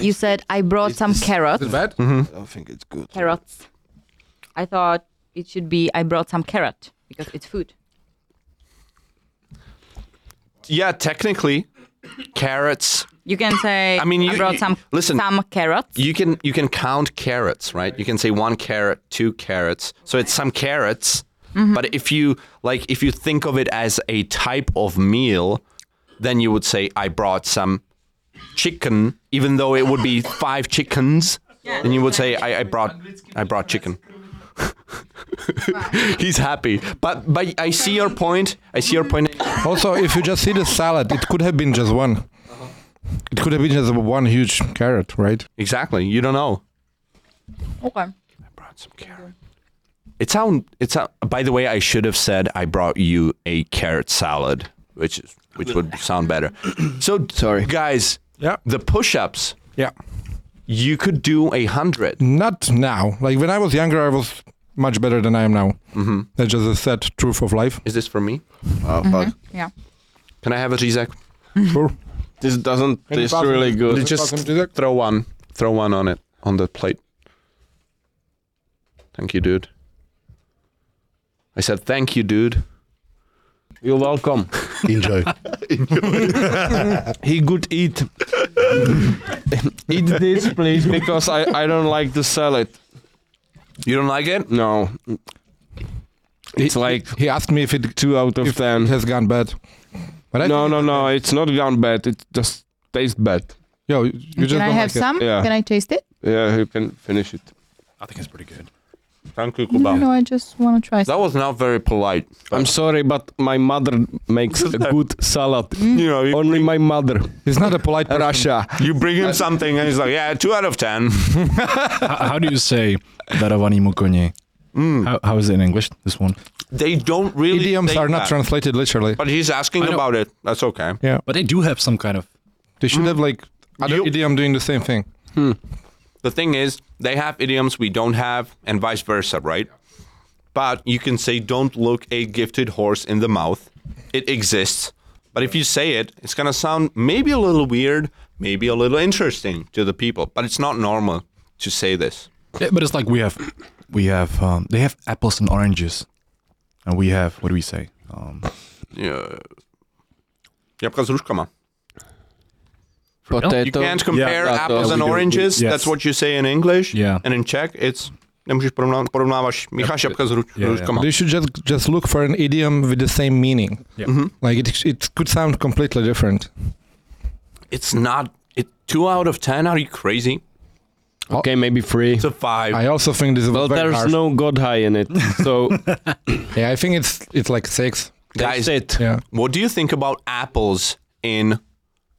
S5: You said I brought some carrots.
S4: bad?
S3: I think it's good.
S5: Carrots. I thought it should be I brought some carrot because it's food.
S2: Yeah, technically carrots
S5: You can say
S2: I mean, you-
S5: I brought
S2: you-
S5: some
S2: listen.
S5: some carrots.
S2: You can you can count carrots, right? You can say one carrot, two carrots. So it's some carrots. But if you like if you think of it as a type of meal, then you would say I brought some chicken, even though it would be five chickens. And you would say I, I brought I brought chicken. <laughs> He's happy. But but I see your point. I see your point.
S4: Also, if you just see the salad, it could have been just one. It could have been just one huge carrot, right?
S2: Exactly. You don't know.
S5: Okay.
S2: brought some carrot. It sound it sound. By the way, I should have said I brought you a carrot salad, which is which would sound better. So
S3: Sorry.
S2: guys.
S4: Yeah.
S2: The push-ups.
S4: Yeah.
S2: You could do a hundred.
S4: Not now. Like when I was younger, I was much better than I am now. Mm-hmm. That's just a sad truth of life.
S2: Is this for me?
S5: Mm-hmm. Yeah.
S2: Can I have a Zizek?
S4: Sure.
S3: This doesn't
S4: Can you
S3: taste
S4: pass me-
S3: really
S4: can
S3: good.
S4: you
S2: just-
S4: pass him to Zach?
S2: Throw one. Throw one on it on the plate. Thank you, dude. I said thank you, dude.
S3: You're welcome.
S6: <laughs> Enjoy.
S3: He could eat. eat this, please, because I, I don't like the salad.
S2: You don't like it?
S3: No. It's like
S4: He asked me if it,
S3: two out of
S4: if it
S3: ten.
S4: has gone bad. But I
S3: No,
S4: think-
S3: no, no. It's not gone bad. It just tastes bad.
S4: Yo, you just
S5: Can I
S4: don't
S5: have
S4: like it.
S5: some?
S3: Yeah.
S5: Can I taste it?
S3: Yeah, you can finish it.
S8: I think it's pretty good.
S2: Thank you,
S9: No,
S2: Kuba.
S9: no, I just want to try.
S2: That was not very polite.
S3: I'm sorry, but my mother makes a good <laughs> salad.
S4: Mm.
S2: You know, you,
S3: Only my mother.
S4: He's not a polite person.
S3: Russia.
S4: Mm.
S2: you bring him something and he's like, yeah, two out of ten.
S8: How, how do you say darovanýmu koni?
S4: Hmm.
S8: How, how is it in English, this one?
S2: They don't really
S4: Idioms
S2: think
S4: are not
S2: that.
S4: translated literally.
S2: But he's asking
S8: I know.
S2: about it. That's okay.
S8: But they do have some kind of...
S4: They should have like other
S2: You-
S4: idiom doing the same thing.
S2: The thing is, they have idioms we don't have, and vice versa, right? But you can say, don't look a gifted horse in the mouth. It exists. But if you say it, it's going to sound maybe a little weird, maybe a little interesting to the people. But it's not normal to say this.
S8: Yeah, but it's like we have... We have... Um, they have apples and oranges. And we have... What do we say? Um,
S2: Yeah. Jabka s ruškama.
S3: Potato.
S2: You can't compare
S3: Yeah,
S2: apples
S3: to-
S2: and
S8: we do-
S2: oranges.
S8: yes.
S2: That's what you say in English.
S8: Yeah.
S2: And in Czech, it's nemůžeš porovnávat, porovnáváš Michal šapka s ruč-
S8: yeah, yeah.
S2: ručkama.
S4: They should just just look for an idiom with the same meaning.
S8: Yeah.
S4: Like it, it could sound completely different.
S2: It's not, it, two out of ten, are you crazy?
S3: Okay, maybe free.
S2: It's a five.
S4: I also think this is
S3: Well,
S4: very
S3: there's
S4: harsh.
S3: no God high in it. So
S4: yeah, I think it's it's like six.
S2: Guys,
S3: that's it.
S4: Yeah,
S2: What do you think about apples in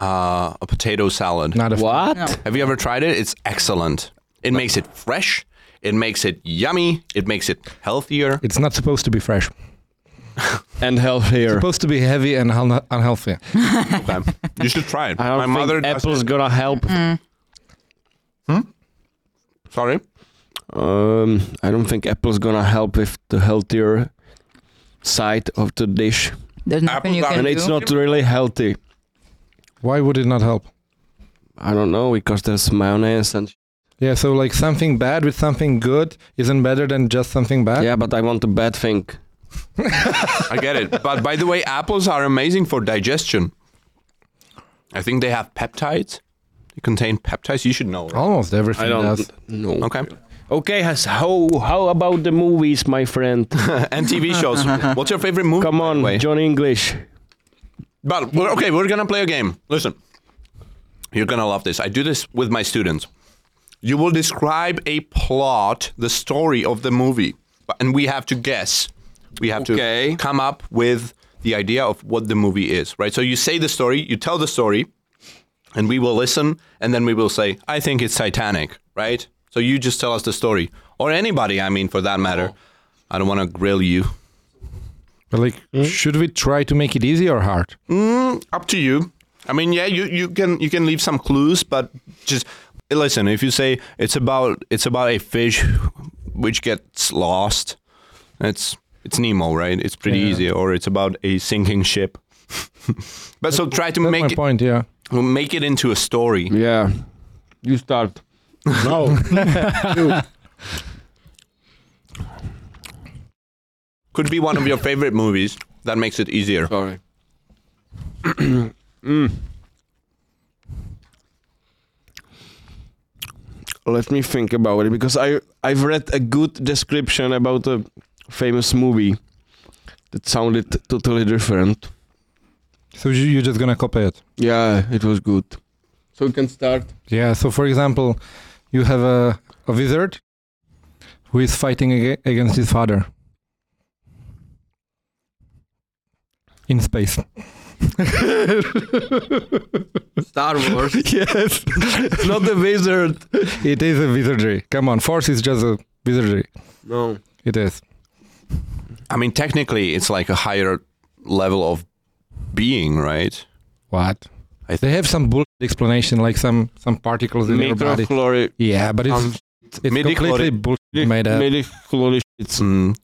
S2: uh, a potato salad?
S4: not a
S3: What?
S5: No.
S2: Have you ever tried it? It's excellent. It makes it fresh. It makes it yummy. It makes it healthier.
S4: It's not supposed to be fresh.
S3: And healthier.
S4: supposed to be heavy and unhe- unhealthy.
S2: Okay. <laughs> you should try it.
S3: I don't
S2: My mother.
S3: think
S2: does
S3: apple's
S2: it.
S3: gonna help.
S2: Sorry.
S3: Um, I don't think apple's gonna help with the healthier side of the dish,
S5: There's nothing
S2: Apples
S5: you can
S3: and
S2: are-
S3: it's
S5: do.
S3: not really healthy.
S4: Why would it not help?
S3: I don't know because there's mayonnaise and
S4: Yeah, so like something bad with something good isn't better than just something bad.
S3: yeah, but I want the bad thing.
S2: I get it. But by the way, apples are amazing for digestion. I think they have peptides. They contain peptides. You should know. Right?
S4: Almost everything
S3: I don't
S4: does.
S3: know.
S2: Okay.
S3: Okay, has how how about the movies, my friend?
S2: and TV shows. What's your favorite movie?
S3: Come on,
S2: Wait.
S3: John English.
S2: But we're, okay, we're gonna play a game. Listen, you're gonna love this. I do this with my students. You will describe a plot, the story of the movie, but- and we have to guess. We have
S3: Okay.
S2: to come up with the idea of what the movie is, right? So you say the story, you tell the story, and we will listen, and then we will say, "I think it's Titanic," right? So you just tell us the story, or anybody, I mean, for that matter. I don't want to grill you.
S4: But like, should we try to make it easy or hard?
S2: Mm, up to you. I mean, yeah, you, you can you can leave some clues, but just listen. If you say it's about it's about a fish which gets lost, it's it's Nemo, right? It's pretty easy. Or it's about a sinking ship. <laughs> but so try to
S4: That's my
S2: make it,
S4: point. Yeah.
S2: make it into a story.
S3: Yeah, you start.
S6: No.
S2: Could be one of your favorite movies. That makes it easier.
S3: <clears throat> Sorry. Mm. Let me think about it because I I've read a good description about a famous movie that sounded totally different.
S4: So you- you're just gonna copy it.
S3: Yeah, it was good. So you can start.
S4: Yeah. So for example, you have a, a wizard who is fighting ag- against his father in <laughs> space.
S3: Star Wars.
S4: yes.
S3: It's not the wizard.
S4: It is a wizardry. Come on, force is just a wizardry.
S3: <laughs> No.
S4: It is.
S2: I mean, technically, it's like a higher level of being, right?
S4: What?
S2: I
S4: They have some bull explanation, like some some particles in your body.
S3: Microflora.
S4: Yeah, but it's
S2: Um,
S4: it's
S2: midi
S4: completely bullshit made up.
S3: Microflora. It's
S2: Mm.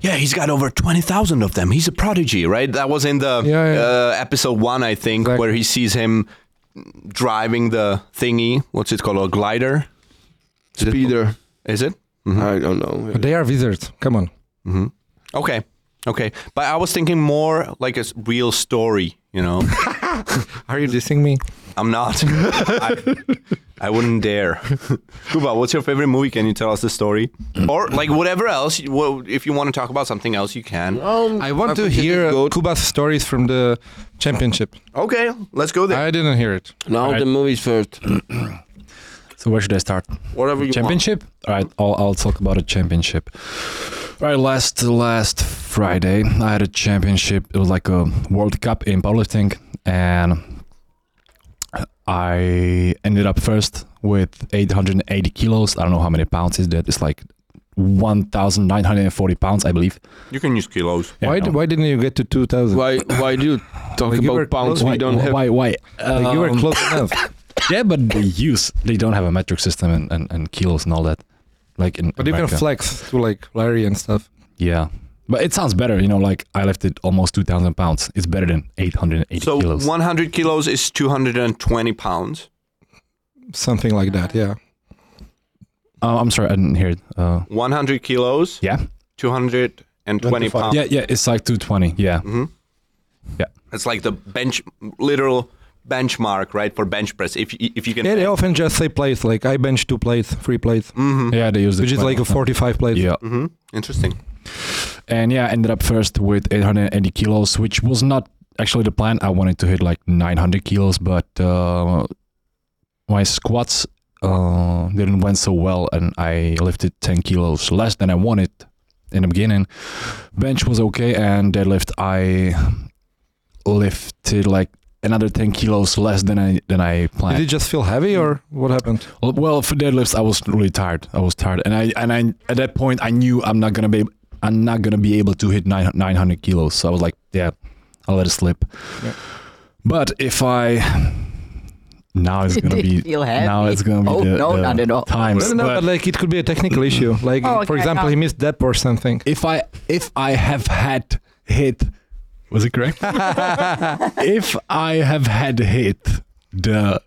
S2: Yeah, he's got over 20,000 of them. He's a prodigy, right? That was in the
S4: Yeah, yeah.
S2: Uh, episode one, I think,
S4: Exactly.
S2: where he sees him driving the thingy. What's it called? A glider? Is it-
S3: speeder.
S2: Is it? Mhm.
S4: Uh-huh.
S3: I don't know.
S4: But they are wizards. Come on.
S2: Mhm. Okay. Okay. But I was thinking more like a s- real story, you
S4: <laughs>
S2: know?
S4: Are you dissing me?
S2: I'm not. I, I wouldn't dare. Kuba, what's your favorite movie? Can you tell us the story? Or like whatever else. you- well, If you want to talk about something else, you can.
S4: I want to hear uh, Kuba's stories from the championship.
S2: Okay. Let's go there.
S4: I didn't hear it.
S3: Now the movies first.
S8: So
S7: So where should I start?
S2: Whatever you want.
S7: championship. All right, I'll, I'll talk about a championship. All right, last last Friday I had a championship. It was like a World Cup in powerlifting, and I ended up first with 880 kilos. I don't know how many pounds is that. It's like 1,940 pounds, I believe.
S2: You can use kilos.
S7: Yeah,
S4: why,
S7: no.
S4: d- why didn't you get to 2000?
S3: Why why do you talk
S4: Like you were
S3: about pounds
S4: close-
S3: we don't
S7: why,
S3: have?
S7: why? why?
S4: Like you were
S7: Um,
S4: close enough.
S7: Yeah, but they use they don't have a metric system and, and, and kilos and all that. Like in
S4: But you can
S7: America.
S4: flex to like Larry and stuff.
S7: Yeah. But it sounds better, you know, like I left it almost 2,000 pounds. It's better than 880
S2: So
S7: kilos.
S2: 100 kilos is 220 pounds.
S4: Something like that, yeah.
S7: Uh, I'm sorry, I didn't hear it. Uh,
S2: 100 kilos.
S7: Yeah.
S2: 220
S6: 25.
S2: pounds.
S7: yeah, yeah, it's like 220. Yeah.
S2: hmm
S7: Yeah.
S2: It's like the bench, literal benchmark, right, for bench press. If you- if you can.
S4: Yeah, they often just say plates, like I bench two plates, three plates,
S2: hmm
S7: Yeah, they use the
S4: which is like a 45 plates.
S7: Yeah.
S2: hmm Interesting.
S7: And yeah, I ended up first with 880 kilos, which was not actually the plan. I wanted to hit like 900 kilos, but uh, my squats uh, didn't went so well, and I lifted 10 kilos less than I wanted in the beginning. Bench was okay, and deadlift I lifted like another 10 kilos less than I than I planned.
S4: Did it just feel heavy or what happened?
S7: Well- Well, for deadlifts, I was really tired. I was tired, and I and I at that point I knew I'm not gonna be I'm not gonna be able to hit nine nine hundred kilos. So I was like, yeah, I'll let it slip.
S4: Yeah.
S7: But if I now it's gonna be
S5: <laughs> feel happy.
S7: now it's gonna be
S5: Oh,
S7: the,
S5: no,
S7: the
S5: not at all.
S7: times.
S4: No, no, no, but
S7: But
S4: like it could be a technical issue. Like,
S5: Oh,
S4: for
S5: okay,
S4: example,
S5: no.
S4: he missed depth or
S7: <laughs>
S4: something.
S7: if I if I have had hit was it correct? <laughs> if I have had hit the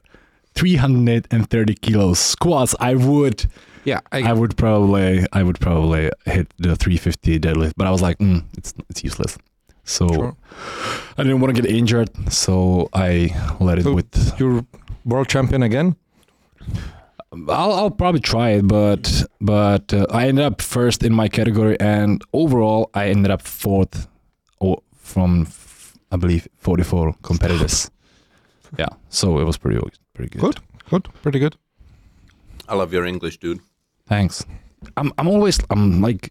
S7: 330 kilos squats, I would
S4: Yeah,
S7: I would probably I would probably hit the 350 deadlift, but I was like, mm, it's it's useless. So
S4: Sure.
S7: I didn't want to get injured, so I let it
S4: So-
S7: with.
S4: You're world champion again?
S7: I'll I'll probably try it, but but uh, I ended up first in my category, and overall I ended up fourth, or from f- I believe 44 <laughs> competitors. yeah, so it was pretty pretty good.
S4: Good. Good, pretty good.
S2: I love your English, dude.
S7: Thanks. I'm I'm always I'm like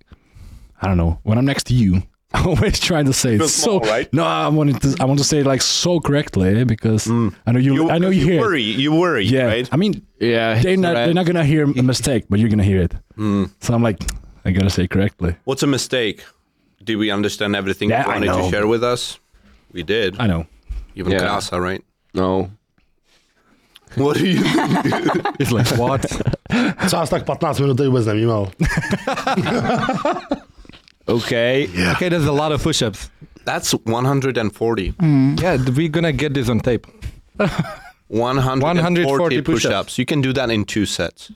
S7: I don't know when I'm next to you. <laughs> I'm always trying to say it
S2: Feel
S7: so.
S2: small, right?
S7: No, I wanted to I want to say it like so correctly eh, because I know you, I know you, hear. it.
S2: worry. You worry,
S7: Yeah,
S2: right?
S7: I mean
S3: Yeah,
S7: they're not they're not gonna hear a mistake, but you're gonna hear it.
S2: Mm.
S7: So I'm like I gotta say it correctly.
S2: What's a mistake? Did we understand everything
S7: Yeah,
S2: you
S7: I
S2: wanted to
S7: know.
S2: share with us? We did.
S7: I know.
S2: Even
S3: Yeah.
S2: Krasa, right?
S3: no.
S2: What do
S7: <laughs>
S2: you
S7: It's like what?
S6: Co vás tak 15 minut tady vůbec nevnímal.
S3: Okay.
S4: Okay, there's a lot of push-ups.
S2: That's 140.
S4: Yeah, th- we're gonna get this on tape.
S2: 140,
S4: 140
S2: push-ups.
S4: push-ups.
S2: You can do that in two sets.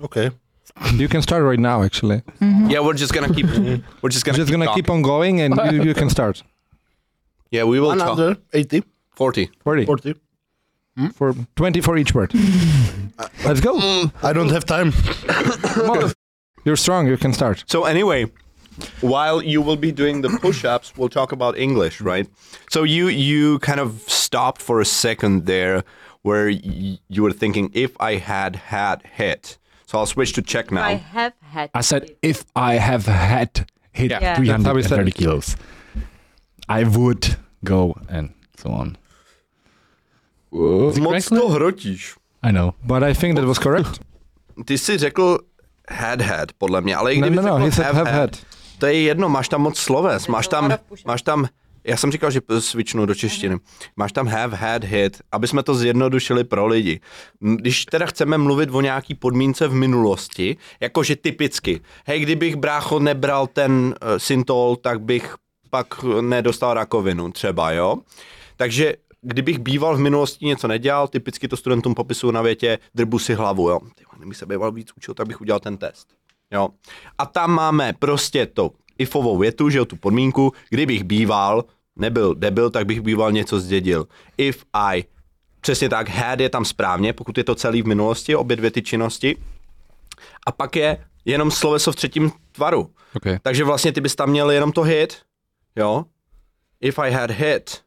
S6: OK.
S4: You can start right now, actually.
S2: Yeah, we're just gonna keep. we're just gonna.
S4: just
S2: keep
S4: gonna
S2: talking.
S4: keep on going, and you, you can start.
S2: Yeah, we will talk.
S6: 180,
S2: 40.
S4: 40
S6: 40.
S4: for 20 for each word. Let's go.
S6: I don't have time.
S4: You're strong. You can start.
S2: So anyway, while you will be doing the push-ups, we'll talk about English, right? So you you kind of stopped for a second there, where y- you were thinking, if I had had hit. So I'll switch to Czech now.
S5: I have had.
S7: I said if I have had hit
S2: Yeah.
S5: Yeah.
S4: That's how we
S7: 330
S4: said it.
S7: kilos, I would go and so on.
S2: Moc to hrotíš.
S7: I know.
S4: But I think that was correct.
S2: Ty jsi řekl had had, podle mě, ale i
S4: No,
S2: kdyby
S4: no, no.
S2: řekl
S4: He said
S2: have,
S4: have
S2: had,
S4: had.
S2: To je jedno, máš tam moc sloves, máš
S5: to lot
S2: tam,
S5: of push-ups.
S2: máš tam, já jsem říkal, že svičnu do češtiny. Máš tam have, had, hit, aby jsme to zjednodušili pro lidi. M, Když teda chceme mluvit o nějaký podmínce v minulosti, jakože typicky, hej, kdybych brácho nebral ten uh, syntol, tak bych pak eh, nedostal rakovinu třeba, jo? Takže kdybych býval v minulosti něco nedělal, typicky to studentům popisuju na větě, drbu si hlavu, jo. Ty, vole, kdybych se býval víc učil, tak bych udělal ten test. Jo. A tam máme prostě to ifovou větu, že jo, tu podmínku, kdybych býval, nebyl debil, tak bych býval něco zdědil. If I, přesně tak, had je tam správně, pokud je to celý v minulosti, obě dvě ty činnosti. A pak je jenom sloveso v třetím tvaru.
S7: Okay.
S2: Takže vlastně ty bys tam měl jenom to hit, jo? If I had hit,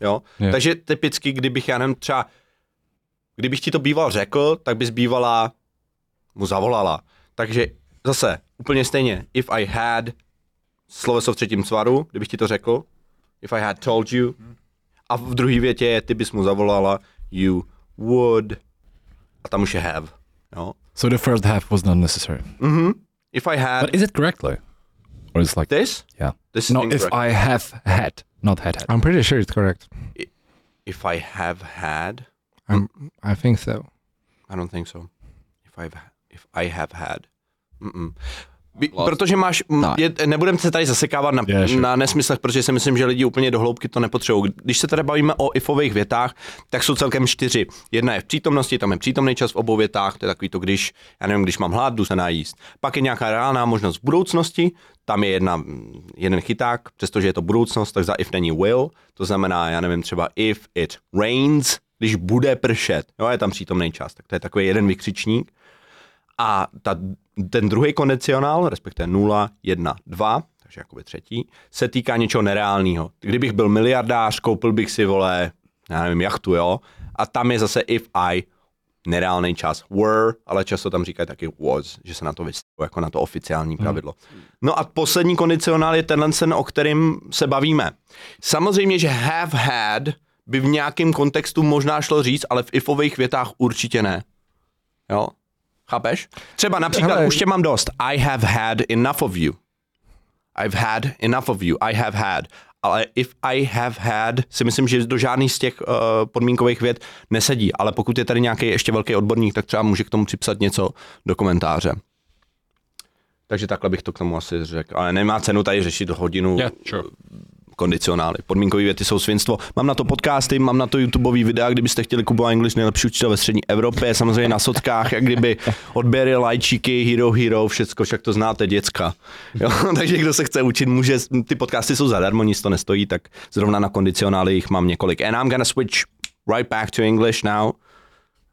S2: jo?
S7: Jo.
S2: Takže typicky, kdybych já nevím, třeba Kdybych ti to býval řekl, tak bys bývala mu zavolala. Takže zase, úplně stejně. If I had, sloveso v třetím cvaru, kdybych ti to řekl. If I had told you. A v druhé větě je, ty bys mu zavolala, you would. A tam už je have. Jo.
S8: So the first half was not necessary.
S2: Mhm. If I had
S8: But is it correctly? Or it's like
S2: this,
S8: Yeah.
S2: this is
S8: No,
S2: incorrect.
S8: if I have had, not had had.
S4: I'm pretty sure it's correct.
S2: if I have had,
S4: I'm, I think so.
S2: I don't think so. If I've if I have had. Mm-mm. By, protože máš, m,
S3: Tak.
S2: je, nebudeme se tady zasekávat na,
S8: Yeah, sure.
S2: na nesmyslech, protože si myslím, že lidi úplně do hloubky to nepotřebují. Když se tady bavíme o ifových větách, tak jsou celkem čtyři. Jedna je v přítomnosti, tam je přítomný čas v obou větách, to je takový to, když, já nevím, když mám hlad, jdu se najíst. Pak je nějaká reálná možnost v budoucnosti, tam je jedna, jeden chyták, přestože je to budoucnost, tak za if není will, to znamená, já nevím, třeba if it rains, když bude pršet, jo, je tam přítomný čas, tak to je takový jeden vykřičník. A ta, ten druhý kondicionál, respektive 0, 1, 2, takže jakoby třetí, se týká něčeho nereálního. Kdybych byl miliardář, koupil bych si, vole, já nevím, jachtu, jo? A tam je zase if I, nereálný čas, were, ale často tam říkají taky was, že se na to vystavuje, jako na to oficiální pravidlo. No a poslední kondicionál je tenhle sen, o kterým se bavíme. Samozřejmě, že have had by v nějakém kontextu možná šlo říct, ale v ifových větách určitě ne. Jo? Chápeš? Třeba například,
S4: Hele.
S2: už tě mám dost. I have had enough of you. I've had enough of you. I have had. Ale if I have had, si myslím, že do žádný z těch uh, podmínkových věd nesedí. Ale pokud je tady nějaký ještě velký odborník, tak třeba může k tomu připsat něco do komentáře. Takže takhle bych to k tomu asi řekl. Ale nemá cenu tady řešit hodinu yeah, sure. kondicionály. Podmínkové věty jsou svinstvo. Mám na to podcasty, mám na to YouTubeový videa, kdybyste chtěli kupovat English nejlepší učitel ve střední Evropě, samozřejmě na sockách, jak kdyby odběry, lajčíky, Hero Hero, všecko, však to znáte, děcka. Jo? <laughs> Takže kdo se chce učit, může, ty podcasty jsou zadarmo, nic to nestojí, tak zrovna na kondicionály jich mám několik. And I'm gonna switch right back to English now.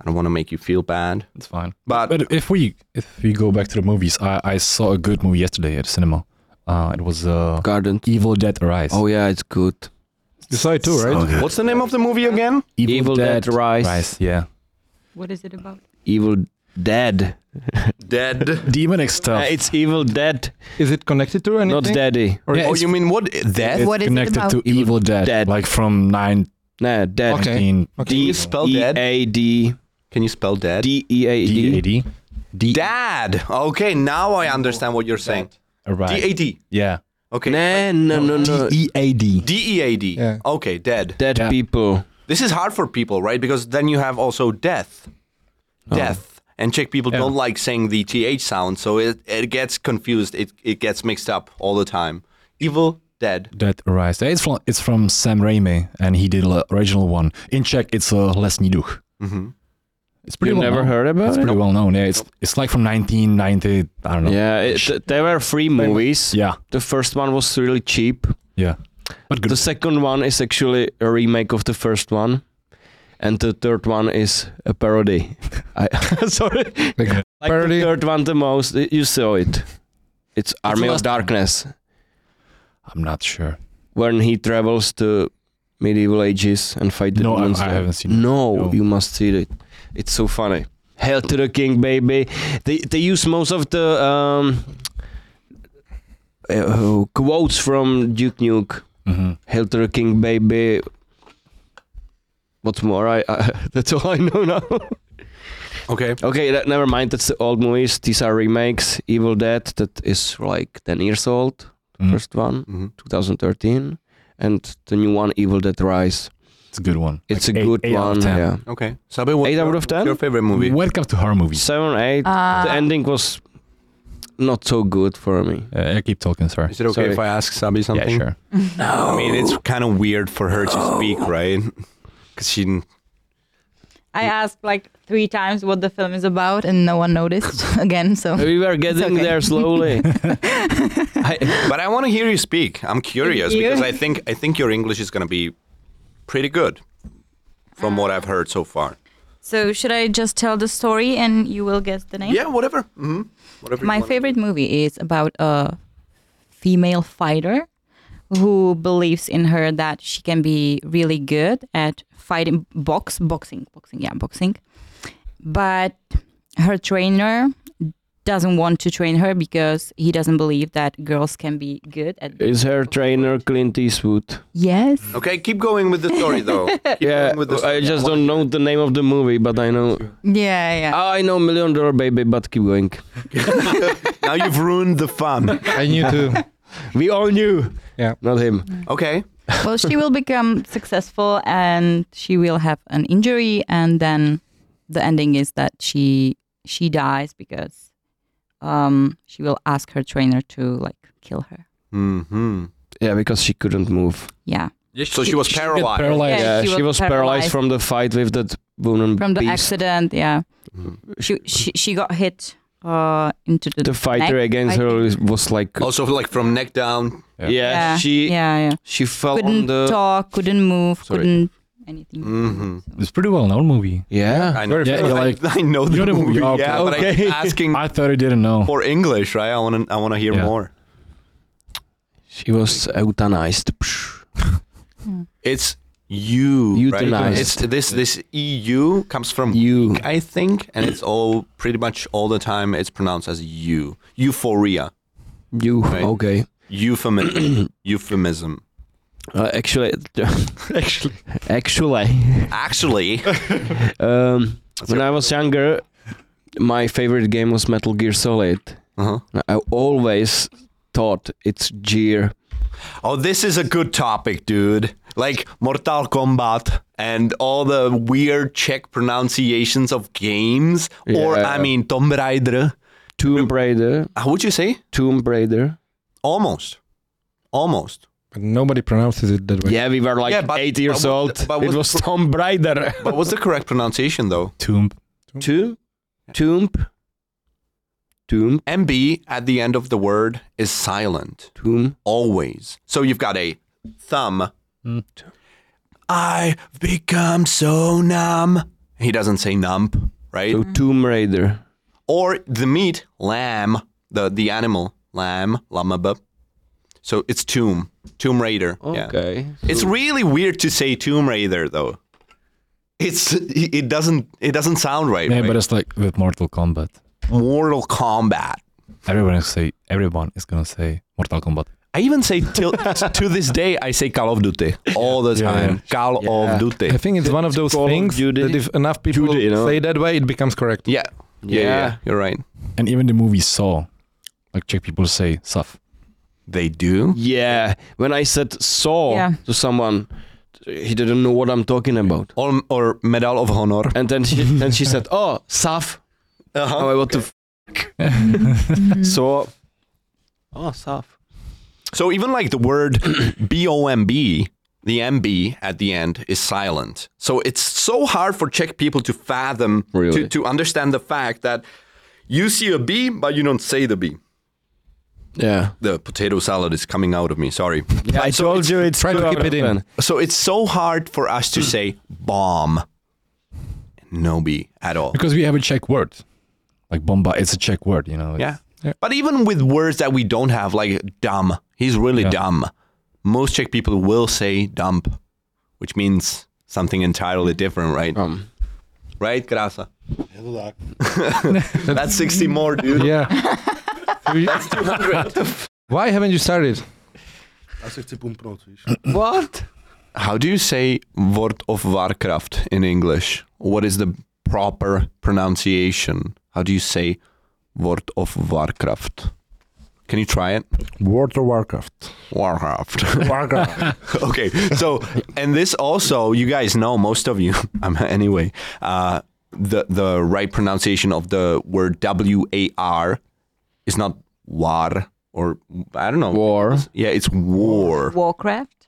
S2: I don't want to make you feel bad.
S8: It's fine.
S2: But-
S8: but if we if we go back to the movies, I, I saw a good movie yesterday at the cinema. Uh, it was uh,
S3: Garden.
S8: Evil Dead Rise.
S3: Oh yeah, it's good.
S4: You saw it too, right?
S2: What's the name of the movie again?
S3: Evil, Dead, Rise.
S8: Yeah.
S5: What is it about?
S3: Evil Dead.
S2: Dead.
S8: Demonic
S3: Uh,
S8: stuff.
S3: it's Evil Dead,
S4: Is it connected to anything?
S3: not Daddy.
S8: Or
S2: oh, you mean what? Dead?
S8: it's
S9: What is it
S8: connected
S9: about?
S8: to Evil Dead,
S3: Dead.
S8: like from nine
S3: Ne, Dead.
S4: Okay.
S8: nineteen
S4: Okay.
S2: Can you spell
S3: D E
S2: dead?
S3: A D
S2: Can you spell dead?
S3: D E A D.
S8: D D
S2: Dad. Okay, now I understand what you're saying. D
S8: Right.
S2: A D.
S8: Yeah.
S2: Okay.
S3: Ne, no, no, no.
S8: E A D.
S2: D E A D.
S4: Yeah.
S2: Okay, dead.
S3: Dead
S8: Yeah.
S3: people.
S2: This is hard for people, right? Because then you have also death. Death. And Czech people
S8: Oh. Yeah.
S2: don't like saying the th sound, so it, it gets confused. It it gets mixed up all the time. Evil dead.
S8: Dead Rise. It's from it's from Sam Raimi, and he did the original one. In Czech, it's uh, Lesní duch.
S2: Mhm.
S8: It's
S3: You
S8: pretty well
S3: never
S8: known.
S3: heard about
S8: It's
S3: it?
S8: pretty well known. Yeah, it's it's like from 1990. I don't know.
S3: Yeah, it, th- there were three movies.
S8: Yeah.
S3: The first one was really cheap.
S8: Yeah. But good.
S3: The second one is actually a remake of the first one. And the third one is a
S8: <laughs>
S3: parody. I, <laughs> sorry.
S4: Like,
S3: Like
S4: Parody.
S3: the third one the most. You saw it. It's Army of
S8: last one?
S3: Darkness.
S8: I'm not sure.
S3: When he travels to medieval ages and fight the
S8: No, I,
S3: demons.
S8: I
S3: there.
S8: haven't seen. it.
S3: No,
S8: No.
S3: you must see it. It's so funny. Hail to the king, baby. They they use most of the um, uh, quotes from Duke Nuke.
S7: Mm-hmm.
S8: Mhm.
S3: Hail to the king, baby. What's more, I, I <laughs> that's all I know now.
S2: Okay.
S3: okay, that, never mind. That's the old movies. These are remakes. Evil Dead that is like ten years old.
S8: Mm.
S3: First one,
S2: Mhm.
S3: 2013, and the new one, Evil Dead Rise.
S8: It's a good one.
S3: It's
S8: Like
S3: a
S8: eight-
S3: good
S8: eight out of
S3: one.
S8: 10.
S3: Yeah,
S2: Okay. Sabe, what-
S3: Eight out of
S2: what's
S3: ten?
S2: Your favorite movie?
S8: Welcome to horror movies.
S3: seven, eight. the
S5: Uh,
S3: ending was not so good for me.
S8: Uh, I keep talking, sorry.
S2: Is it okay
S3: Sorry.
S2: if I ask Sabi something?
S8: Yeah, sure.
S2: I mean, it's kind of weird for her to speak, right? <laughs>
S3: Oh.
S2: Because she
S5: I asked like three times what the film is about and no one noticed again, so.
S3: We were getting
S5: okay.
S3: there slowly. I,
S2: But I want to hear you speak. I'm curious
S5: You-
S2: because I think I think your English is going to be pretty good from what I've heard so far.
S5: So should I just tell the story and you will guess the name?
S2: Yeah, whatever. hmm Whatever. you
S5: My
S2: wanna-
S5: favorite movie is about a female fighter
S9: who believes in her that she can be really good at fighting box boxing boxing yeah boxing but her trainer doesn't want to train her because he doesn't believe that girls can be good at
S3: Is her trainer Clint Eastwood?
S9: yes
S2: Okay, keep going with the story
S5: <laughs>
S2: though. Keep
S3: Yeah,
S2: going with the
S3: I
S2: story.
S3: just don't know the name of the movie, but I know.
S9: yeah yeah
S3: Ah, I know Million Dollar Baby, but keep going.
S2: now you've ruined the fun.
S4: I knew too.
S3: <laughs> We all knew.
S4: Yeah.
S3: Not him.
S2: Okay.
S9: well she will become successful and she will have an injury and then the ending is that she she dies because um she will ask her trainer to like kill her
S2: Mm-hmm.
S3: Yeah, because she couldn't move.
S9: yeah
S2: So she was paralyzed.
S9: Yeah,
S3: Yeah, she,
S9: she
S3: was paralyzed
S9: was paralyzed.
S3: from the fight with that wooden
S9: from the
S3: beast. Mm-hmm.
S9: accident yeah she she, she got hit uh into the,
S3: The fighter
S9: neck,
S3: against
S9: I
S3: her was like. oh,
S2: Also, like from neck down.
S3: yeah.
S9: yeah
S3: she
S9: yeah yeah
S3: she fell Oh, on
S9: couldn't
S3: the.
S9: talk couldn't move
S3: Sorry.
S9: couldn't anything
S2: Mhm.
S9: So-
S7: It's pretty well known movie.
S3: Yeah.
S2: know.
S7: Yeah, you're like-
S2: <laughs> I know the
S7: You know the
S2: movie.
S7: movie, okay.
S2: Yeah, but I
S3: Okay.
S2: keep asking
S7: I thought I didn't know.
S2: for English, right? I want to. I want to hear
S7: Yeah.
S2: more.
S3: She was euthanized. Psh.
S2: It's you. right?
S3: Euthanized. E
S2: It's this. This EU comes from
S3: You.
S2: I think, and it's all pretty much all the time. It's pronounced as you. Euphoria.
S3: You.
S2: Right.
S3: Okay. <clears throat>
S2: Euphemism. Euphemism.
S3: Uh, actually, <laughs> actually, <laughs>
S2: Actually,
S3: um, when I was younger, my favorite game was Metal Gear Solid.
S2: uh-huh.
S3: I always thought it's Gear.
S2: oh, this is a good topic, dude. Like Mortal Kombat and all the weird Czech pronunciations of games, or
S3: Yeah.
S2: I mean Tomb Raider.
S3: Tomb Raider.
S2: How would you say?
S3: Tomb Raider.
S2: Almost. Almost.
S4: But nobody pronounces it that way.
S3: Yeah, we were like
S2: Yeah, but-
S3: eight
S2: but
S3: years
S2: what-
S3: old.
S2: but
S3: it
S2: what-
S3: was Tomb Raider.
S2: But what's the correct pronunciation though?
S7: Tomb.
S3: Tomb. Tomb. Tomb.
S2: MB at the end of the word is silent.
S3: Tomb.
S2: Always. So you've got a thumb.
S7: Mm.
S2: I've become so numb. He doesn't say numb, right?
S3: So Tomb Raider.
S2: Or the meat, lamb, the, the animal, lamb, lamaba. So it's tomb, tomb raider. Yeah.
S3: Okay.
S2: It's really weird to say tomb raider though. It's it doesn't it doesn't sound right.
S7: Yeah,
S2: right?
S7: but it's like with Mortal Kombat.
S2: Mortal Kombat.
S7: Everyone is say everyone is gonna say Mortal Kombat.
S2: I even say till to this day I say Call of Duty all the
S7: Yeah,
S2: time. Call
S3: Yeah.
S2: of Duty.
S4: I think it's one of those
S3: Call of
S4: things
S3: Duty.
S4: that if enough people
S3: Duty, you know?
S4: say that way, it becomes correct.
S2: Yeah. Yeah, yeah,
S3: Yeah.
S2: you're right.
S7: And even the movie Saw, like Czech people say Saf.
S2: They do.
S3: Yeah. When I said saw
S9: Yeah.
S3: to someone, he didn't know what I'm talking about.
S2: Or, or Medal of Honor.
S3: And then <laughs> she then she said, "Oh, Saf."
S2: Uh-huh.
S3: Oh, what the f- so? Oh, Saf.
S2: So even like the word <clears throat> B O M B, the M B at the end is silent. So it's so hard for Czech people to fathom
S3: Really?
S2: to, to understand the fact that you see a B but you don't say the B.
S3: Yeah.
S2: The potato salad is coming out of me, sorry.
S3: yeah I told you it's
S4: try to
S3: two out
S4: keep it
S3: of
S4: in.
S3: 10.
S2: So it's so hard for us
S7: Hmm.
S2: to say bomb. No B at all.
S7: Because we have a Czech word. Like bomba, it's a Czech word, you know. it's-
S2: Yeah. But even with words that we don't have, like dumb, he's really
S7: Yeah.
S2: dumb. Most Czech people will say dump, which means something entirely different, right?
S3: Um,
S2: Right,
S7: <laughs>
S2: Krasa? <laughs>
S6: Je to tak.
S2: That's 60 more, dude.
S4: Yeah.
S2: That's 200.
S4: Why haven't you started?
S6: Já se chci pumpnout, víš.
S2: what? How do you say Word of Warcraft in English? What is the proper pronunciation? How do you say Word of Warcraft? Can you try it?
S4: World of Warcraft.
S2: Warcraft.
S4: <laughs>
S2: <laughs>
S4: Warcraft.
S2: okay so and this also you guys know most of you <laughs> um, anyway uh, the the right pronunciation of the word w-a-r is not war or i don't know
S3: war.
S2: yeah it's war
S9: warcraft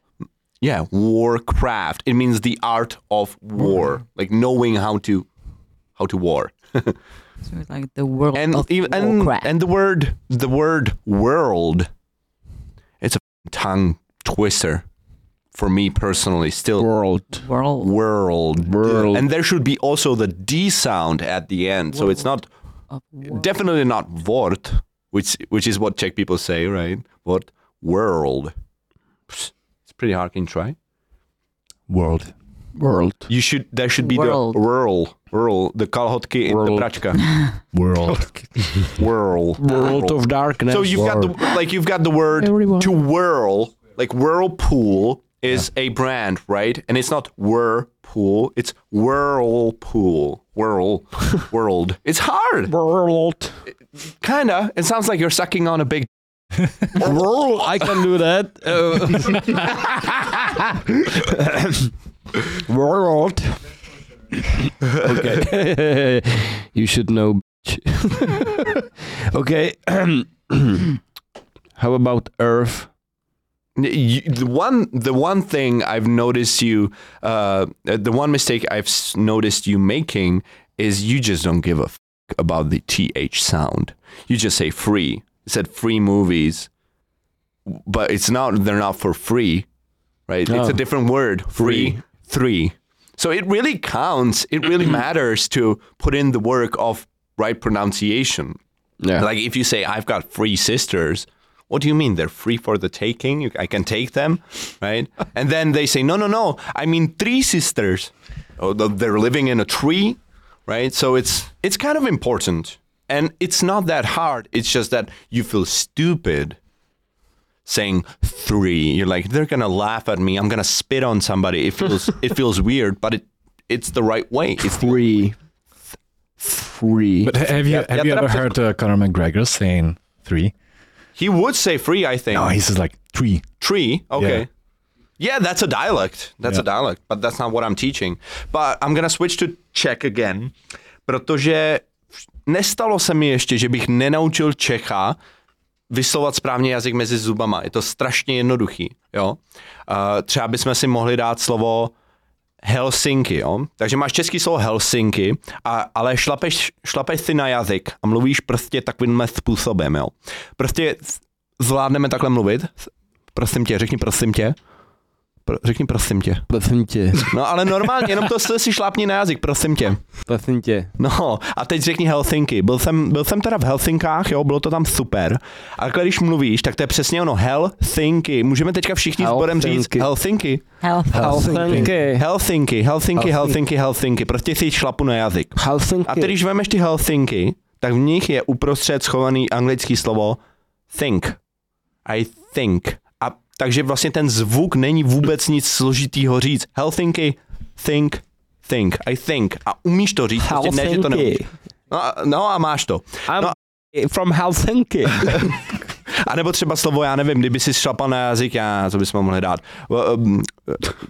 S2: yeah warcraft it means the art of
S9: Mm.
S2: war like knowing how to how to war
S9: so it's like the world
S2: and
S9: of
S2: even and,
S9: warcraft
S2: and the word the word world it's a tongue twister for me personally still
S3: World.
S9: world
S2: world.
S3: World.
S2: And there should be also the D sound at the end. So it's not
S9: of war.
S2: definitely not Wort, which which is what Czech people say, right? What world. It's pretty hard. Can you try?
S8: World.
S3: World.
S2: You should. There should be
S5: World.
S2: the whirl, whirl, the kalhotky and the
S3: World.
S2: pračka.
S8: World.
S2: Whirl.
S3: World of darkness.
S2: So you've got the like you've got the word to whirl. Like whirlpool is a brand, right? And it's not whirlpool. It's whirlpool. Whirl. <laughs> World. It's hard.
S3: world.
S2: Kinda. It sounds like you're sucking on a big.
S3: World. I can do that. Uh, world. okay. <laughs> you should know. bitch. okay. <clears throat> How about Earth?
S2: You, the one, the one thing I've noticed you, uh, the one mistake I've s- noticed you making is you just don't give a f- about the th sound. You just say free. It said free movies, but it's not. They're not for free, right? It's a
S3: Oh.
S2: different word. Free, three. So it really counts. It really matters to put in the work of right pronunciation.
S3: Yeah.
S2: Like if you say I've got three sisters, what do you mean they're free for the taking? You, I can take them, right?
S7: <laughs>
S2: and then they say no, no, no. I mean three sisters. Oh, th- they're living in a tree, right? So it's it's kind of important, and it's not that hard. It's just that you feel stupid saying three. You're like they're gonna laugh at me. I'm gonna spit on somebody. It feels
S7: <laughs>
S2: it feels weird, but it it's the right way. It's
S3: Free. Free.
S7: But ha- have you
S2: Yeah,
S7: have
S2: yeah,
S7: you ever
S2: that's-
S7: heard uh, Conor McGregor saying three?
S2: he would say free. I think.
S7: No, he says like three.
S2: Tree. Okay. Yeah, that's a dialect. That's a dialect, but that's not what I'm teaching. But I'm gonna switch to Czech again, protože nestalo se mi ještě, že bych nenaučil Čecha vyslovat správně jazyk mezi zubama. Je to strašně jednoduchý, jo. Uh, třeba bychom si mohli dát slovo Helsinki, jo. Takže máš český slovo Helsinki, a, ale šlapeš, šlapeš si na jazyk a mluvíš prostě takovýmhle způsobem, jo. Prostě z- zvládneme takhle mluvit? Prosím tě, řekni prosím tě. Pro, řekni prosím tě.
S3: Prosím tě.
S2: No ale normálně, jenom to si si šlápni na jazyk, prosím tě.
S3: Prosím tě.
S2: No a teď řekni Helsinki. Byl jsem, byl jsem teda v Helsinkách, jo, bylo to tam super. A takhle, když mluvíš, tak to je přesně ono, Helsinki. Můžeme teďka všichni s Borem říct
S3: Helsinki.
S2: Helsinki.
S3: Helsinki.
S2: Helsinki, Helsinki, Helsinki, Helsinki. Prostě si šlapu na jazyk.
S3: Helsinki.
S2: A ty, když vemeš ty Helsinky, tak v nich je uprostřed schovaný anglický slovo think. I think. A takže vlastně ten zvuk není vůbec nic složitýho říct. Helsinky, think, think, I think. A umíš to říct, prostě ne, že to neumíš.
S3: Helsinki.
S2: No, a- no a máš to.
S3: I'm
S2: No.
S3: from Helsinki.
S2: <laughs> A nebo třeba slovo, já nevím, kdyby si šlapal na jazyk, já, co bychom mohli dát. Vo- Um,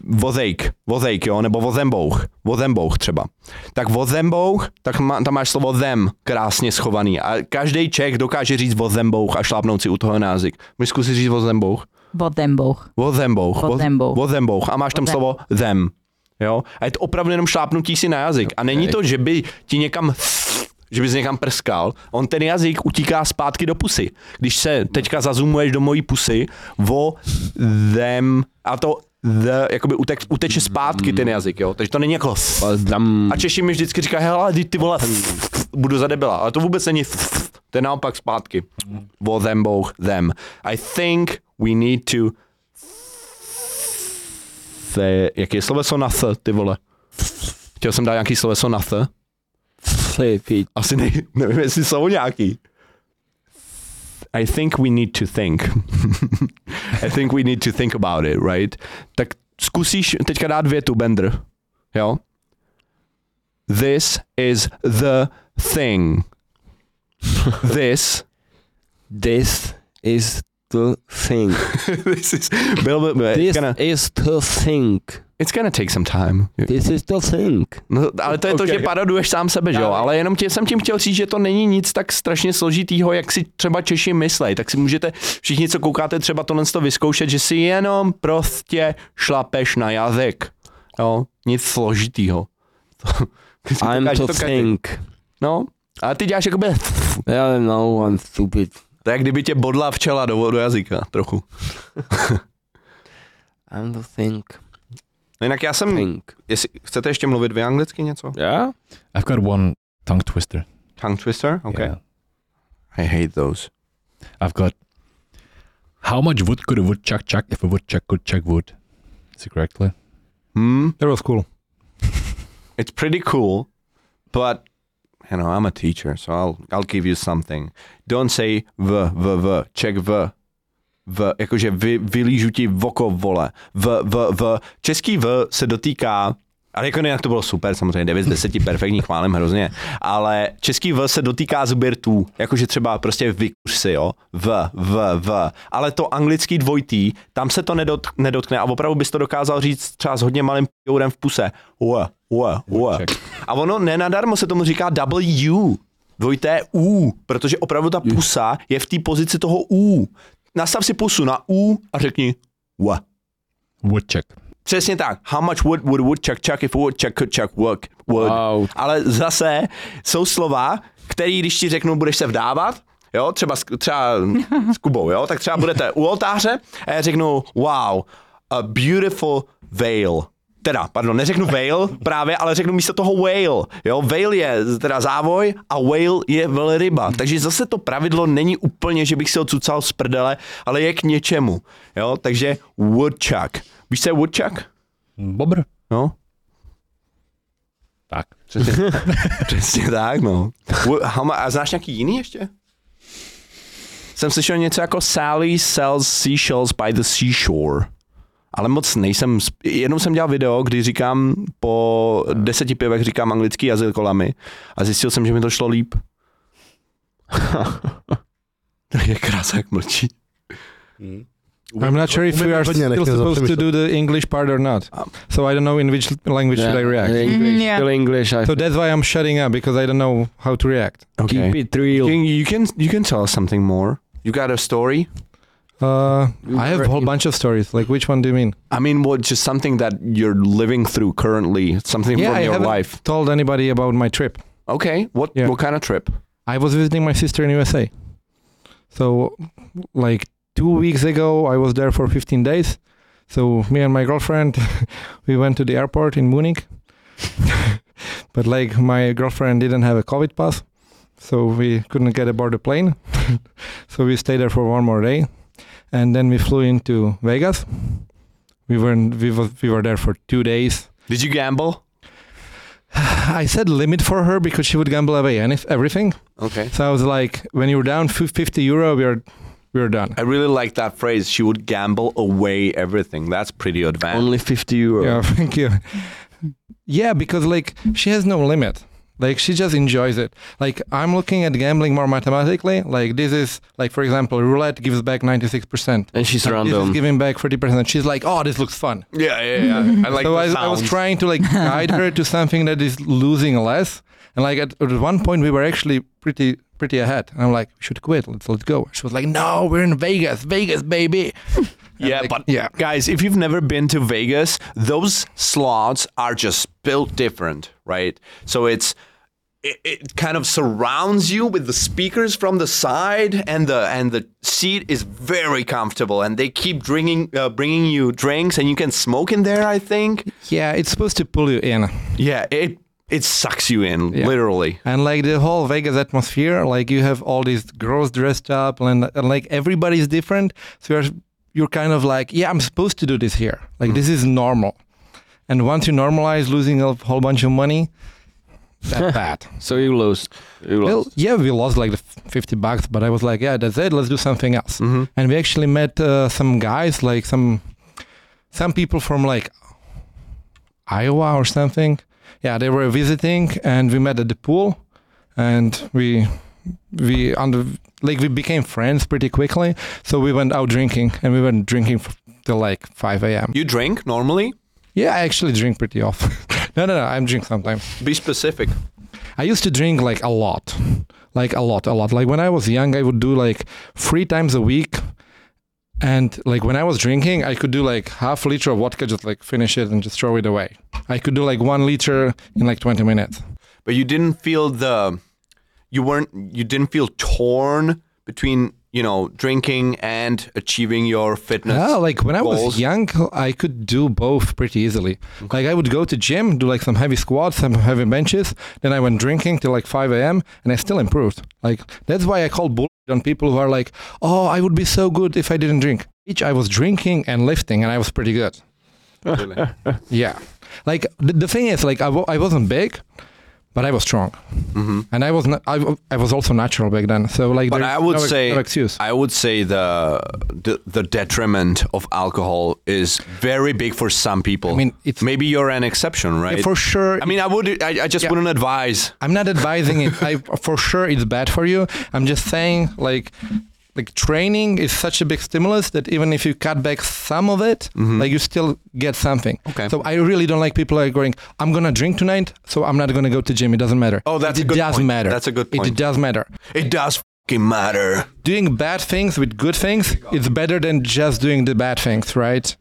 S2: vozejk, vozejk, jo, nebo vozembouch, vozembouch třeba. Tak vozembouch, tak má, tam máš slovo zem, krásně schovaný. A každý Čech dokáže říct vozembouch a šlápnout si u toho na jazyk. Můžeš zkusit říct vozembouch?
S5: Bodembouch.
S2: Vozembouch. voz-
S5: Vozembouch.
S2: Vozembouch. A máš tam
S5: Vozem-
S2: slovo zem. Jo? A je to opravdu jenom šlápnutí si na jazyk. A není to, že by ti někam že bys někam prskal, on ten jazyk utíká zpátky do pusy. Když se teďka zazumuješ do mojí pusy, vo, them, a to the, jakoby utek, uteče zpátky ten jazyk, jo? Takže to není jako
S3: Pozdam.
S2: a Češi mi vždycky říkají, hele, ty, ty vole, budu za debila. Ale to vůbec není, to je naopak zpátky. Bo them, both them. I think we need to se, jaký je sloveso na s, ty vole? Chtěl jsem dát nějaký sloveso na s.
S3: Sleepy.
S2: Asi ne, <laughs> nevím, jestli jsou nějaký. I think we need to think. <laughs> I think we need to think about it, right? Tak zkusíš teďka dát větu, Bender. Jo? This is the <laughs> thing. This.
S3: This is the thing.
S2: this is. Bill, Bill, Bill,
S3: This
S2: it's, gonna,
S3: is the thing.
S2: it's gonna take some time.
S3: This is the thing.
S2: No, ale to je to,
S3: Okay.
S2: že paroduješ sám sebe, že jo? Ale jenom tě, jsem tím chtěl říct, že to není nic tak strašně složitýho, jak si třeba Češi myslej. Tak si můžete všichni, co koukáte, třeba tohle to vyzkoušet, že si jenom prostě šlapeš na jazyk. Jo? Nic složitýho. <laughs> To- ty si
S3: I'm
S2: dokážeš
S3: the
S2: to každý.
S3: thing.
S2: No, a ty děláš jakoby...
S3: Yeah, no, I'm stupid.
S2: To je, jak kdyby tě bodla včela do, do jazyka trochu.
S3: I'm the thing.
S2: No jinak já jsem...
S3: Thing.
S2: Jestli, chcete ještě mluvit vy anglicky něco?
S3: Yeah?
S7: I've got one tongue twister.
S2: Tongue twister? Okay.
S7: Yeah.
S2: I hate those.
S7: I've got How much wood could a woodchuck chuck if a woodchuck could chuck wood? Is it correctly?
S2: Hmm?
S4: That was cool.
S2: It's pretty cool, but you know, I'm a teacher, so I'll I'll give you something. Don't say v, v, v, check v. V, jakože vy, vylížu ti v oko, vole. V, v, v. Český v se dotýká, ale jako jinak to bylo super, samozřejmě 9 z 10 perfektní, chválím hrozně, ale český v se dotýká zběrtů, jakože třeba prostě vykuř si, jo, v, v, v, ale to anglický dvojtý, tam se to nedot, nedotkne a opravdu bys to dokázal říct třeba s hodně malým jourem v puse, u, u, u. A ono nenadarmo se tomu říká W, dvojité U, protože opravdu ta pusa je v té pozici toho U. Nastav si pusu na U a řekni wa.
S7: Woodchuck.
S2: Přesně tak. How much wood would woodchuck chuck if woodchuck could chuck work, wood?
S3: Wow.
S2: Ale zase jsou slova, který když ti řeknu, budeš se vdávat, jo, třeba, s- třeba s Kubou, jo, tak třeba budete u oltáře a já řeknu, wow, a beautiful veil. Teda, pardon, neřeknu veil právě, ale řeknu místo toho whale. Jo, whale je teda závoj a whale je velryba. Takže zase to pravidlo není úplně, že bych si ho cucal z prdele, ale je k něčemu. Jo, takže woodchuck. Víš, co je woodchuck?
S7: Bobr.
S2: No,
S7: Tak.
S2: Přesně, přesně tak, no. Wo- Hama, a znáš nějaký jiný ještě? Jsem slyšel něco jako Sally sells seashells by the seashore. Ale moc nejsem, sp- jednou jsem dělal video, kdy říkám po deseti pivech říkám anglický jazyk kolami a zjistil jsem, že mi to šlo <laughs> líp. tak je krása, jak mlčí.
S6: Hmm.
S4: I'm not sure if
S6: Umím
S4: we are
S6: hodně,
S4: still
S6: nechci
S4: supposed to
S6: zapřemýšlet.
S4: do the English part or not. So I don't know in which language should I react.
S3: English,
S5: Mhm, yeah.
S3: still English.
S4: <laughs>
S3: I
S4: So that's why I'm shutting up because I don't know how to react.
S3: keep it real.
S2: Can, you, can, you can tell us something more. You got a story?
S4: Uh,
S3: You
S4: I have a whole
S3: re-
S4: bunch of stories. Like, which one do you mean?
S2: I mean, what, just something that you're living through currently, something
S4: Yeah,
S2: from
S4: I
S2: your
S4: haven't-
S2: life.
S4: Told anybody about my trip?
S2: Okay, what
S4: Yeah.
S2: what kind of trip?
S4: I was visiting my sister in USA. So, like two weeks ago, I was there for 15 days. So me and my girlfriend, <laughs> we went to the airport in Munich. <laughs> but like my girlfriend didn't have a COVID pass, so we couldn't get aboard the plane. <laughs> so we stayed there for one more day, and then we flew into Vegas. We were in, we was, we were there for two days. <sighs>
S2: Did you gamble?
S4: I said limit for her because she would gamble away and if everything.
S2: Okay.
S4: So I was like, when you're down fif- 50 euro, we're we're done.
S2: I really like that phrase. She would gamble away everything. That's pretty advanced.
S3: Only 50 euro.
S4: Yeah, <laughs> thank you. Yeah, because like she has no limit. Like she just enjoys it. Like I'm looking at gambling more mathematically. Like this is like for example, roulette gives back 96%.
S3: And she's
S4: This is
S3: random.
S4: giving back 30%. She's like, oh, this looks fun.
S2: yeah, yeah,
S4: <laughs>
S2: yeah. I like
S4: so
S2: the
S4: I, I was
S2: sounds.
S4: trying to like guide her to something that is losing less. And like at, at one point we were actually pretty pretty ahead. And I'm like, we should quit. Let's let's go. She was like, no, we're in Vegas, Vegas, baby.
S2: Yeah,
S4: like,
S2: but
S4: yeah.
S2: guys, if you've never been to Vegas, those slots are just built different, right? So it's it, it kind of surrounds you with the speakers from the side, and the and the seat is very comfortable, and they keep bringing uh, bringing you drinks, and you can smoke in there. I think.
S4: Yeah, it's supposed to pull you in.
S2: Yeah, it it sucks you in
S4: Yeah.
S2: literally.
S4: And like the whole Vegas atmosphere, like you have all these girls dressed up and, and like everybody's different. So you're you're kind of like, yeah, I'm supposed to do this here. Like this is normal. And once you normalize losing a whole bunch of money, that bad.
S3: So you lost. You
S4: well,
S3: lost.
S4: yeah, we lost like the f- 50 bucks, but I was like, yeah, that's it. Let's do something else.
S2: Mm-hmm.
S4: And we actually met uh, some guys, like some some people from like Iowa or something. Yeah, they were visiting, and we met at the pool, and we we under like we became friends pretty quickly. So we went out drinking, and we went drinking f- till like 5 a.m.
S2: You drink normally?
S4: Yeah, I actually drink pretty often. <laughs> no, no, no, I'm drink sometimes.
S2: Be specific.
S4: I used to drink like a lot, like a lot, a lot. Like when I was young, I would do like three times a week. And like when I was drinking, I could do like half a liter of vodka, just like finish it and just throw it away. I could do like one liter in like 20 minutes.
S2: but you didn't feel the you weren't you didn't feel torn between you know drinking and achieving your fitness
S4: Yeah,
S2: <laughs>
S4: like when I
S2: goals.
S4: was young, I could do both pretty easily.
S2: Mm-hmm.
S4: Like I would go to gym, do like some heavy squats, some heavy benches. Then I went drinking till like 5 a.m. and I still improved. Like that's why I call bull on people who are like, oh, I would be so good if I didn't drink. Each I was drinking and lifting, and I was pretty good.
S2: Mm-hmm.
S4: Yeah. Like the, the thing is, like I w- I wasn't big, but I was strong,
S2: hmm
S4: and I was not, I, w- I was also natural back then. So like,
S2: But I
S4: there's
S2: would
S4: no, ex-
S2: say-
S4: no excuse.
S2: I would say the, the the detriment of alcohol is very big for some people.
S4: I mean, it's
S2: Maybe you're an exception, right?
S4: for sure.
S2: I mean, I would. I, I just
S4: Yeah.
S2: wouldn't advise.
S4: I'm not advising it. I for sure it's bad for you. I'm just saying like like training is such a big stimulus that even if you cut back some of it,
S2: Mhm.
S4: like you still get something.
S2: Okay.
S4: So I really don't like people are going, I'm gonna drink tonight, so I'm not gonna go to gym. It doesn't matter.
S2: oh, that's
S4: it
S2: a good
S4: does
S2: point.
S4: matter.
S2: That's a good
S4: It
S2: point.
S4: does matter.
S2: It, does fucking matter.
S4: Doing bad things with good things is better than just doing the bad things, right?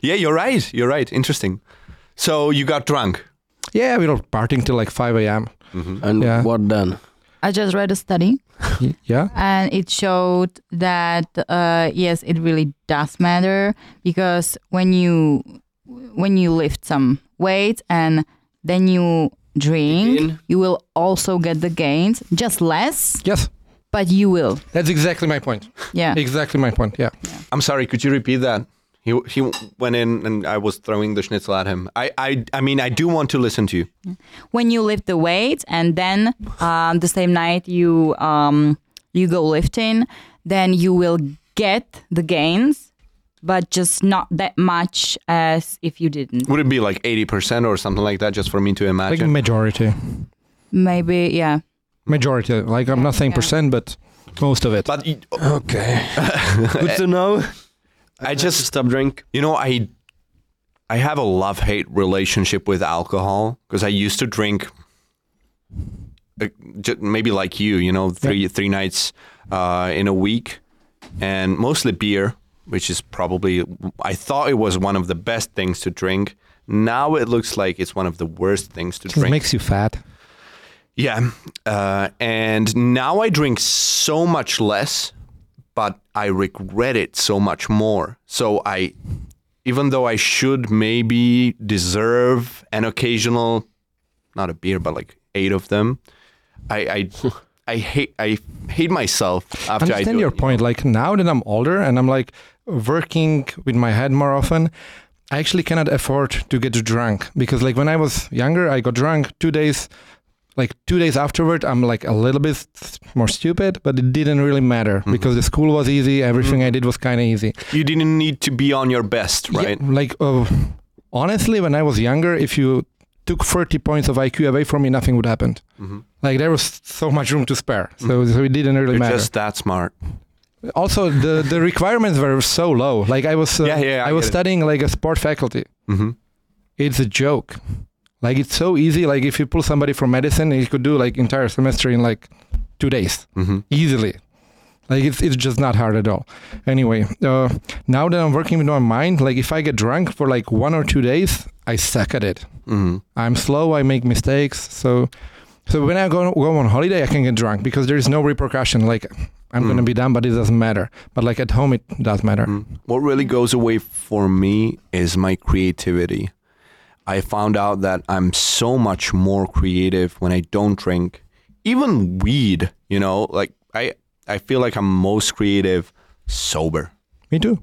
S2: Yeah, you're right. You're right. Interesting. So you got drunk.
S4: Yeah, we were partying till like
S2: <laughs>
S4: 5 a.m.
S3: And
S4: Yeah.
S3: what then?
S9: I just read a study
S4: Yeah.
S9: and it showed that uh, yes, it really does matter because when you when you lift some weight and then you drink,
S3: Gain?
S9: you will also get the gains, just less,
S4: Yes.
S9: but you will.
S4: That's exactly my point.
S9: Yeah.
S4: Exactly my point. Yeah.
S2: I'm sorry. Could you repeat that? He he went in and I was throwing the schnitzel at him. I I I mean, I do want to listen to you.
S9: when you lift the weight and then um, the same night you um, you go lifting, then you will get the gains, but just not that much as if you didn't.
S2: Would it be like 80% or something like that, just for me to
S4: Like
S2: imagine?
S4: majority.
S9: Maybe yeah.
S4: Majority. Like I'm not saying
S9: Yeah.
S4: percent, but most of it.
S2: but you-
S3: Okay. <laughs> Good to know.
S2: <laughs> I just
S3: stop drink.
S2: You know, I I have a love hate relationship with alcohol because I used to drink uh, ju- maybe like you, you know, three three nights uh, in a week, and mostly beer, which is probably I thought it was one of the best things to drink. Now it looks like it's one of the worst things to
S4: Just
S2: drink.
S4: makes you fat.
S2: Yeah. Uh, and now I drink so much less, but I regret it so much more. So I, even though I should maybe deserve an occasional, not a beer, but like eight of them, I, I,
S4: <laughs>
S2: I hate, I hate myself after I
S4: Understand
S2: do
S4: your
S2: it.
S4: point. Like now that I'm older and I'm like working with my head more often, I actually cannot afford to get drunk because like when I was younger, I got drunk two days. Like two days afterward, I'm like a little bit more stupid, but it didn't really matter
S2: Mhm.
S4: because the school was easy. Everything
S2: Mm-hmm.
S4: I did was kind of easy.
S2: You didn't need to be on your best,
S4: Yeah,
S2: right?
S4: like uh, honestly, when I was younger, if you took 30 points of IQ away from me, nothing would happen.
S2: hmm
S4: Like there was so much room to spare, so, so it didn't really
S2: You're
S4: matter.
S2: Mm. just that smart.
S4: Also, the the requirements were so low. Like I was, uh,
S2: Yeah, yeah, I
S4: I, was
S2: get it.
S4: studying like a sport faculty.
S2: hmm
S4: It's a joke. Like it's so easy. Like if you pull somebody from medicine, he could do like entire semester in like two days
S2: hmm
S4: easily. Like it's it's just not hard at all. Anyway, uh, now that I'm working with my mind, like if I get drunk for like one or two days, I suck at it.
S2: hmm
S4: I'm slow. I make mistakes. So, so when I go go on holiday, I can get drunk because there is no repercussion. Like I'm
S2: Mm.
S4: gonna be dumb, but it doesn't matter. But like at home, it does matter.
S2: Mm. What really goes away for me is my creativity. I found out that I'm so much more creative when I don't drink, even weed, you know, like I I feel like I'm most creative sober.
S4: Me too.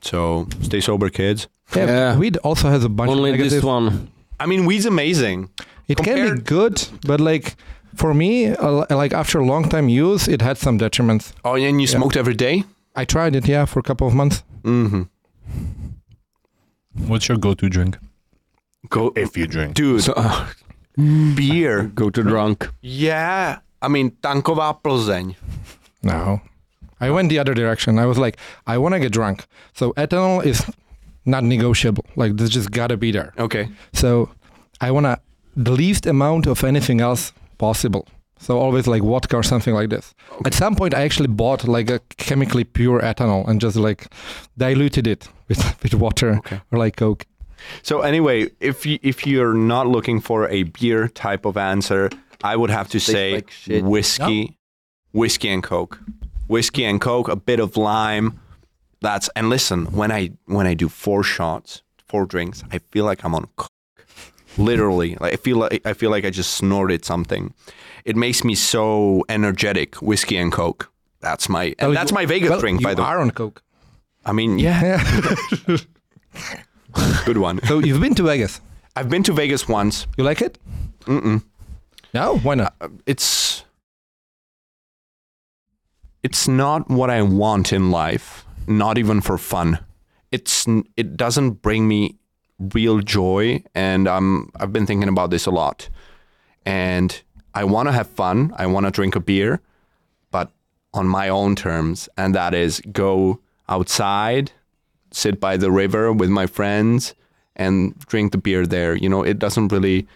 S2: So stay sober kids.
S4: Yeah,
S3: Yeah.
S4: weed also has a bunch
S3: Only
S4: of
S3: this
S4: negative.
S3: one.
S2: I mean, weed's amazing.
S4: It can be
S2: Compared-
S4: good, but like for me, uh, like after a long time use, it had some detriments.
S2: Oh, and you
S4: Yeah.
S2: smoked every day?
S4: I tried it, yeah, for a couple of months.
S2: Mm-hmm.
S7: What's your go-to drink?
S2: Go
S7: If you drink.
S2: dude,
S3: So, uh,
S2: beer.
S3: go to drunk.
S2: Yeah. I mean, Tanková Plzeň.
S4: No, I went the other direction. I was like, I want to get drunk, so ethanol is not negotiable. Like this just gotta be there.
S2: Okay.
S4: So I want to the least amount of anything else possible. So always like vodka or something like this. At some point, I actually bought like a chemically pure ethanol and just like diluted it with with <laughs> water
S2: Okay.
S4: or like coke.
S2: So anyway, if you if you're not looking for a beer type of answer, I would have to
S3: Tastes
S2: say
S3: like shit.
S2: whiskey, whiskey and coke, whiskey and coke, a bit of lime. That's and listen, when I when I do four shots, four drinks, I feel like I'm on coke. Literally, like I feel like I feel like I just snorted something. It makes me so energetic. Whiskey and coke. That's my
S4: Well,
S2: and that's
S4: you-
S2: my Vegas
S4: well,
S2: drink,
S4: you
S2: by the way. Mm.
S4: are on coke.
S2: I mean, yeah, <laughs> good one.
S4: so you've been to Vegas.
S2: I've been to Vegas once.
S4: You like it?
S2: Mm-mm.
S4: No, why not?
S2: It's it's not what I want in life. Not even for fun. It's n- it doesn't bring me real joy, and I'm I've been thinking about this a lot. And I want to have fun. I want to drink a beer, but on my own terms, and that is go outside, sit by the river with my friends, and drink the beer there. You know, it doesn't really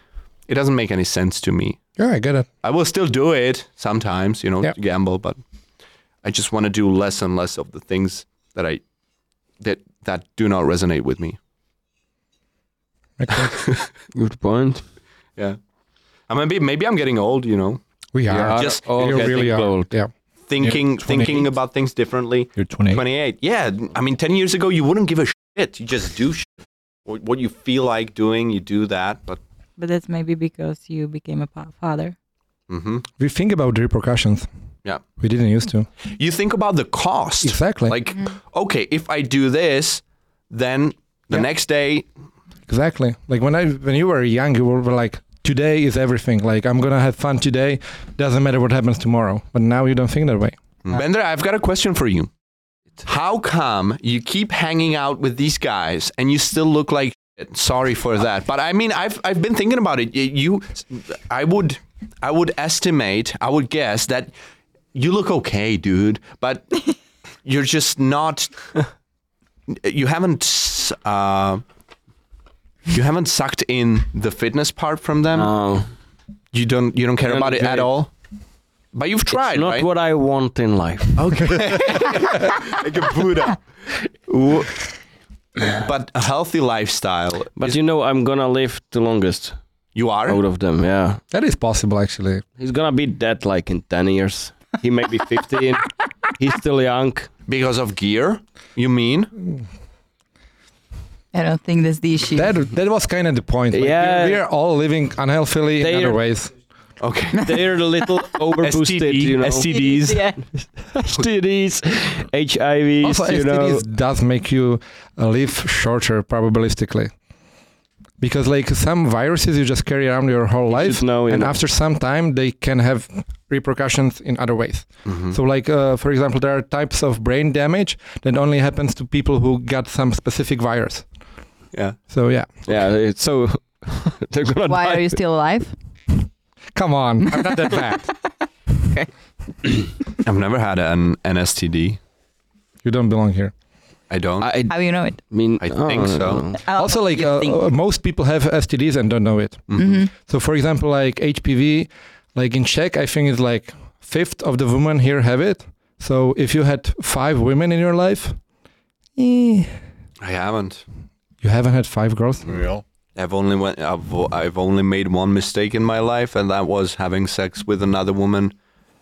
S2: it doesn't make any sense to me.
S4: Yeah, I get it.
S2: I will still do it sometimes, you know,
S4: Yeah.
S2: to gamble, but I just want to do less and less of the things that I that that do not resonate with me.
S4: Okay.
S3: Good point.
S2: Yeah. I mean, maybe, maybe I'm getting old, you know,
S4: We are.
S2: just
S3: all
S4: You
S2: okay,
S3: getting
S4: really are.
S3: old.
S4: Yeah.
S2: thinking thinking
S7: 28.
S2: about things differently.
S7: You're 28.
S2: 28. Yeah, I mean 10 years ago you wouldn't give a shit. You just do shit. What what you feel like doing, you do that, but
S9: But that's maybe because you became a pa- father.
S2: mhm.
S4: We think about the repercussions.
S2: Yeah.
S4: We didn't used to.
S2: You think about the cost.
S4: Exactly.
S2: Like, okay, if I do this, then the
S4: Yeah.
S2: next day
S4: Exactly. Like when I when you were young, you were like, today is everything. Like I'm gonna have fun today. Doesn't matter what happens tomorrow. But now you don't think that way.
S3: Mm-hmm.
S2: Bender, I've got a question for you. How come you keep hanging out with these guys and you still look like shit? sorry for that? But I mean, I've I've been thinking about it. Y- You, I would I would estimate, I would guess that you look okay, dude,
S3: <laughs>
S2: but you're just not. You haven't. s- Uh, you haven't sucked in the fitness part from them.
S3: No,
S2: you don't. You don't care
S3: I
S2: about it
S3: enjoy
S2: at
S3: it.
S2: all. But you've tried,
S3: it's not
S2: right?
S3: what I want in life.
S2: like a <laughs> Buddha. W- but a healthy lifestyle.
S3: But
S2: is-
S3: you know, I'm gonna live the longest
S2: you are.
S3: out of them. Yeah,
S4: That is possible actually.
S3: he's gonna be dead like in ten years. He may be 15. he's still young.
S2: Because of gear, you mean?
S5: I don't think that's the issue.
S4: That that was kind of the point. Like,
S3: Yeah.
S4: We, we are all living unhealthily in
S3: They
S4: other
S3: are-
S4: ways.
S2: Okay.
S3: They're a little overboosted, you know. <laughs>
S2: STDs.
S5: yeah.
S3: STDs, HIVs,
S4: Also,
S3: you know.
S4: STDs does make you uh, live shorter probabilistically. Because like some viruses you just carry around your whole
S3: You
S4: life,
S3: should know, you
S4: and
S3: know.
S4: after some time they can have repercussions in other ways.
S2: Mhm.
S4: So, like uh, for example, there are types of brain damage that only happens to people who got some specific virus.
S2: Yeah.
S4: So yeah,
S3: Yeah, it's so <laughs> they're gonna
S5: Why
S3: die.
S5: are you still alive?
S4: come
S1: <laughs>
S4: on, I'm not that bad.
S2: I've never had an, an STD.
S4: You don't belong here.
S2: I don't.
S3: I
S5: How you know it?
S3: mean,
S2: I think
S3: oh,
S2: so.
S3: no.
S5: Oh,
S4: also, like
S5: you
S4: uh,
S5: think.
S4: uh, most people have STDs and don't know it.
S2: Mm-hmm.
S5: Mhm.
S4: So for example, like HPV, like in Czech, I think it's like fifth of the women here have it. So if you had five women in your life, eh,
S3: Mm-hmm.
S2: I haven't.
S4: you haven't had five girls.
S2: Hmm.
S8: Real.
S2: I've only went, I've, I've only made one mistake in my life, and that was having sex with another woman,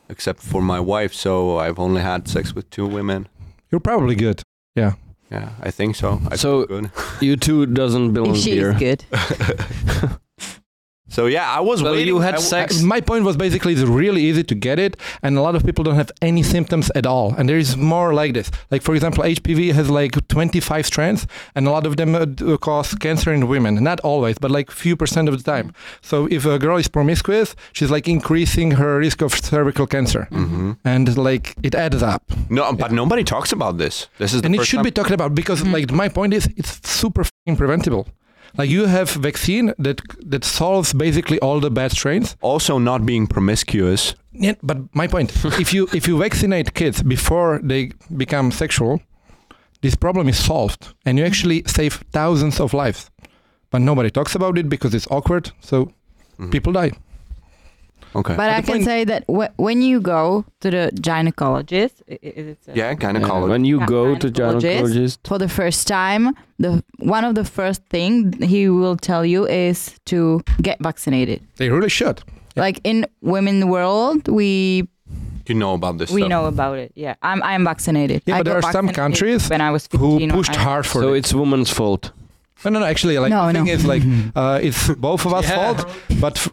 S2: except for my wife. So I've only had sex with two women.
S4: You're probably good.
S2: Yeah, I think so. I
S3: So-
S2: feel good.
S3: You two
S5: <laughs>
S3: doesn't belong
S5: If she
S3: here.
S5: is
S3: <laughs>
S4: <laughs>
S5: good.
S2: <laughs> so yeah, I was.
S3: So
S2: waiting.
S3: you had
S2: I w-
S3: sex
S4: My point was basically it's really easy to get it, and a lot of people don't have any symptoms at all. And there is more like this. Like for example, HPV has like 25 strands, and a lot of them uh, d- cause cancer in women. Not always, but like few percent of the time. So if a girl is promiscuous, she's like increasing her risk of cervical cancer,
S2: Mhm.
S4: and like it adds up.
S2: No, but nobody talks about this. This is the
S4: and it
S2: first
S4: should
S2: time.
S4: be talked about because like my point is it's super fing preventable like you have vaccine that that solves basically all the bad strains
S2: also not being promiscuous.
S4: yeah, but my
S3: <laughs>
S4: point if you if you vaccinate kids before they become sexual this problem is solved and you actually save thousands of lives but nobody talks about it because it's awkward so
S3: Mm-hmm.
S4: people die
S2: Okay.
S5: But I
S4: the
S5: can
S4: point-
S5: say that wh- when you go to the gynecologist, i- i- is it uh,
S2: yeah,
S3: Yeah,
S2: gynecology.
S3: when you
S5: Gy-
S3: go to
S5: gynecologist.
S3: gynecologist,
S5: for the first time, the one of the first thing he will tell you is to get vaccinated.
S4: they really should
S5: Like in women world, we
S2: you know about this
S5: we
S2: stuff.
S5: know about it. Yeah, I'm I'm vaccinated.
S4: Yeah,
S5: I
S4: but there
S5: got
S4: are some
S5: vaccinated
S4: countries
S5: when I was
S4: who
S5: 15 or
S4: pushed
S5: I-
S4: hard for
S3: so
S4: it
S3: it's woman's fault.
S4: no no no actually like
S5: No,
S4: the thing
S5: no.
S4: is
S5: <laughs>
S4: like uh, it's both of us fault but f-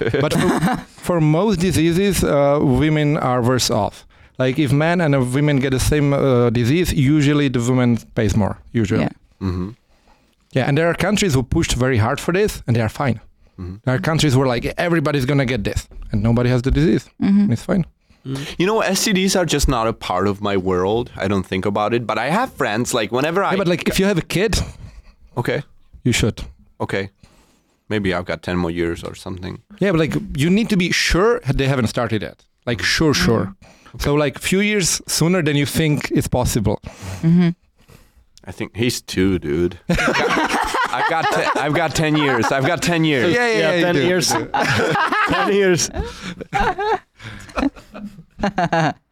S5: <laughs>
S4: but for, for most diseases, uh, women are worse off. Like if men and uh, women get the same uh, disease, usually the woman pays more. Usually,
S5: Yeah.
S4: yeah.
S2: Mhm.
S4: And there are countries who pushed very hard for this, and they are fine.
S2: Mhm.
S4: There are countries where like everybody's gonna get this, and nobody has the disease.
S5: Mm-hmm.
S4: And it's fine.
S2: You know, STDs are just not a part of my world. I don't think about it, but I have friends. Like whenever I
S4: Yeah, but like if you have a kid,
S2: okay,
S4: you should.
S2: okay, maybe I've got ten more years or something.
S4: Yeah, but like you need to be sure they haven't started yet. Like sure, sure. So like few years sooner than you think it's possible.
S5: Mm-hmm.
S2: I think he's two, dude.
S4: <laughs>
S2: I've got te- I've got ten years. I've got ten years.
S4: yeah, yeah, you
S8: ten
S4: do.
S8: years. ten years.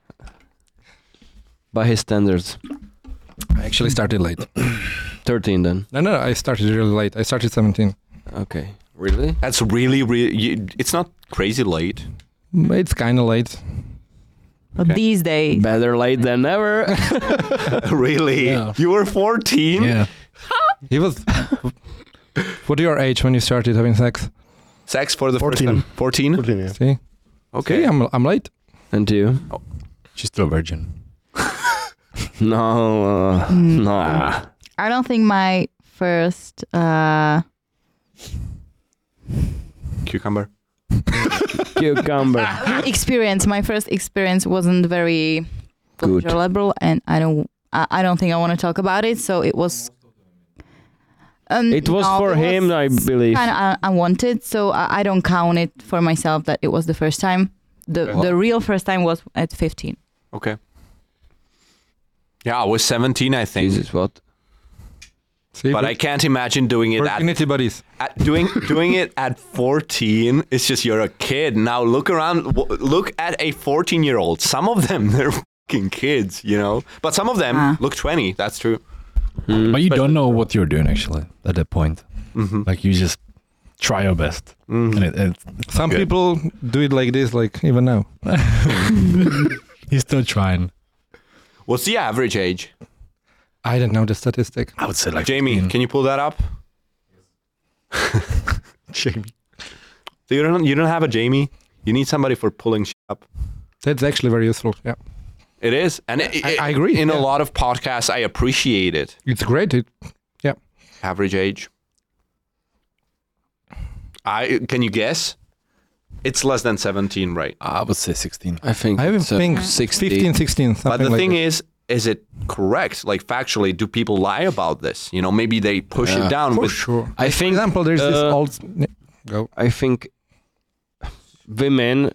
S3: <laughs> By his standards.
S4: I actually started late.
S3: 13 then.
S4: No, no, I started really late. I started 17.
S3: Okay. Really?
S2: That's really, really. You, it's not crazy late.
S4: <laughs> It's kind of late.
S5: But
S2: Okay.
S5: these days,
S3: Better late than never. <laughs>
S2: really,
S7: Yeah.
S2: you were fourteen.
S7: Yeah.
S4: He <laughs> was. what your age when you started having sex?
S2: Sex for the
S6: 14.
S2: first time. Fourteen.
S6: Podle mě.
S4: See?
S2: Okay.
S4: See, I'm, I'm late.
S3: and you?
S7: She's still a virgin.
S3: No. Uh,
S9: Mm.
S3: nah.
S9: I don't think my first uh
S7: Mm.
S2: Cucumber.
S3: Cucumber.
S9: experience, my first experience wasn't very
S3: Good.
S9: pleasurable, and I don't, I, I don't think I want to talk about it. So it was. Um,
S3: It was
S9: no,
S3: for
S9: it
S3: him,
S9: was
S3: I believe.
S9: Kind of unwanted, so I, I don't count it for myself that it was the first time. The
S2: Okay.
S9: the real first time was at 15.
S2: Okay. Yeah, I was seventeen, I think.
S3: <laughs> Jesus, what?
S4: See,
S2: But I can't imagine doing it at
S4: virginity buddies.
S2: at doing doing it at 14 it's just you're a kid now look around w- look at a 14 year old some of them <laughs> they're fucking kids you know but some of them
S5: Ah.
S2: look 20 that's true
S3: Hmm.
S7: But you don't know what you're doing actually at that point.
S2: mm-hmm.
S7: Like you just try your best. And it, it,
S4: Some
S2: Good.
S4: people do it like this, like even now.
S7: he's still trying.
S2: what's the average age
S4: I don't know the statistic.
S7: I would say like
S2: jamie
S7: 15.
S2: can you pull that
S7: <laughs>
S2: up jamie you don't you don't have a jamie you need somebody for pulling shit up
S4: That's actually very useful. Yeah.
S2: it is and it,
S4: I-
S2: it-
S4: I agree,
S2: in
S4: yeah.
S2: a lot of podcasts i appreciate it
S4: It's great. It,
S2: average age i can you guess it's less than 17 right
S8: I would say 16.
S3: I think.
S4: I haven't
S3: it's, uh,
S4: think
S3: 60.
S4: 15, 16, something
S2: but the
S4: like
S2: thing
S4: that.
S2: is is it correct like factually do people lie about this you know maybe they push
S3: Yeah.
S2: it down
S4: For
S2: with
S4: sure.
S3: I
S4: For
S3: think.
S4: example, there's this
S3: uh,
S4: old. Go.
S3: I think women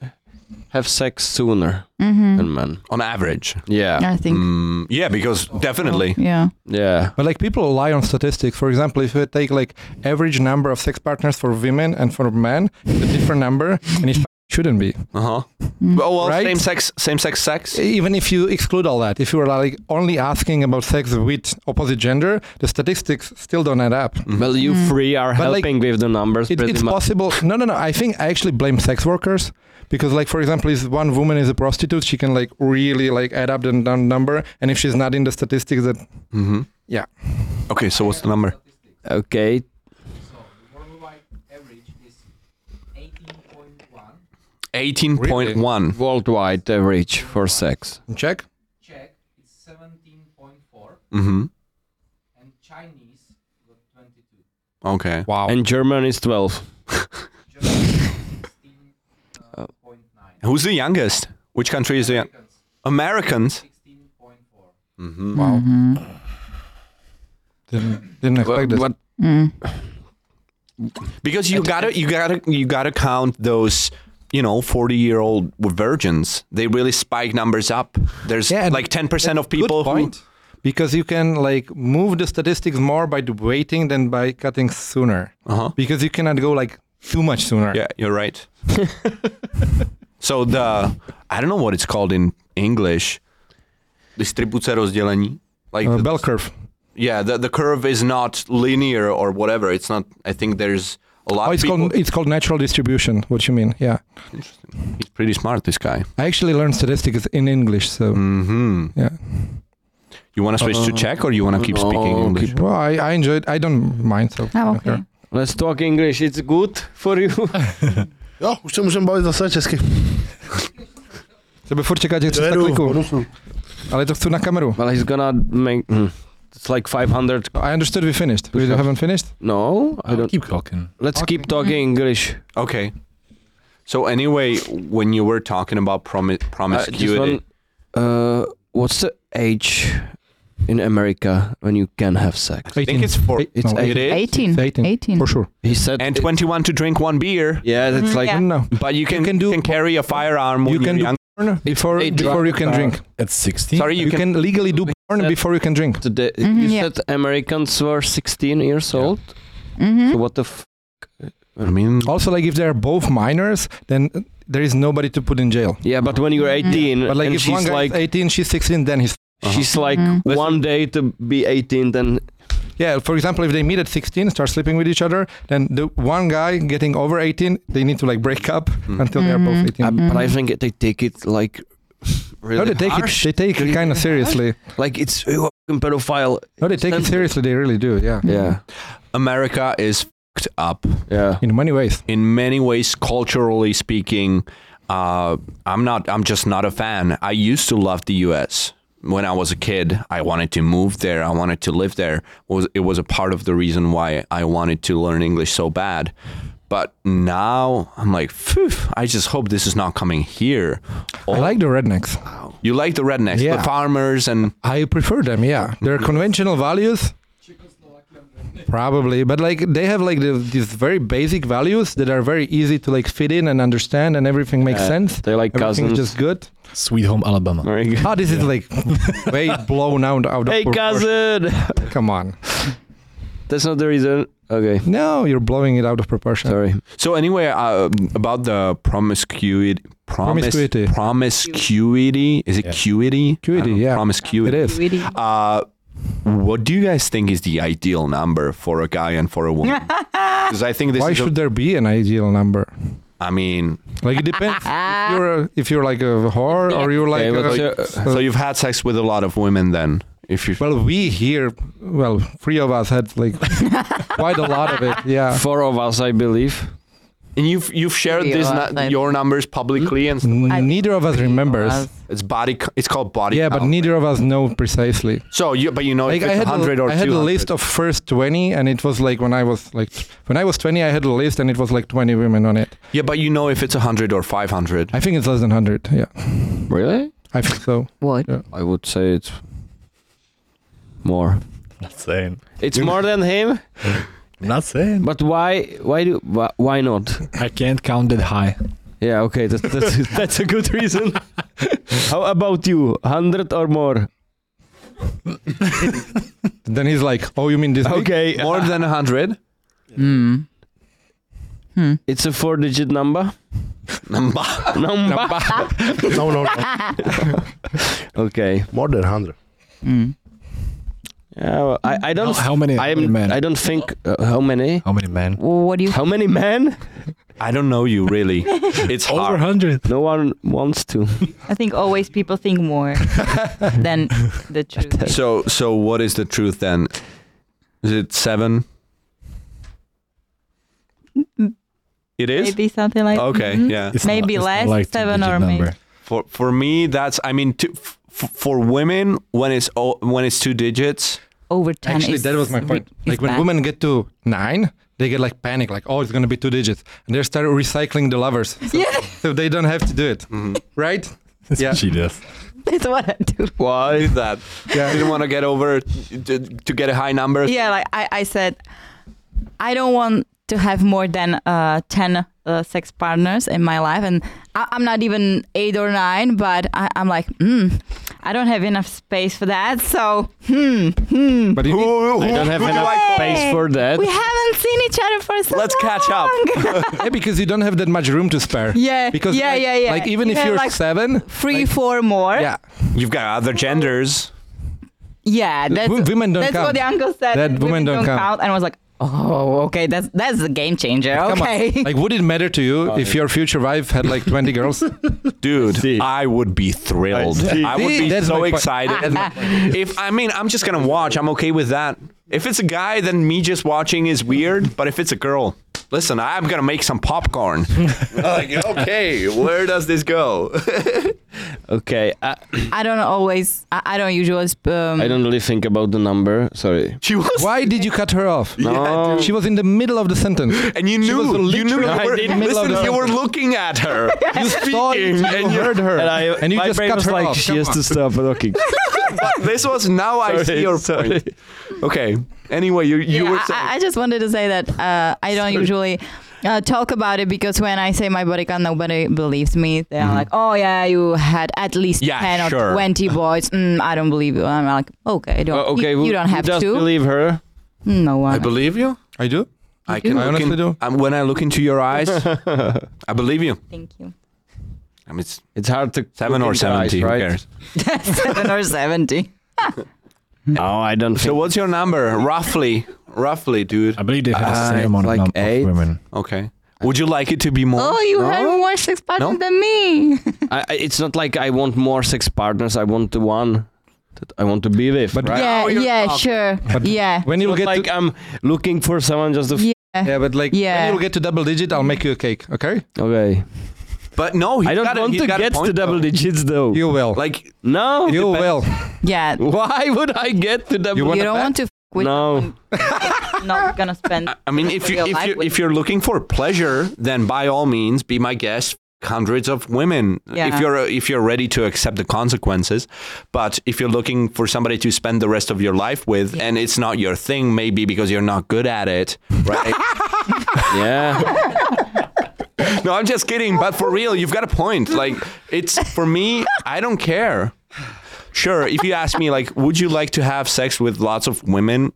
S3: have sex sooner
S9: Mm-hmm.
S3: than men.
S2: on average
S3: Yeah.
S9: I think. oh,
S2: Mm, yeah because definitely
S9: Yeah.
S3: Yeah.
S4: But like people rely on statistics. For example, if you take like average number of sex partners for women and for men, it's a different number, and it shouldn't be.
S2: uh-huh
S9: <laughs> Mm.
S2: oh well
S4: Right?
S2: same sex same sex sex
S4: Even if you exclude all that, if you are like only asking about sex with opposite gender, the statistics still don't add up.
S3: Well, you
S9: Mm.
S3: three are
S4: Mm-hmm. But, like,
S3: helping with the numbers
S4: It,
S3: pretty
S4: it's
S3: much.
S4: possible. No, no, no. I think I actually blame sex workers because, like, for example, if one woman is a prostitute, she can like really like add up the n- number, and if she's not in the statistics, that
S2: mm-hmm.
S4: Yeah.
S2: okay so what's the number
S3: Okay.
S4: Really?
S2: 18.1
S3: Worldwide average for sex.
S4: check.
S2: mm-hmm. and chinese got 22 okay
S4: Wow.
S3: And German is 12.
S2: who's the youngest which country is the young- americans 16.4 mm-hmm.
S4: Wow.
S5: Mm-hmm.
S4: Didn't, didn't expect this.
S3: But
S5: Mm.
S2: because you gotta you gotta you gotta count those you know 40 year old virgins they really spike numbers up there's
S4: Yeah, and
S2: like 10% of people
S4: Good
S2: who,
S4: point. because you can like move the statistics more by the waiting than by cutting sooner.
S2: uh-huh
S4: Because you cannot go like too much sooner.
S2: yeah you're
S4: <laughs>
S2: right so the i don't know what it's called in english distribuce rozdělení like
S4: Uh,
S2: the-
S4: bell curve.
S2: yeah the, the curve is not linear or whatever it's not i think there's a lot
S4: Oh,
S2: of
S4: it's
S2: people
S4: called it's called natural distribution. What you mean? Yeah,
S2: he's pretty smart this guy
S4: I actually learned statistics in English. So
S2: mm-hmm
S4: yeah,
S2: you want to switch to
S3: Uh,
S2: czech or you want to Uh-huh. keep speaking
S3: no,
S2: english
S4: well, I, I enjoyed. I don't mind. So
S9: I'm
S4: I don't
S9: Oh, okay.
S4: care.
S3: let's talk English. It's
S4: <laughs>
S3: good for you.
S6: Jo, už se můžeme bavit zase česky.
S4: So Tebe furt čeká těch 300
S6: Dojedu, v
S4: kliků,
S6: bonusu.
S4: ale to chci na kameru.
S3: Well, he's gonna make. hmm. It's like 500.
S4: I understood we finished. We
S3: Počkat.
S4: haven't finished?
S3: No, I
S7: I'll
S3: don't.
S7: keep talking.
S3: Let's keep talking English.
S2: Okay. So anyway, when you were talking about promi-
S3: Uh, just
S2: promiscuity,
S3: one, uh, what's the age in America when you can have sex?
S2: I think it's four.
S3: It's
S4: no,
S2: It is.
S9: 18.
S4: 18.
S9: 18.
S4: For sure.
S3: He said.
S2: And
S3: it-
S2: 21 to drink one beer,
S3: Yeah, that's
S9: Mm,
S3: like.
S9: yeah.
S4: No.
S2: but you can, can,
S4: can do-
S2: carry a firearm when you
S4: You
S2: are
S4: can do
S2: young.
S4: porn before,
S3: They
S4: before you can drink.
S7: At 16?
S2: Sorry, you,
S4: You
S2: can,
S4: can legally do porn
S3: said-
S4: before you can drink.
S3: Today,
S9: Mhm,
S3: you
S9: yeah.
S3: said Americans were 16 years
S7: Yeah.
S3: old. So
S9: Mm-hmm.
S3: what the f-
S2: I mean,
S4: Also, like if they're both minors, then uh, there is nobody to put in jail.
S3: Yeah, but when you're
S9: Mhm.
S3: 18
S4: But like
S3: and
S4: if one
S3: she's
S4: guy
S3: like
S4: is 18, she's 16, then he's
S3: she's like
S9: Mhm.
S2: Listen-
S3: one day to be 18, then
S4: yeah. For example, if they meet at 16, start sleeping with each other, then the one guy getting over 18, they need to like break up <laughs>
S2: Mm.
S4: until they're
S9: Mhm.
S4: both 18.
S3: uh, but I
S9: Mhm.
S3: think they take it like really
S4: no, they take
S3: harsh.
S4: it. They take it
S3: Really
S4: kind of seriously.
S3: like it's you pedophile.
S4: No, they take it seriously. They really do. Yeah,
S9: Mm-hmm.
S3: Yeah,
S2: America is fucked up
S3: yeah.
S4: in many ways.
S2: in many ways, culturally speaking. Uh, I'm not. I'm just not a fan. I used to love the U.S. when I was a kid. I wanted to move there. I wanted to live there. Was it was a part of the reason why I wanted to learn English so bad. But now I'm like, phew, I just hope this is not coming here.
S4: I
S2: Oh,
S4: like the rednecks.
S2: you like the rednecks,
S4: Yeah.
S2: the farmers, and
S4: I prefer them. Yeah, their conventional values. Probably, but like they have like the, these very basic values that are very easy to like fit in and understand, and everything makes
S3: Yeah.
S4: sense.
S3: They like
S4: Everything's
S3: cousins.
S4: just good.
S7: Sweet Home Alabama.
S3: Very good.
S4: Ah, this is like way blown out out of
S3: Hey
S4: proportion.
S3: cousin, <laughs>
S4: Come on.
S3: that's not the reason. Okay,
S4: No, you're blowing it out of proportion.
S3: sorry.
S2: So anyway, uh, about the promiscuity, promis-
S4: Promiscuity.
S2: promiscuity, is it
S7: Yeah.
S2: cuity?
S4: Cuity,
S2: I don't know,
S4: yeah. It
S2: promiscuity.
S4: is.
S2: Uh, what do you guys think is the ideal number for a guy and for a woman?
S5: <laughs>
S2: Because I think this
S4: Why
S2: is. a-
S4: should there be an ideal number?
S2: I mean,
S4: Like it
S9: <laughs>
S4: depends. if you're a, if you're like a whore or you're like
S3: Okay, uh, what's
S4: a,
S3: your-
S2: so you've had sex with a lot of women then. If you
S4: well, we here, well, three of us had like quite a lot of it. Yeah.
S3: four of us, I believe.
S2: and you've you've shared
S5: Yeah,
S2: this
S5: well,
S2: nu-
S5: I-
S2: your numbers publicly and
S4: N- neither of us remembers.
S2: it's body co- it's called body
S4: Yeah, but
S2: count.
S4: neither of us know precisely.
S2: so you but you know if
S4: Like I
S2: it's
S4: had,
S2: hundred
S4: a,
S2: or
S4: I had a list
S2: 200.
S4: of first 20 and it was like when I was like when I was 20 I had a list and it was like 20 women on it.
S2: yeah but you know if it's hundred or five hundred
S4: I think it's less than 100. Yeah.
S3: Really?
S4: I think so.
S5: What?
S3: I would say it's more.
S7: Not saying.
S3: It's more than him.
S7: I'm <laughs> not saying.
S3: But why? Why do? Why, why not?
S7: I can't count that high.
S3: Yeah, okay, that's
S7: <laughs>
S3: that's, that's a good reason. How about you? Hundred or more?
S4: Then he's like, "Oh, you mean this?" big?
S3: Okay,
S2: more than hundred
S5: Hmm.
S2: Mm.
S5: Hmm.
S3: it's a four-digit number.
S2: number.
S3: Number.
S6: No, no, no.
S3: <laughs> Okay.
S6: More than 100.
S5: Hmm.
S9: Mm.
S3: Yeah, well, I I don't.
S7: How, how many?
S3: I
S7: how many
S3: am.
S7: men?
S3: I don't think. Uh, how many?
S7: how many men?
S5: What do you
S3: How many men?
S2: I don't know you
S4: <laughs>
S2: really. It's
S7: Over
S2: hard.
S7: 100. <laughs>
S3: No one wants to.
S9: I think always people think more than the truth.
S2: So so what is the truth then? Is it seven? It is?
S9: Mm-hmm. Maybe something like
S2: Okay,
S9: Mhm.
S2: yeah.
S7: It's
S9: Maybe
S7: it's
S9: less, seven
S7: two-digit
S9: or maybe-
S2: For for me that's I mean to, f- for women when it's o- when it's two digits
S9: over ten.
S4: Actually,
S9: is
S4: that was my
S9: re-
S4: point.
S9: is
S4: Like when
S9: bad.
S4: women get to nine, they get like panic, like, "Oh, it's gonna be two digits," and they start recycling the lovers, <laughs> so,
S9: Yeah, <laughs>
S4: so they don't have to do it,
S3: Mm-hmm.
S4: right?
S7: That's
S4: Yeah.
S7: what she does.
S9: that's what I do.
S2: why
S3: <laughs>
S2: is that?
S4: Yeah.
S2: Didn't want to get over to, to get a high number.
S9: Yeah, like I, I said, I don't want to have more than uh, 10 uh, sex partners in my life. And I, I'm not even eight or nine, but I, I'm like, hmm, I don't have enough space for that. So, hmm, hmm.
S4: But you need-
S3: I don't have
S9: Who do
S3: enough
S9: I-
S3: space for that.
S9: we haven't seen each other for so
S2: Let's
S9: long. <laughs>
S2: catch up.
S4: yeah, because you don't have that much room to spare.
S9: yeah,
S4: Because
S9: yeah,
S4: like,
S9: yeah, yeah.
S4: like even
S9: You
S4: if
S9: have
S4: you're
S9: like
S4: seven,
S9: three,
S4: like-
S9: four more.
S4: yeah,
S2: You've got other genders.
S9: yeah. That's,
S4: wo- women don't
S9: that's
S4: count.
S9: what the uncle said.
S4: That women don't count.
S9: And I was like, oh, okay, that's that's a game changer.
S4: Come on.
S9: okay.
S4: Like, would it matter to you
S3: Oh,
S4: if
S3: yeah.
S4: your future wife had like 20 girls?
S9: <laughs>
S4: <laughs>
S2: Dude,
S3: See.
S2: I would be thrilled.
S3: I see.
S2: I, would
S4: See,
S2: be
S4: that's my
S2: so
S4: point.
S2: excited.
S5: <laughs>
S2: if I mean, I'm just gonna watch. I'm okay with that. If it's a guy, then me just watching is weird. But if it's a girl, listen,
S4: <laughs>
S2: I'm gonna make some popcorn. like, okay, where does this go? <laughs>
S3: Okay, I,
S5: <laughs> I don't always, I, I don't usually. Um,
S3: I don't really think about the number. Sorry.
S2: She was.
S4: Why did you cut her off?
S3: No.
S4: She was in the middle of the sentence.
S2: And you
S4: She was
S2: knew. You knew.
S4: literally
S2: You
S3: I
S2: were,
S3: didn't
S2: listen,
S4: know.
S2: you were looking at her.
S4: <laughs> You saw it, you
S2: and you-
S4: heard her,
S3: And, I,
S4: and you
S3: my
S4: just
S3: brain
S4: cut
S3: was
S4: her
S3: like,
S4: off.
S3: she has
S4: Come
S3: to
S4: on.
S3: stop
S2: <laughs>
S3: looking.
S2: this was now I see
S3: Sorry,
S2: your
S3: sorry.
S2: point. Okay. Anyway, you you
S5: yeah,
S2: were
S5: I-
S2: saying.
S5: I, I just wanted to say that uh, I don't usually uh, talk about it because when I say my body count, nobody believes me. They're
S4: Mm-hmm.
S5: like, "Oh yeah, you had at least
S2: Yeah,
S5: ten
S2: sure. Oh,
S5: or twenty boys." Mm, I don't believe you. I'm like, "Okay, I don't.
S3: Uh, okay,
S5: you,
S3: who-
S5: you don't
S3: who
S5: have
S3: does
S5: to. Mm,
S3: believe
S4: <laughs>
S3: her.
S5: no one.
S2: believe you.
S4: I do.
S2: I
S4: I
S2: can look
S4: honestly
S2: in,
S4: do.
S2: um, when I look into your eyes, I believe you.
S5: Thank you.
S2: I mean, it's
S3: It's hard to
S2: seven or
S3: look in the eyes,
S2: seventy. Who
S3: right?
S2: cares?
S5: <laughs> Seven or seventy.
S3: No, I don't
S2: So
S3: <laughs> think.
S2: what's your number, roughly? Roughly, dude.
S7: I believe they have the
S3: Uh,
S7: same amount
S3: like
S7: of num-
S3: eight.
S7: of women.
S2: Okay. Would you like it to be more?
S5: Oh, you
S2: No?
S5: had more sex partners
S2: No?
S5: than me.
S3: I, I, it's not like I want more sex partners. I want the one that I want to be with.
S4: But-
S3: right?
S5: yeah,
S2: Oh, you're-
S5: yeah,
S2: okay.
S5: sure.
S4: But-
S5: yeah,
S4: When
S3: It's
S4: you'll
S3: not
S4: get
S3: like
S4: to,
S3: I'm looking for someone just to. F-
S5: yeah.
S4: yeah, but like
S5: Yeah.
S4: when you'll get to double digit, I'll make you a cake. Okay,
S3: okay.
S2: But no, he's
S3: I don't
S2: got a-
S3: want
S2: he's
S3: to
S2: got a
S3: get
S2: point,
S3: to double
S2: though.
S3: digits though.
S4: you will.
S2: Like
S3: no.
S4: you will.
S3: <laughs>
S5: Yeah,
S3: Why would I get to double?
S4: You want
S5: you
S4: a
S5: don't
S4: bet?
S5: want to f- <laughs> with
S3: no.
S5: not gonna spend.
S2: I mean, if you
S5: Real
S2: if
S5: life
S2: you
S5: women.
S2: if you're looking for pleasure, then by all means, be my guest. Hundreds of women. If
S5: Yeah.
S2: you're if you're ready to accept the consequences, but if you're looking for somebody to spend the rest of your life with, and it's not your thing, maybe because you're not good at it,
S5: <laughs>
S2: right? <laughs>
S3: Yeah.
S2: no, I'm just kidding. But for real, you've got a point. Like it's for me, I don't care. Sure, if you ask me, like, would you like to have sex with lots of women?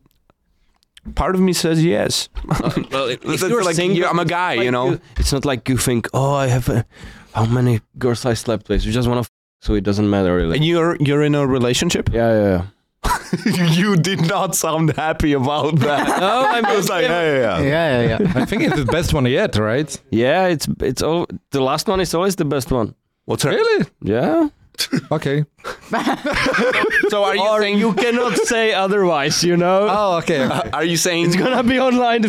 S2: Part of me says
S3: <laughs>
S2: yes. That's
S3: you're
S2: like,
S3: single,
S2: you- I'm a guy,
S3: Like
S2: you know.
S3: it's not like you think. Oh, I have. A, how many girls I slept with? You just want to. F- so it doesn't matter really.
S2: And you're you're in a relationship. <laughs>
S3: yeah, yeah, yeah.
S2: you did not sound happy about that.
S3: <laughs> No, I'm
S2: I was like, yeah, yeah, yeah.
S4: yeah, yeah. I think it's the best one yet, right?
S3: Yeah, it's it's all the last one is always the best one.
S2: What's her?
S4: Really?
S3: Yeah.
S4: Okay.
S2: So are you
S3: Or
S2: saying
S3: you cannot <laughs> say otherwise, you know. <laughs>
S4: Oh, okay. okay.
S2: <laughs> are you saying
S3: it's gonna be
S4: <laughs>
S3: online.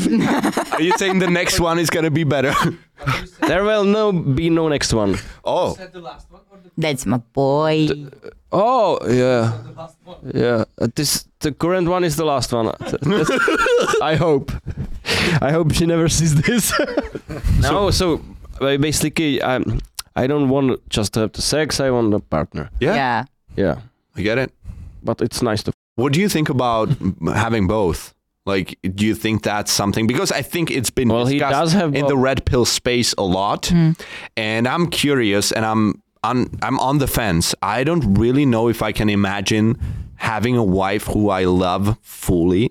S2: are you saying the
S3: <laughs>
S2: next one is gonna be better? <laughs>
S3: there will no be no next one.
S2: Oh,
S5: That's my boy.
S3: Oh yeah, yeah. Uh, This the current one is the last one. Th- that's- <laughs> I hope. I hope she never sees this. <laughs> no, so, uh, basically, I'm. I don't want just to have the sex. I want a partner.
S2: yeah.
S5: yeah.
S3: Yeah,
S2: I get it.
S3: but it's nice to.
S2: What do you think about having both? Like, do you think that's something? Because I think it's been
S3: Well, he
S2: discussed
S3: does have
S2: in
S3: both.
S2: the red pill space a lot, and I'm curious, and I'm on I'm on the fence. I don't really know if I can imagine having a wife who I love fully,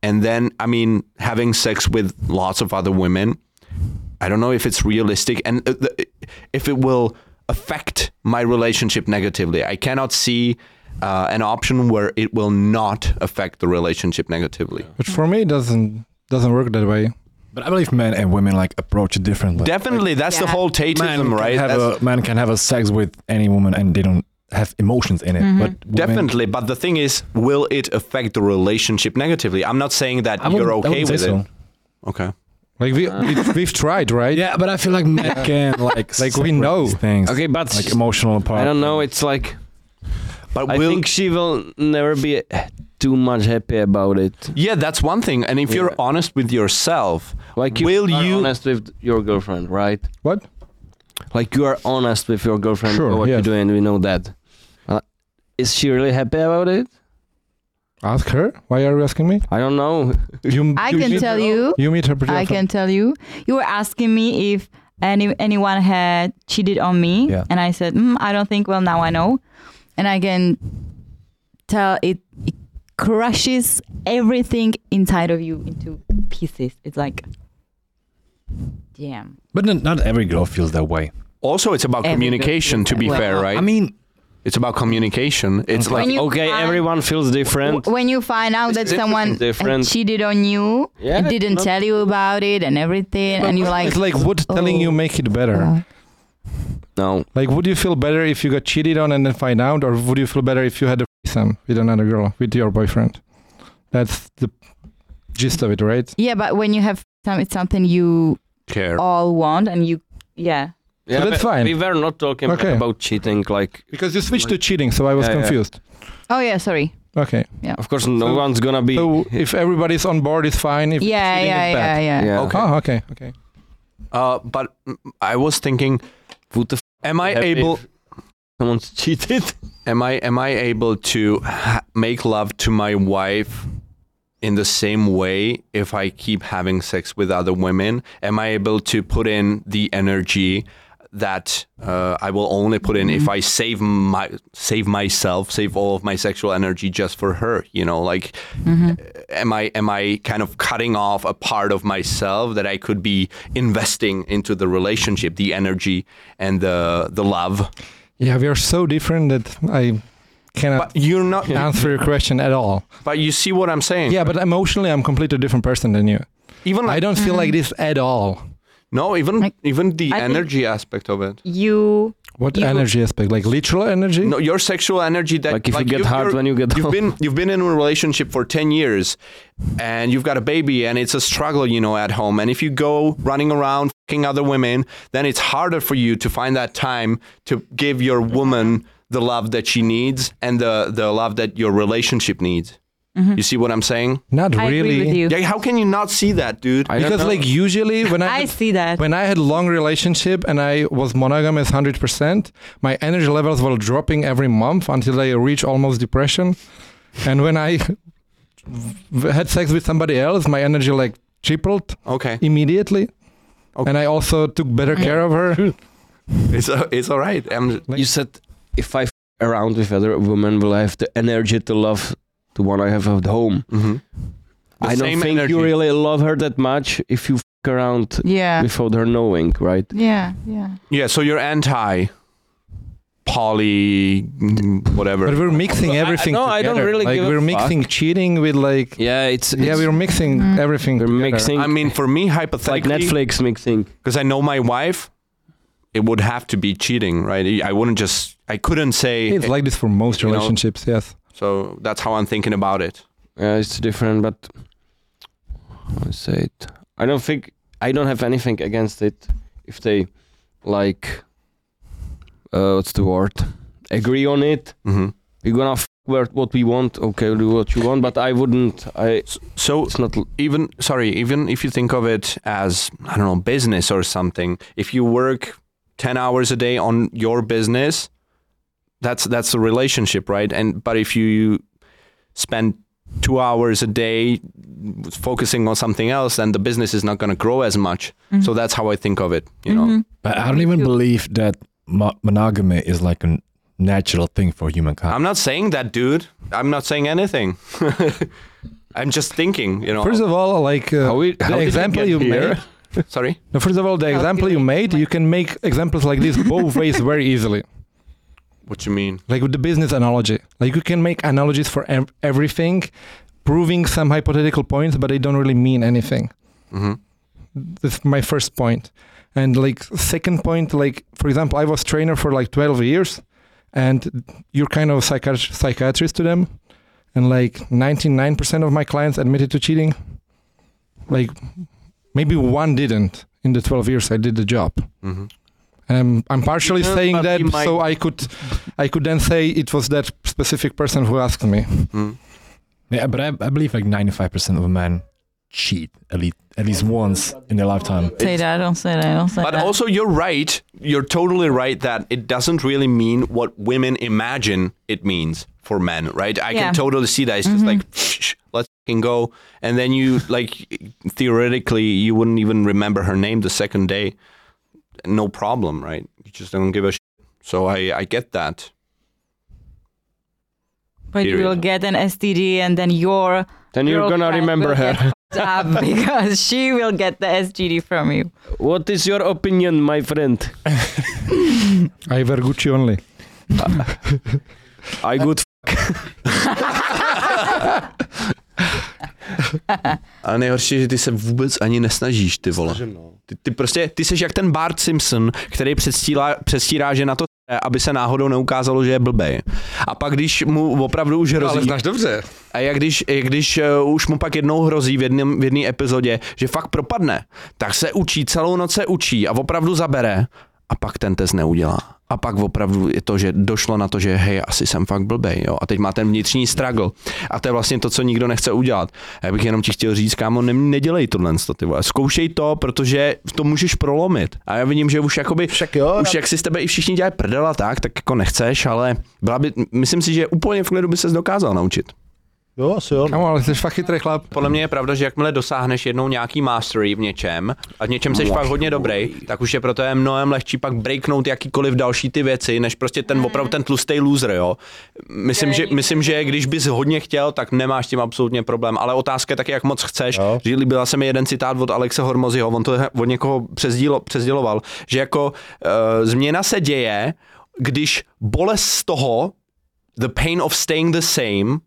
S2: and then I mean having sex with lots of other women. I don't know if it's realistic and uh, the- if it will affect my relationship negatively. I cannot see uh, an option where it will not affect the relationship negatively.
S4: But for me, it doesn't doesn't work that way.
S7: But I believe men and women like approach it differently.
S2: Definitely, that's the
S5: Yeah.
S2: whole Tatism,
S7: man
S2: right?
S7: Can have
S2: That's-
S7: a, man can have a sex with any woman and they don't have emotions in it.
S9: Mm-hmm.
S7: But women-
S2: definitely, but the thing is, will it affect the relationship negatively? I'm not saying that
S7: I
S2: you're
S7: wouldn't- I
S2: okay
S7: wouldn't say
S2: with
S7: so.
S2: it. Okay.
S4: Like we we- we've tried, right?
S7: Yeah, but I feel like men can like
S4: Like, we
S7: separate
S4: know.
S7: these things
S3: Okay, but
S7: like emotional part.
S3: I don't know. It's like
S2: But
S3: I
S2: will
S3: think she will never be too much happy about it.
S2: yeah, that's one thing. And if you're
S3: Yeah.
S2: honest with yourself,
S3: Like you
S2: Will
S3: are
S2: you-
S3: honest with your girlfriend, right?
S4: What?
S3: Like you are honest with your girlfriend
S4: Sure,
S3: about what
S4: yes.
S3: you're doing. We know that. Uh, is she really happy about it?
S4: Ask her. Why are you asking me?
S3: I don't know.
S4: You.
S5: I can
S4: meet-
S5: tell you.
S4: You meet her pretty
S5: I
S4: often.
S5: can tell you. You were asking me if any anyone had cheated on me,
S7: Yeah.
S5: and I said, mm, I don't think. Well, now I know, and I can tell it, it crushes everything inside of you into pieces. It's like, damn.
S7: But n- not every girl feels that way.
S2: also it's about
S5: Everybody
S2: communication.
S5: feels
S2: To
S5: that
S2: be
S5: way.
S2: fair, right?
S7: I mean,
S2: it's about communication. It's like
S5: When you
S3: okay,
S5: find-
S3: everyone feels different.
S5: W- When you find out
S3: It's
S5: that
S3: different-
S5: someone
S3: different.
S5: had cheated on you,
S3: Yeah,
S5: and didn't
S3: no.
S5: tell you about it and everything, and you're like,
S4: It's like would telling
S5: oh,
S4: you make it better.
S5: God.
S3: no,
S4: Like, would you feel better if you got cheated on and then find out, or would you feel better if you had a threesome with another girl, with your boyfriend? That's the gist of it, right?
S5: yeah, but when you have some, it's something you
S2: care.
S5: all want and you yeah
S3: Yeah,
S4: that's
S3: but
S4: fine.
S3: We were not talking
S4: Okay.
S3: about cheating. Like,
S4: Because you switched to cheating, so I was
S3: Yeah, yeah.
S4: confused.
S9: Oh yeah, sorry.
S4: Okay.
S3: of course, no
S4: So-
S3: one's gonna be.
S4: So if everybody's on board, it's fine. If
S9: Yeah,
S4: cheating
S9: yeah,
S4: is
S9: yeah,
S4: bad.
S9: yeah,
S3: yeah.
S2: Okay.
S4: Oh, okay, okay.
S2: Uh, but mm, I was thinking,
S3: What the f-
S2: am I
S3: Happy.
S2: able?
S3: someone's <laughs> cheated.
S2: Am I am I able to ha- make love to my wife in the same way if I keep having sex with other women? Am I able to put in the energy that uh, I will only put in if I save my save myself, save all of my sexual energy just for her? You know, like uh, am I am I kind of cutting off a part of myself that I could be investing into the relationship, the energy and the the love?
S4: Yeah, we are so different that I cannot
S2: But <laughs> you're not.
S4: answer your question at all.
S2: But you see what I'm saying?
S4: Yeah, but emotionally, I'm completely different person than you.
S2: Even
S4: I
S2: like
S4: don't feel like this
S9: Mm-hmm.
S4: at all.
S2: no, even
S9: I-
S2: even the
S9: I think-
S2: energy aspect of it.
S9: You
S4: What
S9: You-
S4: energy aspect? Like literal energy?
S2: No, your sexual energy that
S3: Like if you get
S2: you've-
S3: hard
S2: you're-
S3: when you get
S2: you've
S3: home.
S2: been you've been in a relationship for 10 years and you've got a baby and it's a struggle you know at home and if you go running around fucking other women then it's harder for you to find that time to give your woman the love that she needs and the the love that your relationship needs
S9: Mm-hmm.
S2: you see what i'm saying
S4: Not
S9: I
S4: really.
S9: agree with you.
S2: yeah how can you not see that dude
S3: I don't
S4: Because
S3: know.
S4: like usually when I,
S9: <laughs> I
S4: had-
S9: see that.
S4: when I had long relationship and I was monogamous 100%, my energy levels were dropping every month until I reached almost depression. And when I <laughs> v- had sex with somebody else, my energy like tripled
S2: okay
S4: immediately.
S2: Okay.
S4: And I also took better care of her.
S2: it's it's all right i'm
S4: Like-
S3: you said if I f- around with other women, will I have the energy to love the one I have at home?
S2: mhm. The
S3: Mm-hmm. I don't
S2: same
S3: think
S2: energy.
S3: you really love her that much if you f- around
S9: Yeah.
S3: without her knowing, right?
S9: Yeah. Yeah.
S2: Yeah, so you're anti poly mm, whatever.
S4: But we're mixing
S3: Well, I-
S4: everything
S3: no, I
S4: together.
S3: don't really
S4: like
S3: give a
S4: we're
S3: fuck.
S4: mixing cheating with like
S3: Yeah, it's,
S4: yeah, we're mixing
S9: Mm.
S4: everything.
S3: we're
S4: together.
S3: mixing.
S2: I mean, for me,
S3: it's like
S2: hypothetically,
S3: Netflix mixing.
S2: because I know my wife, it would have to be cheating, right? I wouldn't just, I couldn't say.
S4: It's like this for most
S2: You know-
S4: relationships. yes.
S2: so that's how I'm thinking about it.
S3: Yeah, it's different, but I say it. I don't think I don't have anything against it if they like. Uh, what's the word? Agree on it.
S2: hmm
S3: We're gonna f- where- what we want. Okay, do what you want, but I wouldn't. I
S2: So
S3: it's not. l-
S2: even, sorry, even if you think of it as, I don't know, business or something, if you work 10 hours a day on your business, that's that's a relationship, right? And but if you spend two hours a day focusing on something else, then the business is not going to grow as much.
S4: Mm-hmm.
S2: So that's how I think of it. You know,
S7: But I don't even believe that mo- monogamy is like a natural thing for humankind.
S2: I'm not saying that, dude. I'm not saying anything. <laughs> I'm just thinking. You know.
S4: First of all, like uh,
S3: How we- how
S4: the
S3: did you
S4: example
S3: get
S4: you
S3: here?
S4: made.
S2: sorry.
S4: No, first of all, the
S9: How
S4: example
S9: did
S4: you
S9: you
S4: made,
S9: make-
S4: you can make examples like this both ways very easily.
S2: What you mean?
S4: Like with the business analogy, like you can make analogies for ev- everything, proving some hypothetical points, but they don't really mean anything.
S2: hmm
S4: That's my first point. And like second point, like for example, I was trainer for like 12 years, and you're kind of a psychiatr- psychiatrist to them, and like 99% of my clients admitted to cheating. Like maybe one didn't in the 12 years I did the job.
S2: hmm
S4: Um, I'm partially
S2: Yeah,
S4: saying
S2: but
S4: that
S2: you might-
S4: so I could, I could then say it was that specific person who asked me.
S7: yeah, but I, I believe like 95% of men cheat at least at least once in their lifetime.
S5: Say that, don't say that, don't say
S2: But
S5: that.
S2: also, you're right. You're totally right that it doesn't really mean what women imagine it means for men, right? I
S9: Yeah.
S2: can totally see that. It's just like, "Shh, let's fucking go. And then you, like, theoretically, you wouldn't even remember her name the second day. No problem, right? You just don't give a shit. So I, I get that.
S5: but you
S2: period.
S5: will get an STD and then your
S3: Then you're gonna
S5: girlfriend
S3: remember
S5: will
S3: her.
S5: get <laughs> up <laughs> because she will get the STD from you.
S3: What is your opinion, my friend?
S4: I wear Gucci only.
S3: I good.
S2: Ale nejhorší, je, že ty se vůbec ani nesnažíš, ty vole. Ty, ty prostě, ty seš jak ten Bart Simpson, který předstírá, přestírá, že na to s**e, aby se náhodou neukázalo, že je blbej. A pak když mu opravdu už hrozí,
S4: dobře.
S2: a jak když, jak když uh, už mu pak jednou hrozí v jedné v jedný epizodě, že fakt propadne, tak se učí, celou noc se učí a opravdu zabere a pak ten test neudělá. A pak opravdu je to, že došlo na to, že hej, asi jsem fakt blbej, jo. A teď má ten vnitřní struggle. A to je vlastně to, co nikdo nechce udělat. A já bych jenom ti chtěl říct, kámo, ne, nedělej tohle, ty vole. Zkoušej to, protože to můžeš prolomit. A já vidím, že už jakoby,
S6: Však jo,
S2: už jak si z tebe i všichni dělají prdela, tak, tak jako nechceš, ale byla by, myslím si, že úplně v klidu by ses dokázal naučit.
S6: jo, asi jo.
S4: Kamo, ale jsi fakt chytrý chlap.
S2: Podle mě je pravda, že jakmile dosáhneš jednou nějaký mastery v něčem a v něčem seš pak hodně dobrý, tak už je proto je mnohem lehčí pak breaknout jakýkoliv další ty věci, než prostě ten opravdu ten tlustý loser, jo. Myslím, že, myslím, že když bys hodně chtěl, tak nemáš s tím absolutně problém, ale otázka je taky, jak moc chceš.
S6: Jo.
S2: Že líbila se mi jeden citát od Alexe Hormozyho, on to od někoho přezdílo, přezděloval, že jako uh, změna se děje, když bolest z toho, the pain of staying the same,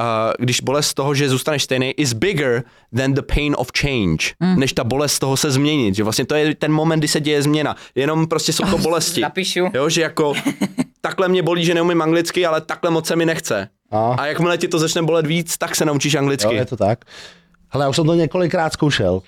S2: Uh, když bolest z toho, že zůstaneš stejný, is bigger than the pain of change, mm. než ta bolest z toho se změnit. Že vlastně to je ten moment, kdy se děje změna. Jenom prostě jsou to bolesti.
S9: Napíšu.
S2: Jo, že jako takhle mě bolí, že neumím anglicky, ale takhle moc se mi nechce.
S6: A,
S2: A jakmile ti to začne bolet víc, tak se naučíš
S6: jo,
S2: anglicky.
S6: je to tak. Hele, já už jsem to několikrát zkoušel.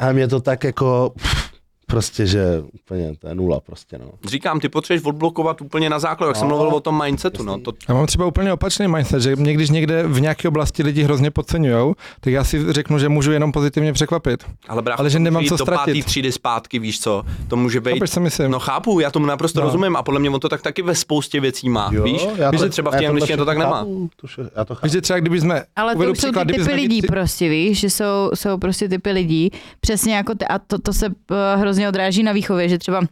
S6: A mě to tak jako, pff, prostě, že úplně to je nula prostě, no.
S2: Říkám, ty potřebuješ odblokovat úplně na základu, jak jsem
S6: No.
S2: mluvil o tom mindsetu. No, to,
S4: Já mám třeba úplně opačný mindset, že mě když někde v nějaké oblasti lidi hrozně podceňují, tak já si řeknu, že můžu jenom pozitivně překvapit.
S2: ale brácho,
S4: Ale že
S2: to může
S4: nemám
S2: jít
S4: co
S2: do pátý
S4: ztratit.
S2: třídy zpátky, víš co, to může být
S4: Chápeš, co myslím?
S2: No chápu, já tomu naprosto no.
S4: No.
S2: rozumím a podle mě on to tak taky ve spoustě věcí má,
S6: Jo,
S2: víš?
S6: já
S2: Víš, že třeba v
S6: já
S2: té
S6: tohle
S2: angličtině to tak
S6: všechno
S2: nemá.
S6: chápu, to vše- Já to chápu.
S4: Víš, že třeba kdyby jsme...
S5: Ale to
S4: uvedu
S5: už jsou
S4: příklad,
S5: ty
S4: kdyby
S5: typy
S4: jsme-
S5: lidí prostě, víš, že jsou, jsou prostě typy lidí, přesně jako ty, a to, to se eh, hrozně odráží na výchově, že třeba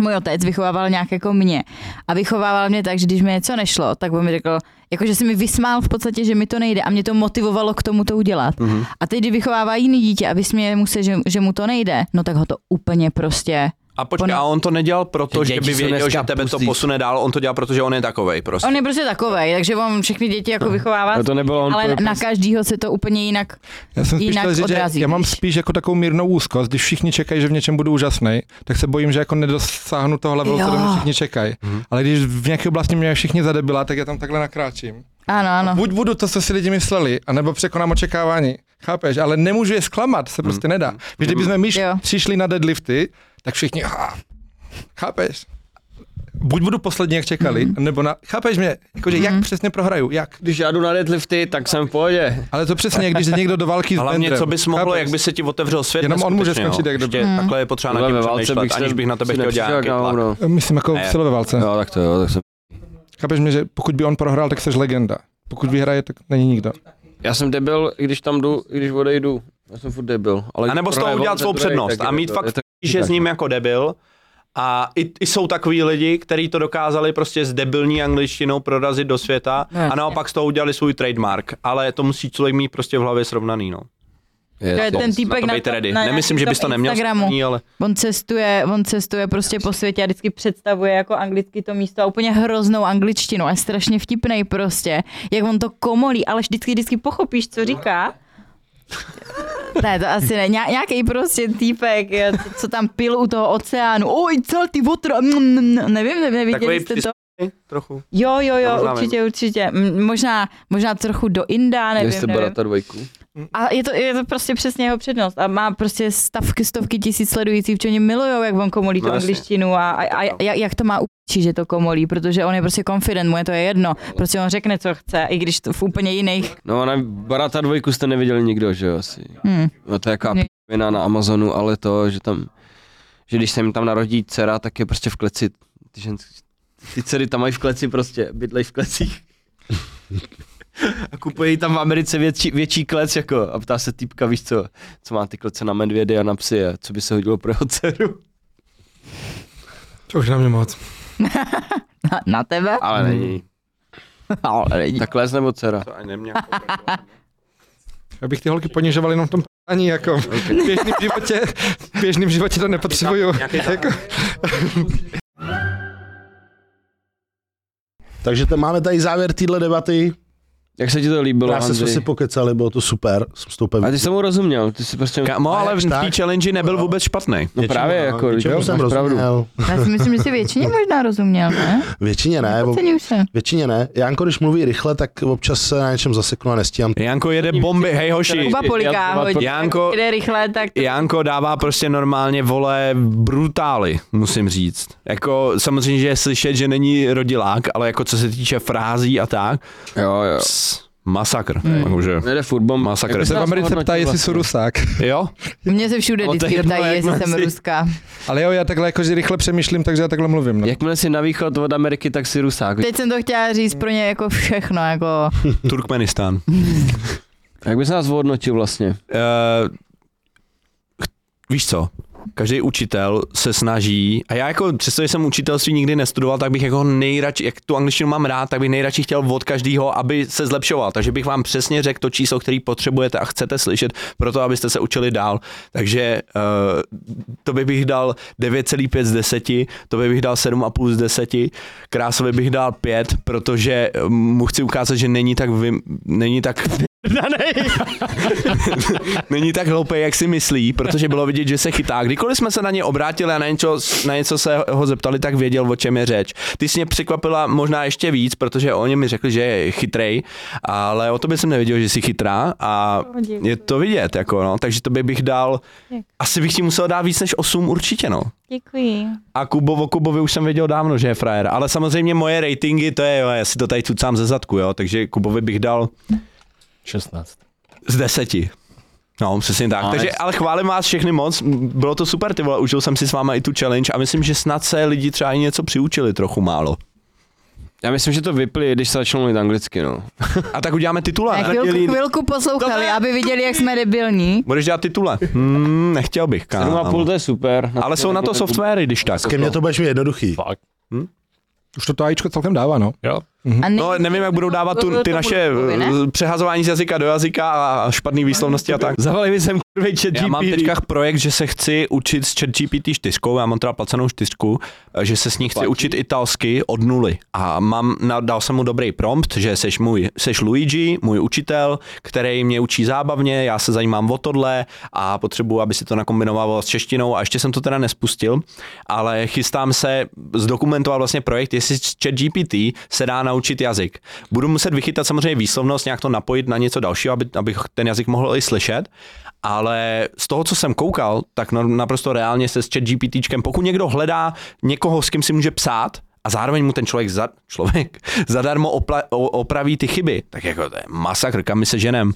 S5: můj otec vychovával nějak jako mě a vychovával mě tak, že když mi něco nešlo, tak on mi řekl, jako že se mi vysmál v podstatě, že mi to nejde a mě to motivovalo k tomu to udělat.
S4: Mhm.
S5: Mm-hmm. A teď, když vychovává jiný dítě a vysměje mu se, že, že mu to nejde, no tak ho to úplně prostě
S2: A počkej,
S5: Ono-
S2: a on to nedělal proto,
S3: Ty
S2: že
S3: děti
S2: by
S3: jsou
S2: věděl, že
S3: dneska
S2: tebe to
S3: pustý.
S2: posune dál, on to dělá, protože on je takovej prostě.
S5: On je prostě takovej, takže on všechny děti jako vychovává,
S3: No to nebylo on,
S5: ale
S3: to je
S5: na každýho se to úplně jinak.
S4: Já jsem spíš
S5: jinak
S4: chtěl říct, že
S5: odrazí,
S4: já mám
S5: víš.
S4: spíš jako takovou mírnou úzkost, když všichni čekají, že v něčem budu úžasný, tak se bojím, že jako nedosáhnu toho levelu,
S5: Jo.
S4: co mě všichni čekají.
S2: Mhm.
S4: Ale když v nějaké oblasti mě všichni zadebila, tak já tam takhle nakráčím.
S5: Ano, ano.
S4: Buď budu to, co si lidi mysleli, anebo překonám očekávání. Chápeš? Ale nemůžu je zklamat, se
S2: Mhm.
S4: prostě nedá. Když kdybychom my š-
S5: Jo.
S4: přišli na deadlifty, tak všichni, "Ah." chápeš? Buď budu poslední, jak čekali,
S5: Mhm.
S4: nebo na, chápeš mě, jakože jak přesně prohraju, jak.
S3: Když já jdu na deadlifty, tak jsem v pohodě.
S4: Ale to přesně, jak když jde někdo do války s
S2: Hlavně,
S4: Bendrem,
S2: co bys mohlo,
S4: chápeš?
S2: jak by se ti otevřel svět.
S4: Jenom on může
S2: neskutečně, jo.
S4: skončit jak dobrý.
S2: Ještě Takhle je potřeba na
S3: Tohle
S2: tím
S3: ve válce
S2: přemýšlet,
S3: bych
S2: aniž
S3: se-
S2: bych na tebe
S3: si
S2: chtěl dělat
S3: nepřišel
S2: nějaký
S3: jak na
S2: tlak.
S3: hovno.
S4: Myslím jako
S2: Ne. No,
S4: v silové válce.
S3: Jo, tak to jo, tak jsem.
S4: Chápeš mě, že pokud by on prohrál, tak jsi legenda. Pokud vyhraje, tak není nikdo.
S3: Já jsem debil, když tam jdu, i když odejdu. Já jsem furt debil. Ale
S2: A nebo z toho
S3: prohraju
S2: udělat
S3: on,
S2: svou
S3: ten druhej,
S2: přednost
S3: tak
S2: a
S3: je
S2: mít
S3: to-
S2: fakt
S3: je to-
S2: že s ním jako debil. A i, i jsou takový lidi, kteří to dokázali prostě s debilní angličtinou prorazit do světa
S9: No, jasně.
S2: a naopak z toho udělali svůj trademark, ale to musí člověk mít prostě v hlavě srovnaný, no.
S5: To je
S3: to-
S5: ten
S2: Na
S5: týpek
S2: to
S5: na,
S2: bejte ready.
S5: na
S2: Nemyslím, že bys to neměl
S5: Instagramu.
S2: srovnaný, ale
S5: On cestuje, on cestuje prostě po světě a vždycky představuje jako anglicky to místo a úplně hroznou angličtinu a je strašně vtipnej prostě, jak on to komolí, ale vždycky, vždycky pochopíš, co říká. Ne, to asi ne. Ně- Nějaký prostě týpek, je, co- co tam pil u toho oceánu. Oj, celý water. Mm, mm, mm. nevím, nevím, neviděli
S2: takový
S5: jste
S2: přis...
S5: to.
S2: trochu.
S5: Jo, jo,
S2: Já
S5: jo,
S2: to znám.
S5: určitě, určitě. M, Možná, možná trochu do Inda,
S3: Měli
S5: nevím,
S3: jste
S5: nevím.
S3: brata dvojku.
S5: A je to, je to prostě přesně jeho přednost. A má prostě stavky, stovky tisíc sledujících, protože oni milují, jak on komolí tu
S2: No
S5: no,
S2: jasně. Jako-
S5: angličtinu a, a, a, jak, jak to má učí, že to komolí, protože on je prostě confident, mu je to je jedno. Prostě on řekne, co chce, i když to v úplně jiných.
S3: No a na Barata dvojku jste neviděli nikdo, že jo asi.
S5: Hmm. <laughs>
S3: No to je jaká
S5: Ne.
S3: vina na Amazonu, ale to, že tam, že když se jim tam narodí dcera, tak je prostě v kleci. Ty, ženský, ty dcery tam mají v kleci prostě, bydlej v klecích. A kupují tam v Americe větší, větší klec jako a ptá se týpka, víš co, co má ty klece na medvědy a na psy a co by se hodilo pro jeho dceru.
S4: To už na mě moc.
S5: Na, na tebe?
S3: Ale není.
S5: Ale lidi.
S3: Tak les nebo dcera?
S2: To ani neměl.
S4: Abych ty holky ponižoval jenom v tom ani <laughs> jako v běžném životě, v běžném životě to nepotřebuju. Jako, <laughs>
S6: Takže to máme tady závěr téhle debaty.
S3: Jak se ti to líbilo,
S6: Já se
S3: Hanzi?
S6: si pokecali, bylo to super, jsem s tou pevnou.
S3: A no ty jsem mu rozuměl, ty jsi prostě...
S2: Kamo, ale v té
S6: tak.
S2: challenge nebyl vůbec špatný.
S3: No právě jako,
S6: něčemu
S3: jo,
S6: jsem
S3: máš pravdu.
S6: rozuměl.
S5: Já si myslím, že si většině možná rozuměl, ne?
S6: Většině ne, bo,
S5: Ocením se.
S6: většině ne. Janko, když mluví rychle, tak občas se na něčem zaseknu a nestíhám.
S2: Janko jede bomby, hej hoši.
S5: Kuba poliká hodně.
S2: Janko-
S5: Jde rychle, tak
S2: Janko dává prostě normálně vole brutály, musím říct. Jako samozřejmě, že je slyšet, že není rodilák, ale jako co se týče frází a tak,
S3: Jo, jo.
S2: ps, masakr. Jakože,
S3: Jede furt bomb.
S2: Masakr.
S3: Jak bys
S4: Se v
S3: nás
S4: Americe
S3: ohodnotil
S4: ptá, jestli
S3: vlastně?
S4: jsou rusák.
S2: jo,
S5: mě se všude
S2: No, to je
S5: vždycky
S2: jedno, jak
S5: ptají, jestli
S2: mám
S5: jsem
S2: si-
S5: ruská.
S4: Ale jo, já takhle jakože rychle přemýšlím, takže já takhle mluvím. No.
S3: Jakmile jsi na východ od Ameriky, tak si rusák.
S5: Teď jsem to chtěla říct pro ně jako všechno, jako
S2: Turkmenistán.
S3: Jak bys nás ohodnotil vlastně?
S2: Eh, ch- víš co, každý učitel se snaží, a já jako přesto, že jsem učitelství nikdy nestudoval, tak bych jako nejradši, jak tu angličtinu mám rád, tak bych nejradši chtěl od každého, aby se zlepšoval. Takže bych vám přesně řekl to číslo, který potřebujete a chcete slyšet, proto abyste se učili dál. Takže eh, to by bych dal 9,5 z 10, to by bych dal 7,5 z 10, Krásovi bych dal 5, protože eh, mu chci ukázat, že není tak, vy, není tak <laughs> není tak hloupý, jak si myslí, protože bylo vidět, že se chytá. Kdykoliv jsme se na ně obrátili a na něco, na něco se ho zeptali, tak věděl, o čem je řeč. Ty jsi mě překvapila možná ještě víc, protože oni mi řekli, že je chytrej, ale o tobě jsem nevěděl, že jsi chytrá a je to vidět, jako no, takže to bych dal, asi bych ti musel dát víc než 8 určitě, no.
S9: Děkuji.
S2: A Kubovo Kubovi už jsem věděl dávno, že je frajer. Ale samozřejmě moje ratingy, to je, jo, já si to tady cucám ze zadku, jo, takže Kubovi bych dal
S8: 16.
S2: z deseti. No, přesně tak.
S3: Nice.
S2: Takže, ale chválím vás všechny moc, bylo to super, ty vole, užil jsem si s váma i tu challenge a myslím, že snad se lidi třeba i něco přiučili trochu málo.
S3: Já myslím, že to vypli, když se začalo mluvit anglicky, no.
S2: A tak uděláme
S5: ne,
S2: titule, ne?
S5: chvilku, chvilku poslouchali,
S2: Dobré.
S5: aby viděli, jak jsme debilní.
S2: Budeš dělat titule? Hmm, nechtěl bych, kámo.
S3: 7,5 to je super.
S2: Ale jsou na to softwary, když tak.
S6: Ke mně to budeš mi jednoduchý.
S4: Už to to AIčko celkem dává, no.
S5: A ne,
S2: No, nevím, jak budou dávat tu,
S5: Mluvil
S2: ty
S5: tomu
S2: naše
S5: Lukovi, ne?
S2: eh, přehazování z jazyka do jazyka a špatný výslovnosti a tak. Zavali mi sem kurvej chat Já mám teďka projekt, že se chci učit s chat GPT 4, já mám teda placenou 4, že se s ní chci učit italsky od nuly. A mám, na- dal jsem mu dobrý prompt, že seš, můj, seš Luigi, můj učitel, který mě učí zábavně, já se zajímám o tohle a potřebuji, aby si to nakombinovalo s češtinou a ještě jsem to teda nespustil, ale chystám se zdokumentovat vlastně projekt, jestli z ChatGPT se dá naučit jazyk. Budu muset vychytat samozřejmě výslovnost, nějak to napojit na něco dalšího, aby, abych ten jazyk mohl i slyšet, ale z toho, co jsem koukal, tak no- naprosto reálně se s ChatGPTčkem, pokud někdo hledá někoho, s kým si může psát, a zároveň mu ten člověk, za, člověk <laughs> zadarmo opla, o, opraví ty chyby. Tak jako to je masakr, kam my se ženem.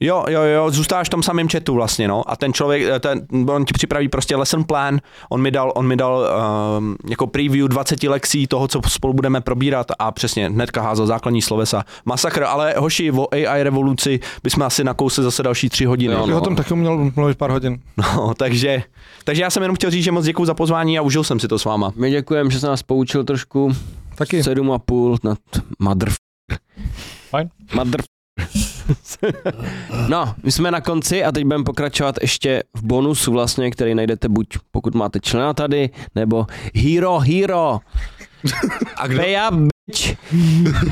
S2: Jo, jo, jo, zůstáváš v tom samém chatu vlastně, no. A ten člověk, eh, ten, on ti připraví prostě lesson plan, on mi dal, on mi dal um, jako preview 20 lekcí toho, co spolu budeme probírat a přesně hnedka házel základní slovesa. Masakr, ale hoši, o AI revoluci bychom asi nakousli zase další tři hodiny.
S3: Jo,
S4: Bych
S3: no.
S4: o tom taky uměl mluvit pár hodin.
S2: No, takže, takže já jsem jenom chtěl říct, že moc děkuji za pozvání a užil jsem si to s váma.
S3: My děkujeme, že jsi nás poučil trošku.
S4: Taky.
S3: 7,5 nad mother...
S8: Fajn.
S3: Mother... no, my jsme na konci a teď budeme pokračovat ještě v bonusu vlastně, který najdete buď pokud máte člena tady, nebo Hero Hero.
S2: A kdo,
S3: Pay up, bitch.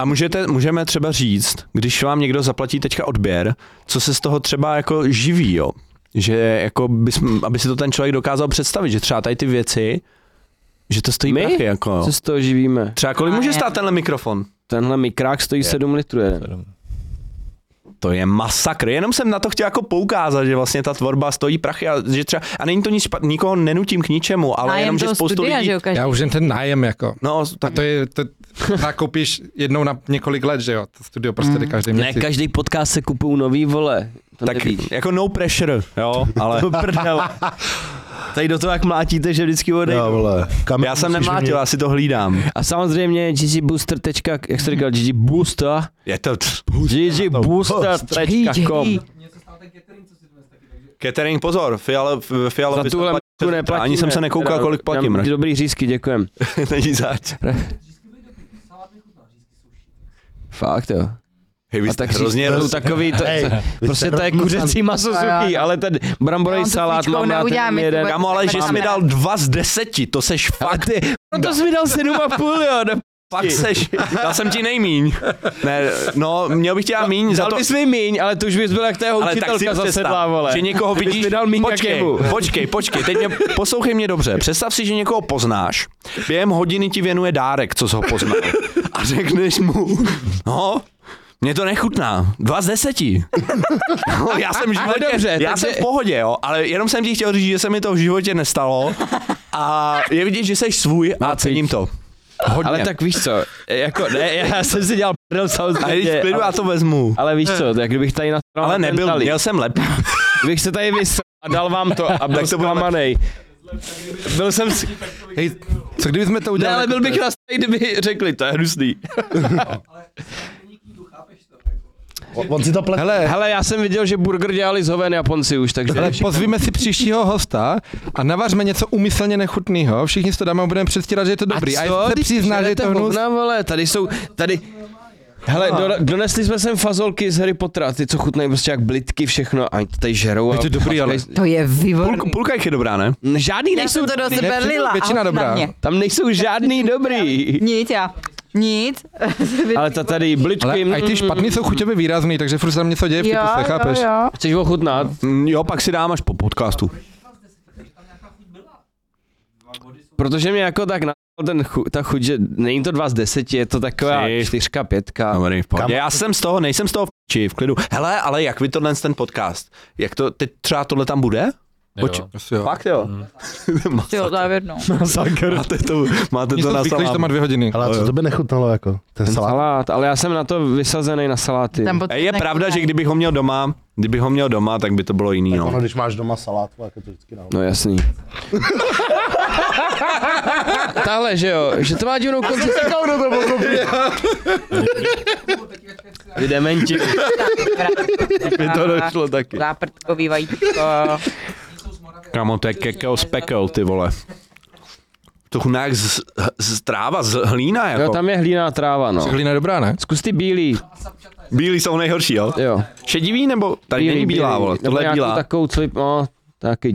S2: A můžete, můžeme třeba říct, když vám někdo zaplatí teďka odběr, co se z toho třeba jako živí, jo? Že jako bys, aby si to ten člověk dokázal představit, že třeba tady ty věci, že to stojí
S3: My?
S2: prachy, jako jo.
S3: Co z toho živíme?
S2: Třeba kolik
S5: A
S2: může
S5: ne.
S2: stát tenhle mikrofon?
S3: Tenhle mikrák stojí 7 litrů jeden.
S2: To je masakr. Jenom jsem na to chtěl jako poukázat, že vlastně ta tvorba stojí prachy a že třeba, a není to nic špat, nikoho nenutím k ničemu, ale
S5: nájem
S2: jenom, že
S5: toho
S2: spoustu
S5: studia,
S2: lidí...
S5: že jo, každý.
S4: Já už jen ten nájem, jako.
S2: No,
S4: A
S2: tak
S4: to je,
S3: <laughs>
S4: to nakoupíš jednou na několik let, že jo? To studio prostě jde každý
S3: Mm. Ne,
S4: měsíc.
S3: každý podcast se kupují nový vole. To
S2: tak
S3: nevíš.
S2: jako no pressure, jo,
S3: <laughs>
S2: ale... <laughs>
S3: Tady do toho, jak mlátíte, že vždycky odejdu.
S6: Jo, vole. Kam
S2: Já jsem
S6: musíš
S2: nemlátil, já si to hlídám.
S3: A samozřejmě ggbooster. tečka- Jak jsi říkal, gbooster?
S2: Je to... no,
S3: gbooster.com
S2: Catering, pozor, fialo, f- fialo
S3: Za
S2: byste
S3: tuhle
S2: platili-
S3: tu neplatíme.
S2: Ani jsem se nekoukal,
S3: Teda,
S2: kolik platím. no.
S3: nám
S2: ne?
S3: Dobrý řízky, děkujem.
S2: <laughs> Není zač.
S3: Fakt jo.
S2: Hej, vy
S3: A
S2: jste
S3: tak
S2: hrozně
S3: řízky
S2: roz...
S3: jsou takový, to,
S6: Hej, vy
S3: prostě
S6: jste
S3: to je
S6: hrozný
S3: kuřecí maso suchý, ale ten bramborový
S5: Já vám to
S3: salát
S5: svíčkou
S3: mám na
S5: neudělám,
S3: ten
S5: je to
S3: jeden.
S5: bude-
S2: Kámo, ale že jsi mi
S5: Máme.
S2: dal dva z deseti, to seš
S3: Ale
S2: fakt. No
S3: ty, proto jsi mi dal 7,5 jo, do
S2: Fakt seš, <laughs> dal jsem ti nejmíň. Ne, no, měl bych tě já míň za
S3: Dal
S2: to,
S3: bys mi míň, ale to už bys byl jak ta jeho
S2: ale tak si
S3: učitelka zasedlá,
S2: představ,
S3: vole.
S2: že někoho
S3: Ty bys
S2: vidíš,
S3: mi dal míň jak
S2: počkej,
S3: jemu.
S2: počkej, počkej, teď mě, poslouchej mě dobře, představ si, že někoho poznáš, během hodiny ti věnuje dárek, co jsi ho poznal a řekneš mu, no, mě to nechutná. Dva z deseti. No, já jsem v <laughs>
S3: Ale
S2: životě,
S3: dobře,
S2: já
S3: takže-
S2: jsem v pohodě, jo, ale jenom jsem ti chtěl říct, že se mi to v životě nestalo a je vidět, že jsi svůj a cením to. Hodně.
S3: Ale tak víš co, jako ne, já jsem si dělal prdel
S2: a když v
S3: samozřejmě.
S2: klidu,
S3: ale-
S2: já to vezmu.
S3: Ale víš co, tak kdybych tady nasral
S2: Ale nebyl, měl jsem lep.
S3: Kdybych se tady vysral a dal vám to a byl
S2: to
S3: jsem
S2: budeme-
S3: klamanej. Byl jsem si...
S4: Hej, co kdybychom to
S3: Ne,
S4: udělali?
S3: ale byl bych na kdyby řekli, to je hnusný.
S6: On, on si to platí.
S4: Hele,
S3: Hele, já jsem viděl, že burger dělali z hoven Japonci už, takže...
S4: Ale pozvíme si příštího hosta a navařme něco umyslně nechutného. Všichni si to dáme a budeme předstírat, že je to dobrý. A,
S3: co,
S4: jestli se
S3: když
S4: přizná, že je to
S3: žerete
S4: hnus.
S3: hovna, vole, tady jsou, tady... Hele, do, donesli jsme sem fazolky z Harry Pottera, ty co chutnají prostě jak blitky, všechno, a oni to tady žerou.
S4: Je to
S3: a-
S4: dobrý, ale-
S5: To je výborný.
S2: Půlka, půlka jich je dobrá, ne?
S3: N- Žádný
S5: Já
S3: nejsou,
S5: jsem to do sebe
S4: nepřijdu,
S5: lila.
S4: většina
S5: a
S4: dobrá.
S5: na mě.
S3: tam nejsou žádný dobrý.
S5: Nic já. Nic.
S3: Ale ta tady Mm. blitky...
S4: Ale a i ty špatný jsou chuťově výrazný, takže furt se tam něco děje v
S5: Jo,
S4: kupuse, chápeš?
S5: jo, jo.
S3: Chceš ochutnat?
S2: Mm, Jo, pak si dám až po podcastu.
S3: Protože mě jako tak na ten chu, ta chuť, že není to 2 z 10, je to taková
S2: Jsi.
S3: čtyřka, pětka.
S2: Dobrý, v pohodě. Já jsem z toho, nejsem z toho v či, v klidu. Hele, ale jak vy tohle ten podcast? Jak to, teď třeba tohle tam bude? Poč-
S4: Asi jo. Mhm.
S2: Fakt jo. <laughs>
S5: Ty jo, závěr,
S3: <laughs>
S5: no.
S2: Masakr. Máte to, máte
S4: Mně
S2: to
S4: se
S2: na
S4: zvyklý, že to má
S2: salám.
S4: dvě hodiny.
S6: Hele, a co to by nechutnalo jako? Ten
S3: Ten
S6: salát.
S3: salát, ale já jsem na to vysazený na saláty.
S5: Tam potom
S2: eh, Je pravda, že kdybych ho měl doma, kdybych ho měl doma, tak by to bylo jiný.
S6: Ono,
S2: No.
S6: když máš doma salát, vole, jako to vždycky na
S3: No jasný. <laughs> Tahle, že jo, že to má divnou konzistenci. <laughs> Vy dementi.
S5: by
S3: <laughs> To došlo taky.
S5: Záprtkový vajíčko.
S2: Kamo, to je kekel z pekel, ty vole. To chutná jak z, z, tráva, z hlína,
S3: Jo,
S2: jako.
S3: tam je hlíná tráva, no.
S4: Klína dobrá, ne?
S3: Zkus ty bílý,
S2: Bílí jsou nejhorší, jo?
S3: jo.
S2: Šedivý nebo? Tady není bílá, vole,
S3: Nebo
S2: tohle je
S3: nějakou
S2: bílá.
S3: takovou, co, no, taky.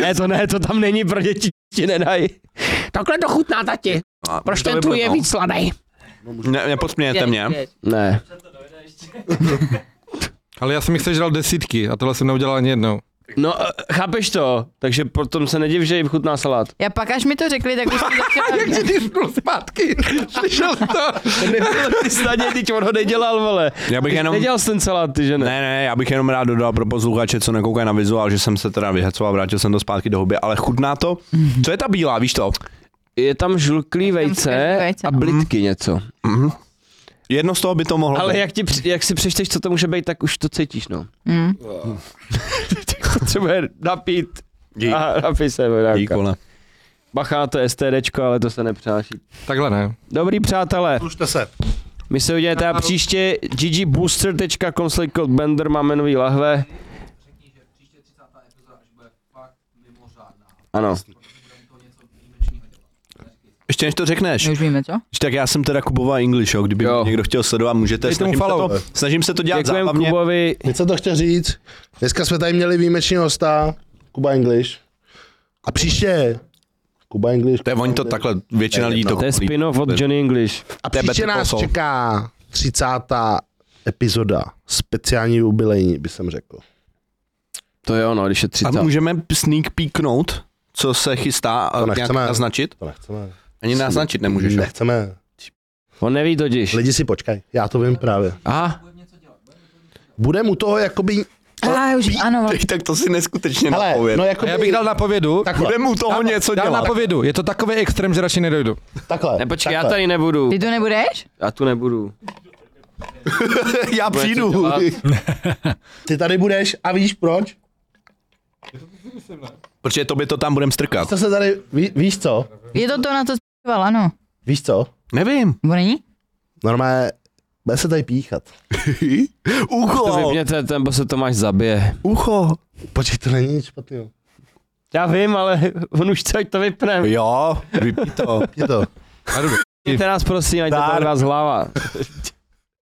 S3: Ne, to ne, to tam není pro děti, ti nedají. Takhle to chutná, tati.
S2: A
S3: Proč
S2: to
S3: ten
S2: by
S3: tvůj
S2: bylo,
S3: je
S2: no.
S3: víc sladý?
S2: Ne, nepodmějete mě.
S3: Ne.
S4: Ale já jsem jich sežral desítky a tohle jsem neudělal ani jednou.
S3: No, eh, chápeš to? Takže potom se nediv, že jim chutná salát.
S5: Já pak, až mi to řekli, tak už jsem začala.
S2: <laughs>
S4: Zpátky, slyšel to.
S3: <laughs> To nebylo ty snadě, teď on ho nedělal, vole.
S2: Já bych jenom...
S3: Nedělal jsi ten salát, ty, že ne?
S2: Ne, ne, já bych jenom rád dodal pro posluchače, co nekoukají na vizuál, že jsem se teda vyhecoval, vrátil jsem to zpátky do hobby, ale chutná to. Co je ta bílá, víš to?
S3: Je tam žluklý vejce
S5: žluklý vejce,
S3: a
S5: no.
S3: blitky něco.
S2: Mhm. Jedno z toho by to mohlo
S3: Ale
S2: být.
S3: jak, ti, při- jak si přečteš, co to může být, tak už to cítíš, no.
S5: Mm.
S3: Potřebuje napít.
S2: Dík.
S3: A napij se,
S2: Dík,
S3: vodáka.
S2: vole.
S3: Bacha, to je STDčko, ale to se nepřáší.
S4: Takhle ne.
S3: Dobrý přátelé,
S6: Služte se.
S3: my se uděláme teda příště ggbooster.com Bender máme nový lahve. Ano.
S2: Ještě než to řekneš,
S5: My už víme, co?
S2: tak já jsem teda Kubova English, jo, kdyby
S3: Jo.
S2: někdo chtěl sledovat, můžete,
S4: Dej tomu
S2: snažím se, to,
S4: follow.
S2: snažím se to dělat
S3: Děkujeme
S2: zábavně.
S3: Kubovi.
S6: Něco to chtěl říct. Dneska jsme tady měli výjimečného hosta, Kuba English. A příště Kuba English.
S2: To je, oni to takhle, většina lidí to
S3: To je
S2: kupí.
S3: spin-off od Johnny English.
S6: A
S2: to je
S6: příště
S2: Better Call
S6: nás
S2: Saul.
S6: čeká 30. epizoda. Speciální jubilejní, by jsem řekl.
S3: To jo, no, když je 30.
S2: A můžeme sneak peeknout, co se chystá
S6: To
S2: a nějak
S6: nechceme.
S2: naznačit?
S6: To nechceme.
S2: Ani naznačit nemůžeš. jo?
S6: Nechceme.
S3: On neví totiž.
S6: Lidi si počkej, já to vím právě.
S3: Aha,
S6: Budem u toho jakoby...
S5: A už ano.
S2: <laughs> Tak to si neskutečně
S6: Hele,
S2: napověd.
S6: no jakoby...
S4: Já bych dal na povědu.
S6: Takhle,
S2: Budeme u toho něco
S4: Dal na
S2: dělat.
S4: povědu. Je to takový extrém, že radši nedojdu.
S6: takhle.
S3: ne, počkej, já
S6: takhle.
S3: tady nebudu.
S5: Ty to nebudeš?
S3: Já tu nebudu.
S2: Já přijdu.
S6: <laughs> Ty tady budeš a víš proč?
S2: Protože tobě to tam budem strkat.
S6: Co se tady... Ví, víš co?
S5: Je to to, na co zpíval, ano.
S6: Víš co?
S2: Nevím.
S5: Nebo není?
S6: Normálně bude se tady píchat.
S3: To
S2: Ucho,
S3: vypněte, ten bo se Tomáš zabije.
S2: ucho.
S6: Počkej, to není nic špatného.
S3: Já vím, ale <laughs> on už chce, ať to vypne.
S2: Jo, vypí to.
S6: Je to.
S3: Mějte nás prosím, ať to
S2: Dar. <laughs>
S3: vás hlava.